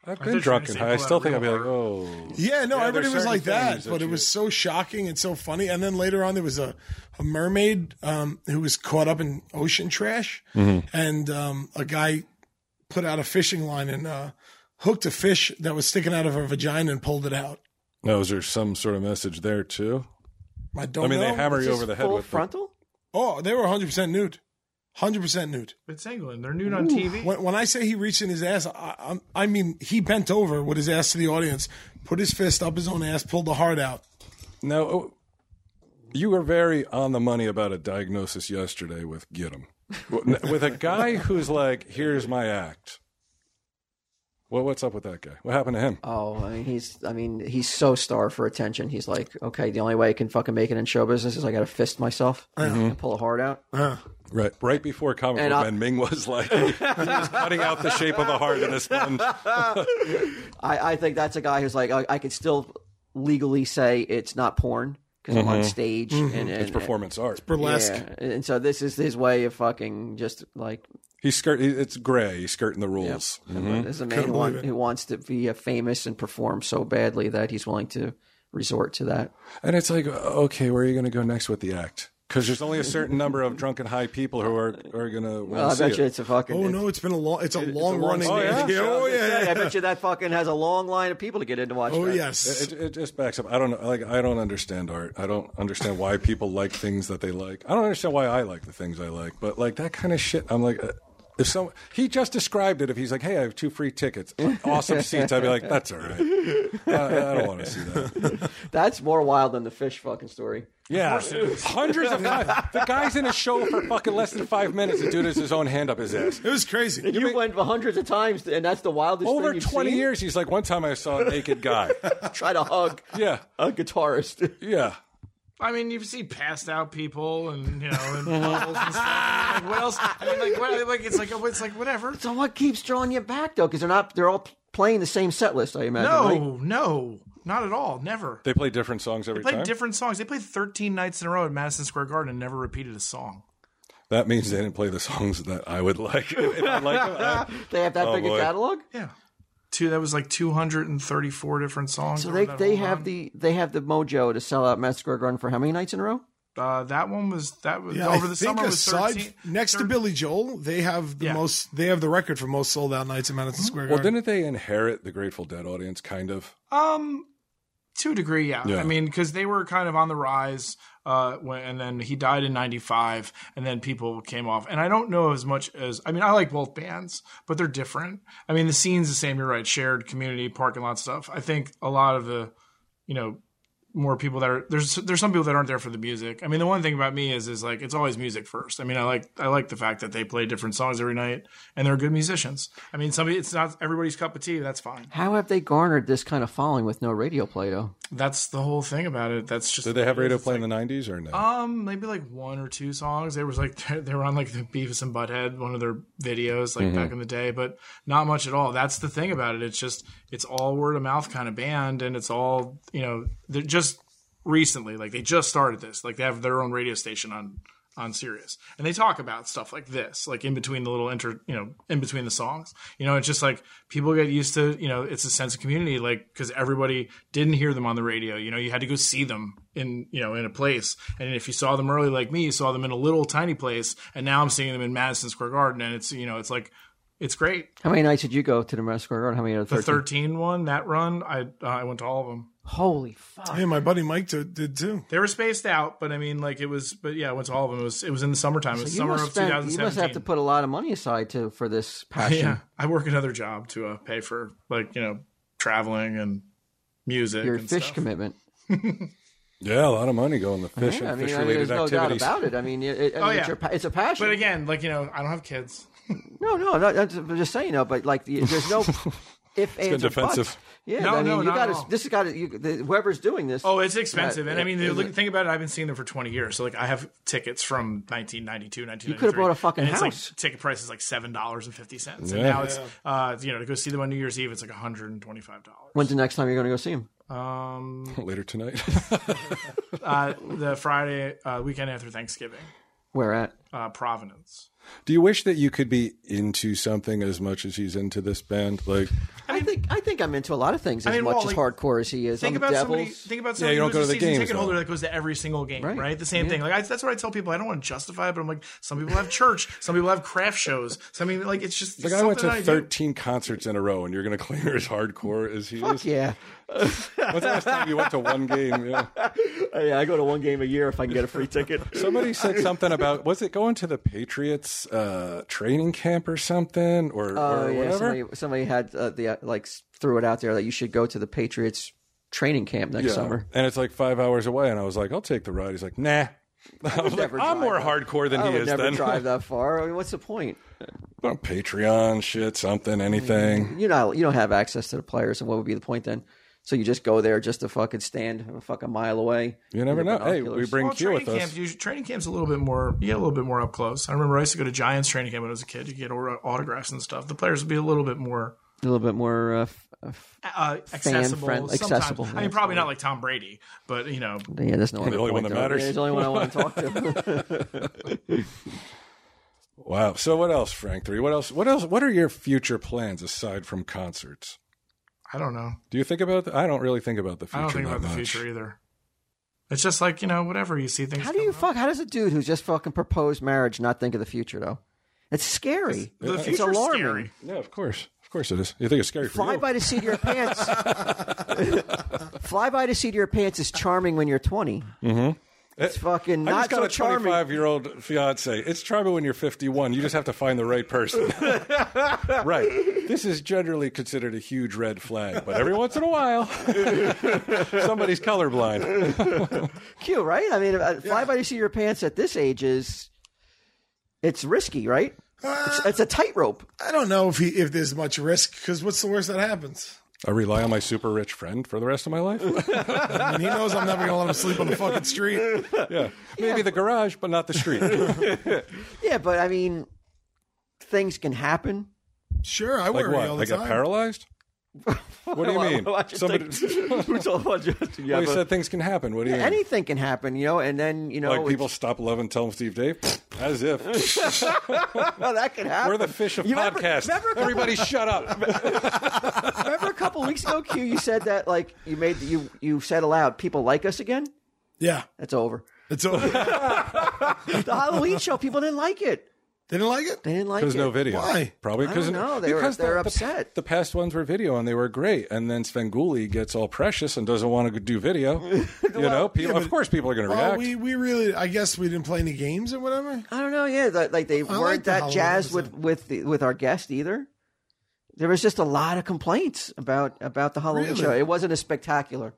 [SPEAKER 1] I've
[SPEAKER 4] thought you
[SPEAKER 1] been
[SPEAKER 4] were
[SPEAKER 1] drunk and
[SPEAKER 4] gonna say
[SPEAKER 1] high. I
[SPEAKER 4] pull
[SPEAKER 1] still
[SPEAKER 4] out
[SPEAKER 1] think I'd be
[SPEAKER 4] real
[SPEAKER 1] like, oh.
[SPEAKER 3] Yeah, no, everybody
[SPEAKER 1] there's
[SPEAKER 3] was
[SPEAKER 1] certain
[SPEAKER 3] like that,
[SPEAKER 1] things
[SPEAKER 3] but
[SPEAKER 1] that
[SPEAKER 3] it
[SPEAKER 1] you-
[SPEAKER 3] was so shocking and so funny. And then later on, there was a, a mermaid um, who was caught up in ocean trash,
[SPEAKER 1] Mm-hmm.
[SPEAKER 3] and um, a guy put out a fishing line and uh, hooked a fish that was sticking out of her vagina and pulled it out.
[SPEAKER 1] Now, is there some sort of message there, too?
[SPEAKER 3] I don't
[SPEAKER 1] I mean,
[SPEAKER 3] know.
[SPEAKER 1] they hammer you
[SPEAKER 2] Just
[SPEAKER 1] over the head
[SPEAKER 2] full
[SPEAKER 1] with the-
[SPEAKER 2] frontal.
[SPEAKER 3] oh, they were 100% nude. 100% nude.
[SPEAKER 4] It's England. They're nude on TV.
[SPEAKER 3] When, when I say he reached in his ass, I, I'm- I mean, he bent over with his ass to the audience, put his fist up his own ass, pulled the heart out.
[SPEAKER 1] Now, oh, you were very on the money about a diagnosis yesterday with get 'em. with a guy who's like, here's my act. Well, what's up with that guy? What happened to him?
[SPEAKER 2] Oh, I mean, he's I mean, he's so starved for attention. He's like, okay, the only way I can fucking make it in show business is I got to fist myself
[SPEAKER 3] Mm-hmm.
[SPEAKER 2] and pull a heart out.
[SPEAKER 1] Right, right before comic
[SPEAKER 2] And
[SPEAKER 1] book
[SPEAKER 2] I-
[SPEAKER 1] man, Ming was like, he was cutting out the shape of the heart in his sponge.
[SPEAKER 2] I, I think that's a guy who's like, I, I can still legally say it's not porn because I'm
[SPEAKER 3] Mm-hmm.
[SPEAKER 2] on stage and, and
[SPEAKER 1] It's performance art.
[SPEAKER 3] Burlesque.
[SPEAKER 2] Yeah, and so this is his way of fucking just like
[SPEAKER 1] He's skirt. he- It's gray. He's skirting the rules.
[SPEAKER 2] this is a man who, want, who wants to be a famous and perform so badly that he's willing to resort to that.
[SPEAKER 1] And it's like, okay, where are you going to go next with the act? Because there's only a certain number of drunken high people who are are going to.
[SPEAKER 2] Well, I bet you it's a fucking.
[SPEAKER 3] Oh
[SPEAKER 2] it's-
[SPEAKER 3] no, it's been a long. It's a long
[SPEAKER 2] long
[SPEAKER 3] running.
[SPEAKER 1] standing
[SPEAKER 3] idea.
[SPEAKER 1] show.
[SPEAKER 3] Oh yeah.
[SPEAKER 2] I bet you that fucking has a long line of people to get in to watch.
[SPEAKER 3] Oh
[SPEAKER 2] that.
[SPEAKER 3] yes.
[SPEAKER 1] It, it just backs up. I don't know. Like, I don't understand art. I don't understand why people like things that they like. I don't understand why I like the things I like. But like that kind of shit, I'm like, uh, if some he just described it. If he's like, hey, I have two free tickets, awesome seats, I'd be like, that's all right. I, I don't want to see that.
[SPEAKER 2] That's more wild than the fish fucking story.
[SPEAKER 1] Yeah, hundreds of times. The guy's in a show for fucking less than five minutes. The dude has his own hand up his ass.
[SPEAKER 3] It was crazy.
[SPEAKER 2] You went hundreds of times, and that's the wildest thing
[SPEAKER 1] Over
[SPEAKER 2] you've
[SPEAKER 1] 20
[SPEAKER 2] seen?
[SPEAKER 1] years, he's like, one time I saw a naked guy.
[SPEAKER 2] Try to hug
[SPEAKER 1] Yeah,
[SPEAKER 2] a guitarist.
[SPEAKER 1] yeah.
[SPEAKER 4] I mean, you've seen passed out people and you know and models and stuff. Like, what else? I mean, like, what, like it's like it's like whatever.
[SPEAKER 2] So what keeps drawing you back though? Because they're not. They're all playing the same set list. I imagine. right?
[SPEAKER 4] No, no, not at all. Never.
[SPEAKER 1] They play different songs every
[SPEAKER 4] They played
[SPEAKER 1] time.
[SPEAKER 4] different songs. They played 13 nights in a row at Madison Square Garden and never repeated a song.
[SPEAKER 1] that means they didn't play the songs that I would like. If I like them, I-
[SPEAKER 2] They have that big
[SPEAKER 1] boy.
[SPEAKER 2] a catalog.
[SPEAKER 4] Yeah. Two, that was like 234 different songs.
[SPEAKER 2] So
[SPEAKER 4] or
[SPEAKER 2] they,
[SPEAKER 4] whatever.
[SPEAKER 2] they have the they have the mojo to sell out Madison Square Garden for how many nights in a row?
[SPEAKER 4] Uh, that one was, that was
[SPEAKER 3] Yeah,
[SPEAKER 4] over
[SPEAKER 3] I
[SPEAKER 4] the
[SPEAKER 3] think
[SPEAKER 4] summer was
[SPEAKER 3] aside
[SPEAKER 4] 13.
[SPEAKER 3] next to Billy Joel, they have the
[SPEAKER 4] Yeah.
[SPEAKER 3] most. They have the record for most sold out nights in Madison Square
[SPEAKER 1] Mm-hmm. well,
[SPEAKER 3] Garden.
[SPEAKER 1] didn't they inherit the Grateful Dead audience, kind of?
[SPEAKER 4] Um, to a degree, yeah.
[SPEAKER 1] Yeah.
[SPEAKER 4] I mean, because they were kind of on the rise. Uh, when, and then he died in '95, and then people came off. And I don't know as much as I mean, I like both bands, but they're different. I mean, the scene's the same. You're right, shared community, parking lot stuff. I think a lot of the, you know, more people that are there's there's some people that aren't there for the music. I mean, the one thing about me is is like it's always music first. I mean, I like I like the fact that they play different songs every night and they're good musicians. I mean, somebody it's not everybody's cup of tea. That's fine.
[SPEAKER 2] How have they garnered this kind of following with no radio play though?
[SPEAKER 4] That's the whole thing about it. That's just
[SPEAKER 1] Did they have radio play in the '90s or no?
[SPEAKER 2] Oh.
[SPEAKER 4] Um, maybe like one or two songs. They was like they were on like the Beavis and Butthead, one of their videos,
[SPEAKER 1] Mm-hmm.
[SPEAKER 4] like back in the day, but not much at all. That's the thing about it. It's just it's all word of mouth kind of band, and it's all you know. They're just recently, like they just started this. Like they have their own radio station on on Sirius, and they talk about stuff like this, like in between the little inter, you know, in between the songs. You know, it's just like people get used to, you know, it's a sense of community, like because everybody didn't hear them on the radio. You know, you had to go see them in, you know, in a place, and if you saw them early, like me, you saw them in a little tiny place, and now I'm seeing them in Madison Square Garden, and it's, you know, it's like. It's great.
[SPEAKER 2] How many nights did you go to the Madison Square Garden? How many of the
[SPEAKER 4] The
[SPEAKER 2] 13?
[SPEAKER 4] 13 one, that run, I uh, I went to all of them.
[SPEAKER 2] Holy fuck.
[SPEAKER 3] Hey, my buddy Mike t- did too.
[SPEAKER 4] They were spaced out, but I mean, like it was, but yeah, I went to all of them. It was it was in the summertime. It was
[SPEAKER 2] You
[SPEAKER 4] summer
[SPEAKER 2] must,
[SPEAKER 4] of
[SPEAKER 2] spend-
[SPEAKER 4] 2017.
[SPEAKER 2] you must have to put a lot of money aside to for this passion.
[SPEAKER 4] Yeah, I work another job to uh, pay for like you know traveling and music.
[SPEAKER 2] Your
[SPEAKER 4] and
[SPEAKER 2] fish
[SPEAKER 4] stuff.
[SPEAKER 2] commitment.
[SPEAKER 1] yeah, a lot of money going to fish
[SPEAKER 2] Yeah, I
[SPEAKER 1] and
[SPEAKER 2] mean, I mean,
[SPEAKER 1] fish-related
[SPEAKER 2] there's no doubt
[SPEAKER 1] activities.
[SPEAKER 2] about it. I mean, it, it- I mean,
[SPEAKER 4] Oh, yeah.
[SPEAKER 2] it's, your, pa- it's a passion.
[SPEAKER 4] But again, like you know, I don't have kids.
[SPEAKER 2] no, no, I'm, not, I'm just saying though. But like, the- there's no if it's ands or
[SPEAKER 1] defensive.
[SPEAKER 2] buts. Yeah,
[SPEAKER 4] No,
[SPEAKER 2] I mean,
[SPEAKER 4] no,
[SPEAKER 2] you
[SPEAKER 4] not at
[SPEAKER 2] gotta,
[SPEAKER 4] all.
[SPEAKER 2] This has got to. Whoever's doing this.
[SPEAKER 4] Oh, it's expensive,
[SPEAKER 2] Yeah,
[SPEAKER 4] and I mean,
[SPEAKER 2] it-
[SPEAKER 4] the look, think about it. I've been seeing them for twenty years, so like I have tickets from 1992, 1993. You
[SPEAKER 2] could've bought a fucking
[SPEAKER 4] and it's
[SPEAKER 2] house.
[SPEAKER 4] Like, ticket price is like seven dollars and fifty cents, and
[SPEAKER 1] Yeah.
[SPEAKER 4] now it's uh, you know to go see them on New Year's Eve, it's like one hundred and twenty five dollars.
[SPEAKER 2] When's the next time you're going to go see him?
[SPEAKER 4] Um,
[SPEAKER 1] Later tonight,
[SPEAKER 4] uh, the Friday uh, weekend after Thanksgiving,
[SPEAKER 2] Where at?
[SPEAKER 4] uh, Providence.
[SPEAKER 1] do you wish that you could be into something as much as he's into this band? Like,
[SPEAKER 2] I, think I think I'm into a lot of things as
[SPEAKER 4] mean,
[SPEAKER 2] much
[SPEAKER 4] well,
[SPEAKER 2] as
[SPEAKER 4] like,
[SPEAKER 2] hardcore as he is.
[SPEAKER 4] Think
[SPEAKER 2] I'm
[SPEAKER 4] about
[SPEAKER 2] Devils.
[SPEAKER 4] somebody. Think about somebody
[SPEAKER 1] you don't
[SPEAKER 4] who's
[SPEAKER 1] go
[SPEAKER 4] a
[SPEAKER 1] to the
[SPEAKER 4] season
[SPEAKER 1] games,
[SPEAKER 4] ticket holder
[SPEAKER 1] though.
[SPEAKER 4] that goes to every single game,
[SPEAKER 2] Right.
[SPEAKER 4] right? The same thing. Like I, that's what I tell people. I don't want to justify it, but I'm like, some people have church, some people have craft shows. So I mean, like it's just
[SPEAKER 1] like I
[SPEAKER 4] something
[SPEAKER 1] went to
[SPEAKER 4] I do.
[SPEAKER 1] 13 concerts in a row, and you're going to claim you're as hardcore as he
[SPEAKER 2] Fuck
[SPEAKER 1] is.
[SPEAKER 2] yeah.
[SPEAKER 1] When's the last time you went to one game? Yeah.
[SPEAKER 2] Oh, yeah, I go to one game a year if I can get a free ticket.
[SPEAKER 1] Somebody said something about was it going to the Patriots uh, training camp or something or,
[SPEAKER 2] Oh
[SPEAKER 1] or
[SPEAKER 2] yeah,
[SPEAKER 1] whatever?
[SPEAKER 2] somebody, somebody had uh, the uh, like s- threw it out there that you should go to the Patriots training camp next
[SPEAKER 1] Yeah.
[SPEAKER 2] summer.
[SPEAKER 1] And it's like five hours away, and I was like, I'll take the ride. He's like, Nah. I was like,
[SPEAKER 2] never
[SPEAKER 1] I'm
[SPEAKER 2] drive
[SPEAKER 1] more
[SPEAKER 2] that.
[SPEAKER 1] hardcore than
[SPEAKER 2] I
[SPEAKER 1] he
[SPEAKER 2] would
[SPEAKER 1] is.
[SPEAKER 2] never
[SPEAKER 1] Then
[SPEAKER 2] drive that far. I mean, what's the point?
[SPEAKER 1] Well, Patreon shit, something, anything.
[SPEAKER 2] You know, you don't have access to the players, and what would be the point then? So you just go there just to fucking stand a fucking mile away.
[SPEAKER 1] You never know. Hey, we
[SPEAKER 2] binoculars.
[SPEAKER 1] bring
[SPEAKER 4] Well,
[SPEAKER 1] Q
[SPEAKER 4] training
[SPEAKER 1] with us.
[SPEAKER 4] camp, usually, training camp's a little bit more, yeah, a little bit more up close. I remember I used to go to Giants training camp when I was a kid. You could get aut- autographs and stuff. The players would be a little bit more
[SPEAKER 2] a little bit more. Uh, f- uh, f-
[SPEAKER 4] uh, accessible.
[SPEAKER 2] friend-
[SPEAKER 4] sometimes.
[SPEAKER 2] accessible,
[SPEAKER 4] I
[SPEAKER 2] yeah.
[SPEAKER 4] mean, probably not like Tom Brady, but you know,
[SPEAKER 2] yeah, that's no other
[SPEAKER 1] only one that
[SPEAKER 2] point there.
[SPEAKER 1] matters.
[SPEAKER 2] Yeah, he's the only one I want to talk to.
[SPEAKER 1] Wow. So what else, Frank? Three. What else? What else? What are your future plans aside from concerts?
[SPEAKER 4] I don't know.
[SPEAKER 1] Do you think about? The, I don't really think about the future.
[SPEAKER 4] I don't think
[SPEAKER 1] that
[SPEAKER 4] about the
[SPEAKER 1] much.
[SPEAKER 4] future either. It's just like you know, whatever you see things.
[SPEAKER 2] how do
[SPEAKER 4] come
[SPEAKER 2] you
[SPEAKER 4] up.
[SPEAKER 2] fuck? How does a dude who's just fucking proposed marriage not think of the future though? It's scary.
[SPEAKER 4] The
[SPEAKER 2] it's
[SPEAKER 4] future's
[SPEAKER 2] alarming.
[SPEAKER 4] scary.
[SPEAKER 1] Yeah, of course, of course it is. You think it's scary for
[SPEAKER 2] Fly
[SPEAKER 1] you?
[SPEAKER 2] by the seat of your pants. Fly by the seat of your pants is charming when you're 20. Mm-hmm. It's fucking
[SPEAKER 1] Uh, I just
[SPEAKER 2] not
[SPEAKER 1] got
[SPEAKER 2] so
[SPEAKER 1] a
[SPEAKER 2] charming.
[SPEAKER 1] 25 year old fiance. It's charming when you're 51. You just have to find the right person. right. This is generally considered a huge red flag, but every once in a while, somebody's colorblind.
[SPEAKER 2] Q, right? I mean, uh, fly by the seat of your pants at this age is it's risky, right?
[SPEAKER 1] Uh.
[SPEAKER 2] it's, it's a tightrope.
[SPEAKER 3] I don't know if he if there's much risk because what's the worst that happens?
[SPEAKER 1] I rely on my super rich friend for the rest of my life.
[SPEAKER 3] I mean, he knows I'm never gonna let him sleep on the fucking street.
[SPEAKER 1] Yeah. Maybe the garage, but not the street. like
[SPEAKER 2] Yeah, but I mean, things can happen.
[SPEAKER 3] Sure, I worry
[SPEAKER 1] what?
[SPEAKER 3] all
[SPEAKER 1] I
[SPEAKER 3] the
[SPEAKER 1] got
[SPEAKER 3] time.
[SPEAKER 1] paralyzed? What do you
[SPEAKER 2] Why-
[SPEAKER 1] mean?
[SPEAKER 2] why would you
[SPEAKER 1] Somebody
[SPEAKER 2] think- Who's all about you? You
[SPEAKER 1] well, you
[SPEAKER 2] have a-
[SPEAKER 1] said things can happen. What do you mean?
[SPEAKER 2] anything can happen, you know, and then you know
[SPEAKER 1] like
[SPEAKER 2] it's-
[SPEAKER 1] people stop loving Tell 'em Steve Dave? As if.
[SPEAKER 2] well, that can happen.
[SPEAKER 1] We're the fish of
[SPEAKER 2] You remember-
[SPEAKER 1] podcast.
[SPEAKER 2] remember a couple-
[SPEAKER 1] Everybody shut up.
[SPEAKER 2] Remember a couple weeks ago, Q, you said that like you made you you said aloud, people like us again.
[SPEAKER 3] Yeah,
[SPEAKER 2] That's over.
[SPEAKER 3] it's over.
[SPEAKER 2] The Halloween show, people didn't like it.
[SPEAKER 3] Didn't like it.
[SPEAKER 2] They didn't like
[SPEAKER 1] There's
[SPEAKER 2] it.
[SPEAKER 1] no video.
[SPEAKER 3] Why?
[SPEAKER 1] Probably
[SPEAKER 2] I
[SPEAKER 1] because
[SPEAKER 2] don't know. They were-
[SPEAKER 1] because
[SPEAKER 2] they were
[SPEAKER 1] the,
[SPEAKER 2] upset.
[SPEAKER 1] The, the past ones were video and they were great, and then Svengoolie gets all precious and doesn't want to do video. you know, people, of course, people are going to
[SPEAKER 3] Well,
[SPEAKER 1] react.
[SPEAKER 3] we we really. I guess we didn't play any games or whatever.
[SPEAKER 2] I don't know. Yeah, that, like they weren't
[SPEAKER 3] like the
[SPEAKER 2] that
[SPEAKER 3] Halloween
[SPEAKER 2] jazzed with
[SPEAKER 3] episode.
[SPEAKER 2] with the, with our guest either. There was just a lot of complaints about about the Halloween
[SPEAKER 3] Really?
[SPEAKER 2] show. It wasn't as spectacular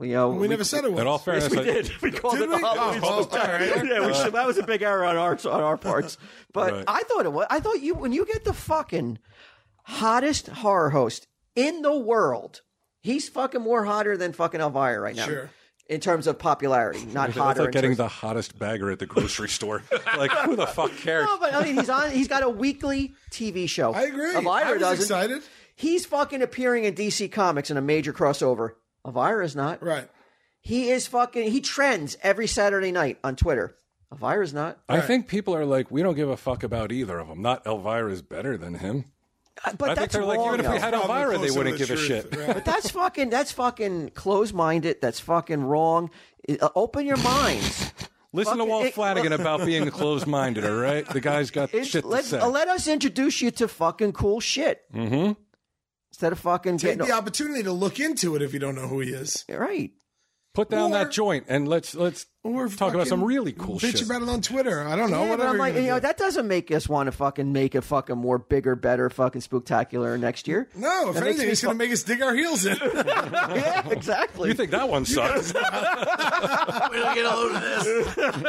[SPEAKER 2] You know,
[SPEAKER 3] We never said it was.
[SPEAKER 1] Oh, In all fairness,
[SPEAKER 2] Yes, we
[SPEAKER 1] I-
[SPEAKER 2] did. We called
[SPEAKER 3] Did
[SPEAKER 2] it the
[SPEAKER 3] we?
[SPEAKER 2] Halloween
[SPEAKER 3] Oh,
[SPEAKER 2] Special.
[SPEAKER 3] all right.
[SPEAKER 2] Yeah, we should, that was a big error on our on our parts. But
[SPEAKER 1] Right.
[SPEAKER 2] I thought it was. I thought you when you get the fucking hottest horror host in the world, he's fucking more hotter than fucking Elvira right now.
[SPEAKER 3] Sure.
[SPEAKER 2] In terms of popularity, not
[SPEAKER 1] That's
[SPEAKER 2] hotter.
[SPEAKER 1] like
[SPEAKER 2] in
[SPEAKER 1] getting
[SPEAKER 2] terms-
[SPEAKER 1] the hottest bagger at the grocery store. like, who the fuck cares?
[SPEAKER 2] no, but I mean, he's on. He's got a weekly TV show.
[SPEAKER 3] I agree.
[SPEAKER 2] Elvira
[SPEAKER 3] I was
[SPEAKER 2] doesn't.
[SPEAKER 3] excited.
[SPEAKER 2] He's fucking appearing in DC Comics in a major crossover. Elvira's not.
[SPEAKER 3] Right.
[SPEAKER 2] He is fucking. He trends every Saturday night on Twitter. Elvira's not.
[SPEAKER 1] I think people are like, we don't give a fuck about either of them. Not Elvira's better than him.
[SPEAKER 2] Uh, But
[SPEAKER 1] I think
[SPEAKER 2] that's
[SPEAKER 1] they're
[SPEAKER 2] wrong.
[SPEAKER 1] like, even if we
[SPEAKER 2] though.
[SPEAKER 1] had
[SPEAKER 3] Probably
[SPEAKER 1] Elvira, they
[SPEAKER 3] closer to
[SPEAKER 1] wouldn't
[SPEAKER 3] the
[SPEAKER 1] give a
[SPEAKER 3] truth.
[SPEAKER 1] shit.
[SPEAKER 3] Right.
[SPEAKER 2] But that's fucking. That's fucking close-minded. That's fucking wrong. I- uh, open your minds.
[SPEAKER 1] Listen to
[SPEAKER 2] Fucking-
[SPEAKER 1] Walt
[SPEAKER 2] it-
[SPEAKER 1] Flanagan about being closed-minded. All right, the guy's got
[SPEAKER 2] It's-
[SPEAKER 1] shit to
[SPEAKER 2] let,
[SPEAKER 1] say.
[SPEAKER 2] uh, let us introduce you to fucking cool shit. Mm-hmm. Instead of fucking
[SPEAKER 3] Take
[SPEAKER 2] getting
[SPEAKER 3] the opportunity to look into it if you don't know who he is.
[SPEAKER 2] right.
[SPEAKER 1] Put down
[SPEAKER 3] Or-
[SPEAKER 1] that joint and let's let's
[SPEAKER 3] Or
[SPEAKER 1] talk about some
[SPEAKER 3] fucking
[SPEAKER 1] really cool
[SPEAKER 3] bitch
[SPEAKER 1] shit.
[SPEAKER 3] about it on Twitter. I don't know.
[SPEAKER 2] Yeah, but
[SPEAKER 3] whatever.
[SPEAKER 2] I'm
[SPEAKER 3] you're
[SPEAKER 2] like,
[SPEAKER 3] gonna
[SPEAKER 2] you know,
[SPEAKER 3] do.
[SPEAKER 2] that doesn't make us want to fucking make a fucking more bigger, better fucking spooktacular next year.
[SPEAKER 3] no, if
[SPEAKER 2] That makes
[SPEAKER 3] anything,
[SPEAKER 2] me
[SPEAKER 3] it's
[SPEAKER 2] fu-
[SPEAKER 3] going to make us dig our heels in.
[SPEAKER 2] yeah, exactly.
[SPEAKER 1] you think that one sucks?
[SPEAKER 4] We don't get a load of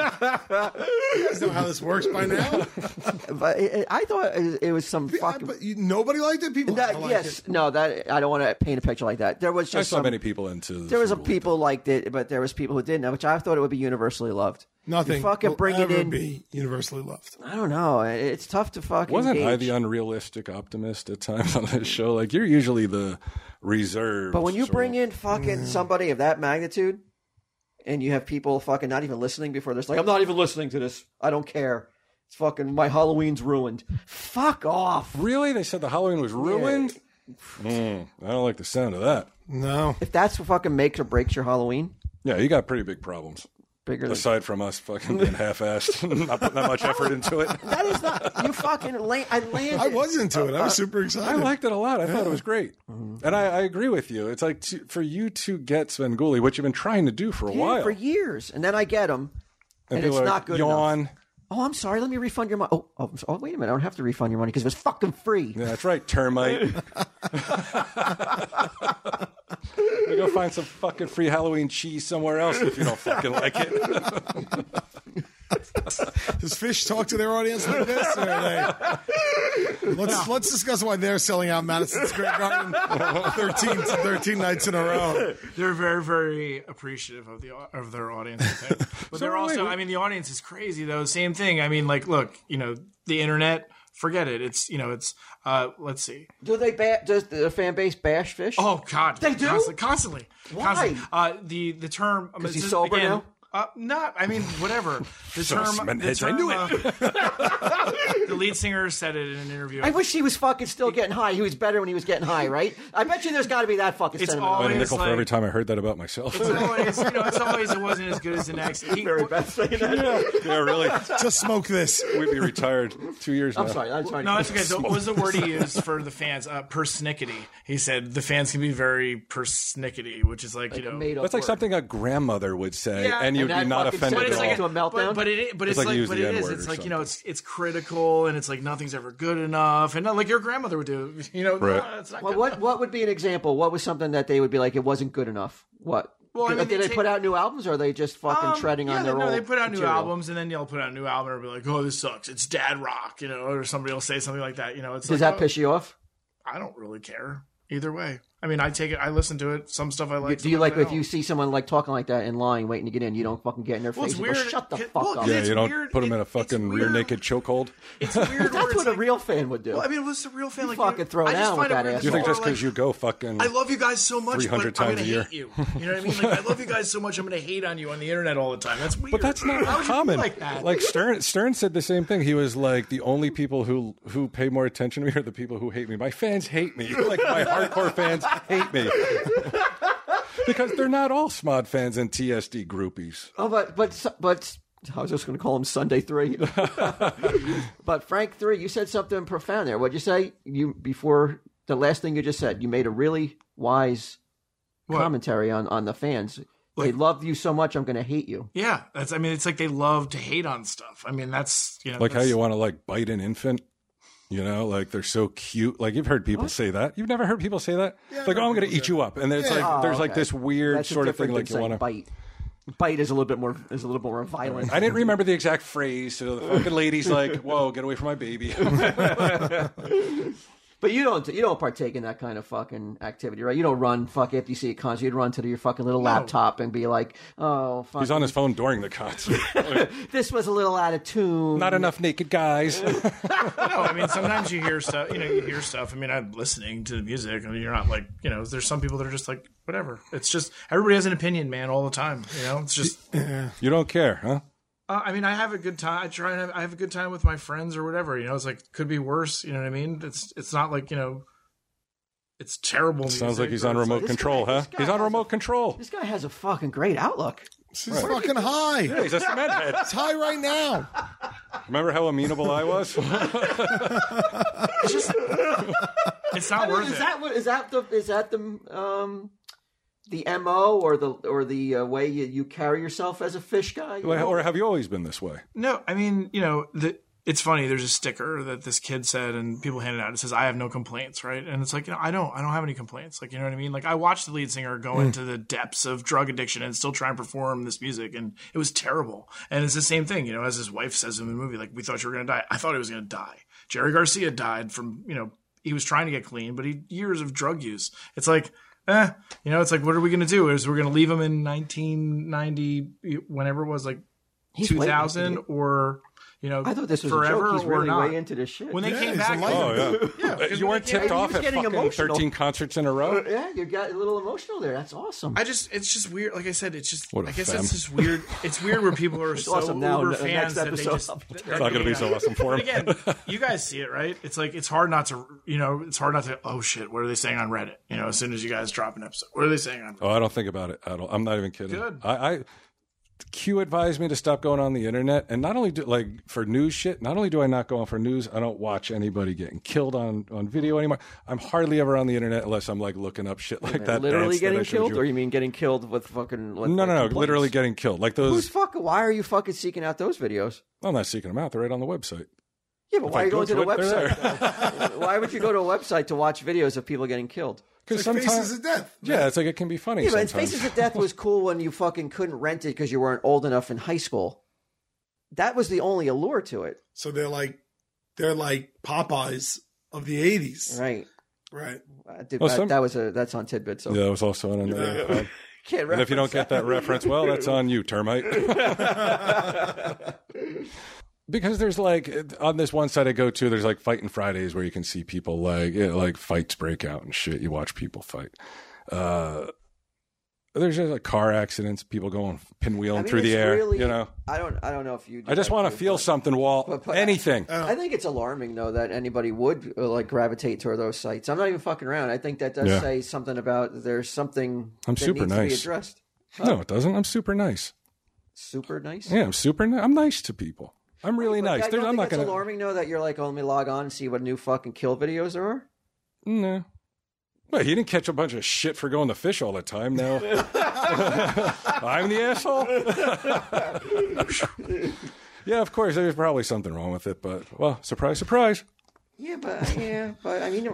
[SPEAKER 4] this.
[SPEAKER 3] you guys know how this works by now.
[SPEAKER 2] but it, it- I thought it it was some fucking.
[SPEAKER 3] but you, nobody liked it. People
[SPEAKER 2] that,
[SPEAKER 3] didn't like
[SPEAKER 2] yes,
[SPEAKER 3] it.
[SPEAKER 2] no, that I don't want to paint a picture like that. There was
[SPEAKER 1] I
[SPEAKER 2] just
[SPEAKER 1] saw
[SPEAKER 2] some,
[SPEAKER 1] many people into. this
[SPEAKER 2] there was a
[SPEAKER 1] rule.
[SPEAKER 2] people liked it, but there was people who didn't, which I thought it would be universally loved.
[SPEAKER 3] Nothing.
[SPEAKER 2] You fucking
[SPEAKER 3] will
[SPEAKER 2] bring it
[SPEAKER 3] ever
[SPEAKER 2] in.
[SPEAKER 3] Be universally loved.
[SPEAKER 2] I don't know. It- It's tough to fucking.
[SPEAKER 1] Wasn't I
[SPEAKER 2] gauge.
[SPEAKER 1] the unrealistic optimist at times on this show? Like you're usually the reserved.
[SPEAKER 2] But when you
[SPEAKER 1] sort
[SPEAKER 2] bring in
[SPEAKER 3] Mm.
[SPEAKER 2] fucking somebody of that magnitude, and you have people fucking not even listening before this, like I'm not even listening to this. I don't care. It's fucking my Halloween's ruined. Fuck off.
[SPEAKER 1] really, they said the Halloween was ruined. Mm, I don't like the sound of that.
[SPEAKER 3] No.
[SPEAKER 2] If that's what fucking makes or breaks your Halloween,
[SPEAKER 1] Yeah, you got pretty big problems.
[SPEAKER 2] bigger than
[SPEAKER 1] Aside from us fucking being half-assed, and not putting that much effort into it.
[SPEAKER 2] that is not you fucking. La- I landed.
[SPEAKER 3] I was into
[SPEAKER 2] Uh,
[SPEAKER 3] it. I was super
[SPEAKER 1] I
[SPEAKER 3] excited.
[SPEAKER 1] liked it a lot. I thought it was great,
[SPEAKER 2] Mm-hmm.
[SPEAKER 1] and I, I agree with you. It's like to, for you to get Svengoolie, which you've been trying to do for a
[SPEAKER 2] Yeah,
[SPEAKER 1] while,
[SPEAKER 2] for years, and then I get them, and, it's
[SPEAKER 1] people are
[SPEAKER 2] not good enough.
[SPEAKER 1] Yawn.
[SPEAKER 2] Oh, I'm sorry. Let me refund your money. Oh, oh, I'm so- oh, wait a minute. I don't have to refund your money because it was fucking free.
[SPEAKER 1] Yeah, that's right, termite. You go find some fucking free Halloween cheese somewhere else if you don't fucking like it.
[SPEAKER 3] Does Fish talk to their audience like this? Or are they- Let's let's discuss why they're selling out Madison Square Garden 13, 13 nights in a row.
[SPEAKER 4] They're very, very appreciative of the of their audience. I think. But they're
[SPEAKER 1] are
[SPEAKER 4] also,
[SPEAKER 1] we.
[SPEAKER 4] I mean, the audience is crazy though. Same thing. I mean, like, look, you know, the internet. Forget it. It's you know, it's uh, let's see.
[SPEAKER 2] Do they ba- does the fan base bash fish?
[SPEAKER 4] Oh God,
[SPEAKER 2] They do?
[SPEAKER 4] constantly. constantly
[SPEAKER 2] Why?
[SPEAKER 4] Constantly. Uh, the the term because
[SPEAKER 2] he's sober now?
[SPEAKER 4] Uh, not, I mean, whatever. The term,
[SPEAKER 1] Sussman
[SPEAKER 4] the
[SPEAKER 1] heads, I
[SPEAKER 4] term,
[SPEAKER 1] knew
[SPEAKER 4] uh, the lead singer said it in an interview.
[SPEAKER 2] I wish he was fucking still getting high. He was better when he was getting high, right? I bet you there's got to be that fucking
[SPEAKER 4] It's
[SPEAKER 2] sentiment.
[SPEAKER 1] I
[SPEAKER 4] all-
[SPEAKER 1] had a
[SPEAKER 4] It's
[SPEAKER 1] nickel
[SPEAKER 4] like-
[SPEAKER 1] for every time I heard that about myself.
[SPEAKER 4] it's always, you know, it's always it wasn't as good as the next. He-
[SPEAKER 1] yeah, yeah, really.
[SPEAKER 3] Just smoke this.
[SPEAKER 1] We'd be retired two years now.
[SPEAKER 2] I'm sorry. I'm sorry.
[SPEAKER 4] No, that's okay. The, what was the word he used for the fans? Uh, persnickety. He said the fans can be very persnickety, which is like, you know,
[SPEAKER 2] made up
[SPEAKER 1] That's like
[SPEAKER 2] word.
[SPEAKER 1] something a grandmother would say,
[SPEAKER 4] Yeah,
[SPEAKER 1] and you'd
[SPEAKER 2] and
[SPEAKER 1] be
[SPEAKER 2] that
[SPEAKER 1] not
[SPEAKER 2] fucking
[SPEAKER 1] offended
[SPEAKER 4] but
[SPEAKER 2] sentence
[SPEAKER 4] it's
[SPEAKER 1] at all.
[SPEAKER 4] like
[SPEAKER 2] To a meltdown?
[SPEAKER 4] But, but it, but it's,
[SPEAKER 1] like
[SPEAKER 4] like,
[SPEAKER 1] you use
[SPEAKER 4] but
[SPEAKER 1] the
[SPEAKER 4] it is.
[SPEAKER 1] N-word
[SPEAKER 4] It's
[SPEAKER 1] or
[SPEAKER 4] like you know, it's it's critical, and it's like nothing's ever good enough, and not like your grandmother would do. You know,
[SPEAKER 1] Right.
[SPEAKER 4] "Ah, it's not
[SPEAKER 2] Well,
[SPEAKER 4] good
[SPEAKER 2] what
[SPEAKER 4] enough."
[SPEAKER 2] what would be an example? What was something that they would be like? It wasn't good enough. What?
[SPEAKER 4] Well, I
[SPEAKER 2] did, did
[SPEAKER 4] mean, they
[SPEAKER 2] they,
[SPEAKER 4] take-
[SPEAKER 2] put out new albums, or are they just fucking
[SPEAKER 4] Um,
[SPEAKER 2] treading
[SPEAKER 4] yeah,
[SPEAKER 2] on their
[SPEAKER 4] no,
[SPEAKER 2] own?
[SPEAKER 4] they put out new
[SPEAKER 2] material?
[SPEAKER 4] albums, and then you'll put out a new album and be like, "Oh, this sucks. It's dad rock," you know, or somebody will say something like that. You know, it's
[SPEAKER 2] Does
[SPEAKER 4] like, oh,
[SPEAKER 2] that piss you off?
[SPEAKER 4] I don't really care either way. I mean, I take it. I listen to it. Some stuff I like.
[SPEAKER 2] Do
[SPEAKER 4] some
[SPEAKER 2] you
[SPEAKER 4] stuff
[SPEAKER 2] like
[SPEAKER 4] I
[SPEAKER 2] if
[SPEAKER 4] don't.
[SPEAKER 2] you see someone like talking like that in line, waiting to get in, you don't fucking get in their
[SPEAKER 4] Well,
[SPEAKER 2] face?
[SPEAKER 4] it's
[SPEAKER 2] and go,
[SPEAKER 4] weird.
[SPEAKER 2] Shut the
[SPEAKER 4] Well,
[SPEAKER 2] fuck up.
[SPEAKER 1] yeah,
[SPEAKER 4] It's
[SPEAKER 1] you don't
[SPEAKER 4] weird.
[SPEAKER 1] put them
[SPEAKER 4] It-
[SPEAKER 1] in a
[SPEAKER 4] it's
[SPEAKER 1] fucking
[SPEAKER 4] weird.
[SPEAKER 1] rear naked chokehold.
[SPEAKER 4] It's weird. where
[SPEAKER 2] That's
[SPEAKER 4] it's
[SPEAKER 2] what a
[SPEAKER 4] like-
[SPEAKER 2] real fan would do.
[SPEAKER 4] Well, I mean, what's the real fan? Like,
[SPEAKER 2] fucking throw
[SPEAKER 4] I
[SPEAKER 2] it
[SPEAKER 4] just
[SPEAKER 2] out
[SPEAKER 4] find
[SPEAKER 2] with
[SPEAKER 4] it
[SPEAKER 2] that
[SPEAKER 4] weird
[SPEAKER 2] ass.
[SPEAKER 4] that
[SPEAKER 1] You think
[SPEAKER 4] people
[SPEAKER 1] just
[SPEAKER 4] are
[SPEAKER 1] because
[SPEAKER 4] like,
[SPEAKER 1] you go fucking
[SPEAKER 4] I love you guys so much,
[SPEAKER 1] 300
[SPEAKER 4] but I'm
[SPEAKER 1] times
[SPEAKER 4] gonna
[SPEAKER 1] a year.
[SPEAKER 4] hate you. You know what I mean? Like, I love you guys so much, I'm gonna hate on you on the internet all the time. That's weird.
[SPEAKER 1] But that's not
[SPEAKER 4] How would you feel
[SPEAKER 1] common.
[SPEAKER 4] Like that,
[SPEAKER 1] Stern, Stern said the same thing. He was like, "The only people who who pay more attention to me are the people who hate me. My fans hate me. Like my hardcore fans hate me because they're not all Smod fans and TSD groupies.
[SPEAKER 2] Oh, but but but I was just going to call him Sunday Three. but Frank Three, you said something profound there. What'd you say? You before the last thing you just said, you made a really wise
[SPEAKER 4] What?
[SPEAKER 2] commentary on on the fans. they
[SPEAKER 4] Like-
[SPEAKER 2] love you so much, I'm going to hate you.
[SPEAKER 4] Yeah, that's. I mean, it's like they love to hate on stuff. I mean, that's you know,
[SPEAKER 1] Like how
[SPEAKER 4] that's-
[SPEAKER 1] you want to like bite an infant." You know, like they're so cute. Like you've heard people say that. You've never heard people say that.
[SPEAKER 3] I've
[SPEAKER 1] like,
[SPEAKER 3] heard
[SPEAKER 1] oh, I'm going to
[SPEAKER 3] people
[SPEAKER 1] eat you up, and then it's like
[SPEAKER 2] Oh,
[SPEAKER 1] there's like
[SPEAKER 2] okay.
[SPEAKER 1] this weird
[SPEAKER 2] That's
[SPEAKER 1] sort of thing.
[SPEAKER 2] different
[SPEAKER 1] Like
[SPEAKER 2] than
[SPEAKER 1] you want
[SPEAKER 2] saying
[SPEAKER 1] to.
[SPEAKER 2] bite. Bite is a little bit more is a little bit more violent.
[SPEAKER 1] I didn't remember the exact phrase, so the fucking lady's like, "Whoa, get away from my baby."
[SPEAKER 2] But you don't you don't partake in that kind of fucking activity, right? You don't run fuck after you see a concert. You'd run to your fucking little laptop and be like, "Oh fuck,
[SPEAKER 1] He's on his phone during the concert.
[SPEAKER 2] this was a little out of tune."
[SPEAKER 1] Not enough naked guys.
[SPEAKER 4] No, I mean sometimes you hear stuff. You know, you hear stuff. I mean, I'm listening to the music, and you're not like, you know, there's some people that are just like, whatever. It's just everybody has an opinion, man, all the time. You know, it's just.
[SPEAKER 1] you don't care, huh?
[SPEAKER 4] Uh, I mean, I have a good time. I try and have, I have a good time with my friends or whatever. You know, it's like could be worse. You know what I mean? It's it's not like you know, it's terrible.
[SPEAKER 1] Sounds like
[SPEAKER 4] music,
[SPEAKER 1] he's
[SPEAKER 4] or
[SPEAKER 1] on
[SPEAKER 4] it's
[SPEAKER 1] remote
[SPEAKER 2] this
[SPEAKER 1] control,
[SPEAKER 2] guy-
[SPEAKER 1] huh?
[SPEAKER 2] this guy
[SPEAKER 1] He's on
[SPEAKER 2] has a-
[SPEAKER 1] remote control.
[SPEAKER 2] This guy has a fucking great outlook.
[SPEAKER 3] She's fucking high.
[SPEAKER 1] He's a cement head.
[SPEAKER 3] It's high right now.
[SPEAKER 1] Remember how amenable I was?
[SPEAKER 4] It's not worth
[SPEAKER 2] Is
[SPEAKER 4] it.
[SPEAKER 2] that what is that the is that the um the mo or the or the uh, way you, you carry yourself as a fish guy? you know?
[SPEAKER 1] or have you always been this way?
[SPEAKER 4] No, I mean, you know, the, it's funny. There's a sticker that this kid said, and people handed out. It says, "I have no complaints," right? And it's like, you know, I don't, I don't have any complaints. Like, you know what I mean? Like, I watched the lead singer go into the depths of drug addiction and still try and perform this music, and it was terrible. And it's the same thing, you know, as his wife says in the movie, like, "We thought you were going to die. I thought he was going to die." Jerry Garcia died from, you know, he was trying to get clean, but he years of drug use. It's like. Eh, you know, it's like, what are we going to do? Is we're going to leave him in 1990, whenever it was, like
[SPEAKER 2] He's way-
[SPEAKER 4] 2000 or you know
[SPEAKER 2] I thought this was
[SPEAKER 4] forever
[SPEAKER 2] a joke. He's
[SPEAKER 4] or
[SPEAKER 2] really
[SPEAKER 4] not.
[SPEAKER 2] way into this shit.
[SPEAKER 4] when they
[SPEAKER 3] Yeah,
[SPEAKER 4] came
[SPEAKER 3] he's
[SPEAKER 4] back,
[SPEAKER 3] enlightened.
[SPEAKER 1] Oh yeah.
[SPEAKER 4] because
[SPEAKER 1] you
[SPEAKER 4] when
[SPEAKER 1] weren't
[SPEAKER 4] they came-
[SPEAKER 1] tipped
[SPEAKER 2] he
[SPEAKER 1] off
[SPEAKER 2] was
[SPEAKER 1] at
[SPEAKER 2] getting
[SPEAKER 1] fucking
[SPEAKER 2] emotional.
[SPEAKER 1] 13 concerts in a row.
[SPEAKER 2] yeah, you got a little emotional there. That's awesome.
[SPEAKER 4] I just it's just weird. Like I said, it's just
[SPEAKER 1] What a
[SPEAKER 4] I guess
[SPEAKER 1] femme.
[SPEAKER 4] it's just weird. It's weird where people are so
[SPEAKER 2] awesome now,
[SPEAKER 4] uber
[SPEAKER 2] the- the
[SPEAKER 4] fans
[SPEAKER 2] next
[SPEAKER 4] that they
[SPEAKER 2] episode.
[SPEAKER 4] just
[SPEAKER 2] It's
[SPEAKER 1] It's not going to be so awesome for
[SPEAKER 4] But
[SPEAKER 1] him.
[SPEAKER 4] again, you guys see it, right? It's like it's hard not to, you know, it's hard not to. Oh shit, what are they saying on Reddit? You know, as soon as you guys drop an episode, what are they saying on? Reddit?
[SPEAKER 1] Oh, I don't think about it at all. I'm not even kidding.
[SPEAKER 4] Good.
[SPEAKER 1] I, I Q advised me to stop going on the internet, and not only do like for news shit. Not only do I not go on for news, I don't watch anybody getting killed on on video anymore. I'm hardly ever on the internet unless I'm like looking up shit like that. dance
[SPEAKER 2] literally
[SPEAKER 1] that I
[SPEAKER 2] getting
[SPEAKER 1] showed
[SPEAKER 2] killed,
[SPEAKER 1] you.
[SPEAKER 2] or you mean getting killed with fucking? With,
[SPEAKER 1] no,
[SPEAKER 2] like,
[SPEAKER 1] no, no,
[SPEAKER 2] complaints?
[SPEAKER 1] literally getting killed. Like
[SPEAKER 2] Who's
[SPEAKER 1] those.
[SPEAKER 2] fucking? Why are you fucking seeking out those videos?
[SPEAKER 1] I'm not seeking them out. They're right on the website.
[SPEAKER 2] Yeah, but why
[SPEAKER 1] I
[SPEAKER 2] are you
[SPEAKER 1] go
[SPEAKER 2] going to, the
[SPEAKER 1] to it, they're
[SPEAKER 2] website? though? why would you go to a website to watch videos of people getting killed?
[SPEAKER 1] Because
[SPEAKER 3] Like
[SPEAKER 1] sometimes,
[SPEAKER 3] faces of death.
[SPEAKER 1] yeah, it's like it can be funny.
[SPEAKER 2] Yeah, but
[SPEAKER 1] sometimes.
[SPEAKER 2] Faces of Death was cool when you fucking couldn't rent it because you weren't old enough in high school. That was the only allure to it,
[SPEAKER 3] So they're like, they're like Popeyes of the '80s,
[SPEAKER 2] right?
[SPEAKER 3] right?
[SPEAKER 2] Uh, dude,
[SPEAKER 1] Well,
[SPEAKER 2] that,
[SPEAKER 1] some-
[SPEAKER 2] that was a that's on tidbit. So
[SPEAKER 1] yeah, that was also on another.
[SPEAKER 3] Yeah.
[SPEAKER 1] pod.
[SPEAKER 2] can't
[SPEAKER 1] uh, And if you don't get that reference, well, that's on you, termite. because there's like on this one side I go to, there's like fighting Fridays where you can see people like yeah, like fights break out and shit. You watch people fight. Uh, there's just like car accidents, people going pinwheeling
[SPEAKER 2] I mean,
[SPEAKER 1] through the
[SPEAKER 2] it's
[SPEAKER 1] air.
[SPEAKER 2] really-
[SPEAKER 1] you know,
[SPEAKER 2] I don't. I don't know if you. do
[SPEAKER 1] I just
[SPEAKER 2] that,
[SPEAKER 1] want to
[SPEAKER 2] dude,
[SPEAKER 1] feel
[SPEAKER 2] but-
[SPEAKER 1] something, Walt.
[SPEAKER 2] But- but-
[SPEAKER 1] anything.
[SPEAKER 2] I Uh, think it's alarming though that anybody would uh, like gravitate toward those sites. I'm not even fucking around. I think that does
[SPEAKER 1] Yeah.
[SPEAKER 2] say something about there's something
[SPEAKER 1] I'm
[SPEAKER 2] that
[SPEAKER 1] super
[SPEAKER 2] needs to be
[SPEAKER 1] nice.
[SPEAKER 2] addressed.
[SPEAKER 1] no, it doesn't. I'm super nice.
[SPEAKER 2] Super nice.
[SPEAKER 1] Yeah, I'm super. Ni- I'm nice to people. I'm really
[SPEAKER 2] But
[SPEAKER 1] nice.
[SPEAKER 2] I
[SPEAKER 1] There's-
[SPEAKER 2] don't
[SPEAKER 1] I'm
[SPEAKER 2] think
[SPEAKER 1] not
[SPEAKER 2] it's
[SPEAKER 1] gonna.
[SPEAKER 2] alarming though that you're like, oh, let me log on and see what new fucking kill videos there are.
[SPEAKER 1] No. Well, he didn't catch a bunch of shit for going to fish all the time. Now I'm the asshole. yeah, of course. There's probably something wrong with it, but well, surprise, surprise.
[SPEAKER 2] Yeah, but yeah, but I mean,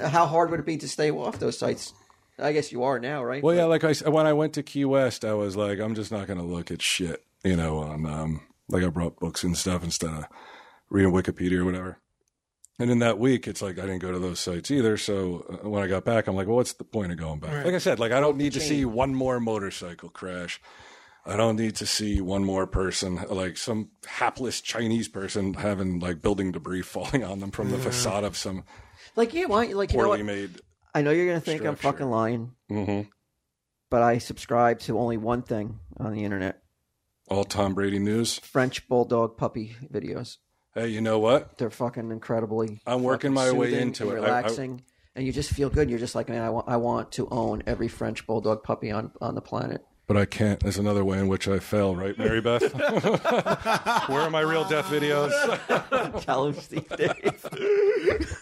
[SPEAKER 2] how hard would it be to stay off those sites? I guess you are now, right?
[SPEAKER 1] Well, yeah, like I s- when I went to Key West, I was like, I'm just not going to look at shit, you know. On um, like I brought books and stuff instead of reading Wikipedia or whatever. And in that week, it's like I didn't go to those sites either. So uh, when I got back, I'm like, well, what's the point of going back? Like I said, like I don't need to see one more motorcycle crash. I don't need to see one more person, like some hapless Chinese person having like building debris falling on them from the facade of some
[SPEAKER 2] like yeah, why? Like you know
[SPEAKER 1] poorly
[SPEAKER 2] what?
[SPEAKER 1] made.
[SPEAKER 2] I know you're gonna think I'm
[SPEAKER 1] Structure.
[SPEAKER 2] fucking lying,
[SPEAKER 1] hmm
[SPEAKER 2] but I subscribe to only one thing on the internet:
[SPEAKER 1] All Tom Brady news.
[SPEAKER 2] French bulldog puppy videos.
[SPEAKER 1] Hey, you know what?
[SPEAKER 2] They're fucking incredibly.
[SPEAKER 1] I'm working
[SPEAKER 2] fucking
[SPEAKER 1] my way
[SPEAKER 2] soothing
[SPEAKER 1] into
[SPEAKER 2] and
[SPEAKER 1] it. I- I-
[SPEAKER 2] Relaxing, and you just feel good. You're just like, man, I want, I want to own every French bulldog puppy on on the planet.
[SPEAKER 1] But I can't. There's another way in which I fail, right, Mary Beth? Where are my real death videos?
[SPEAKER 2] Tell him, Steve Dave.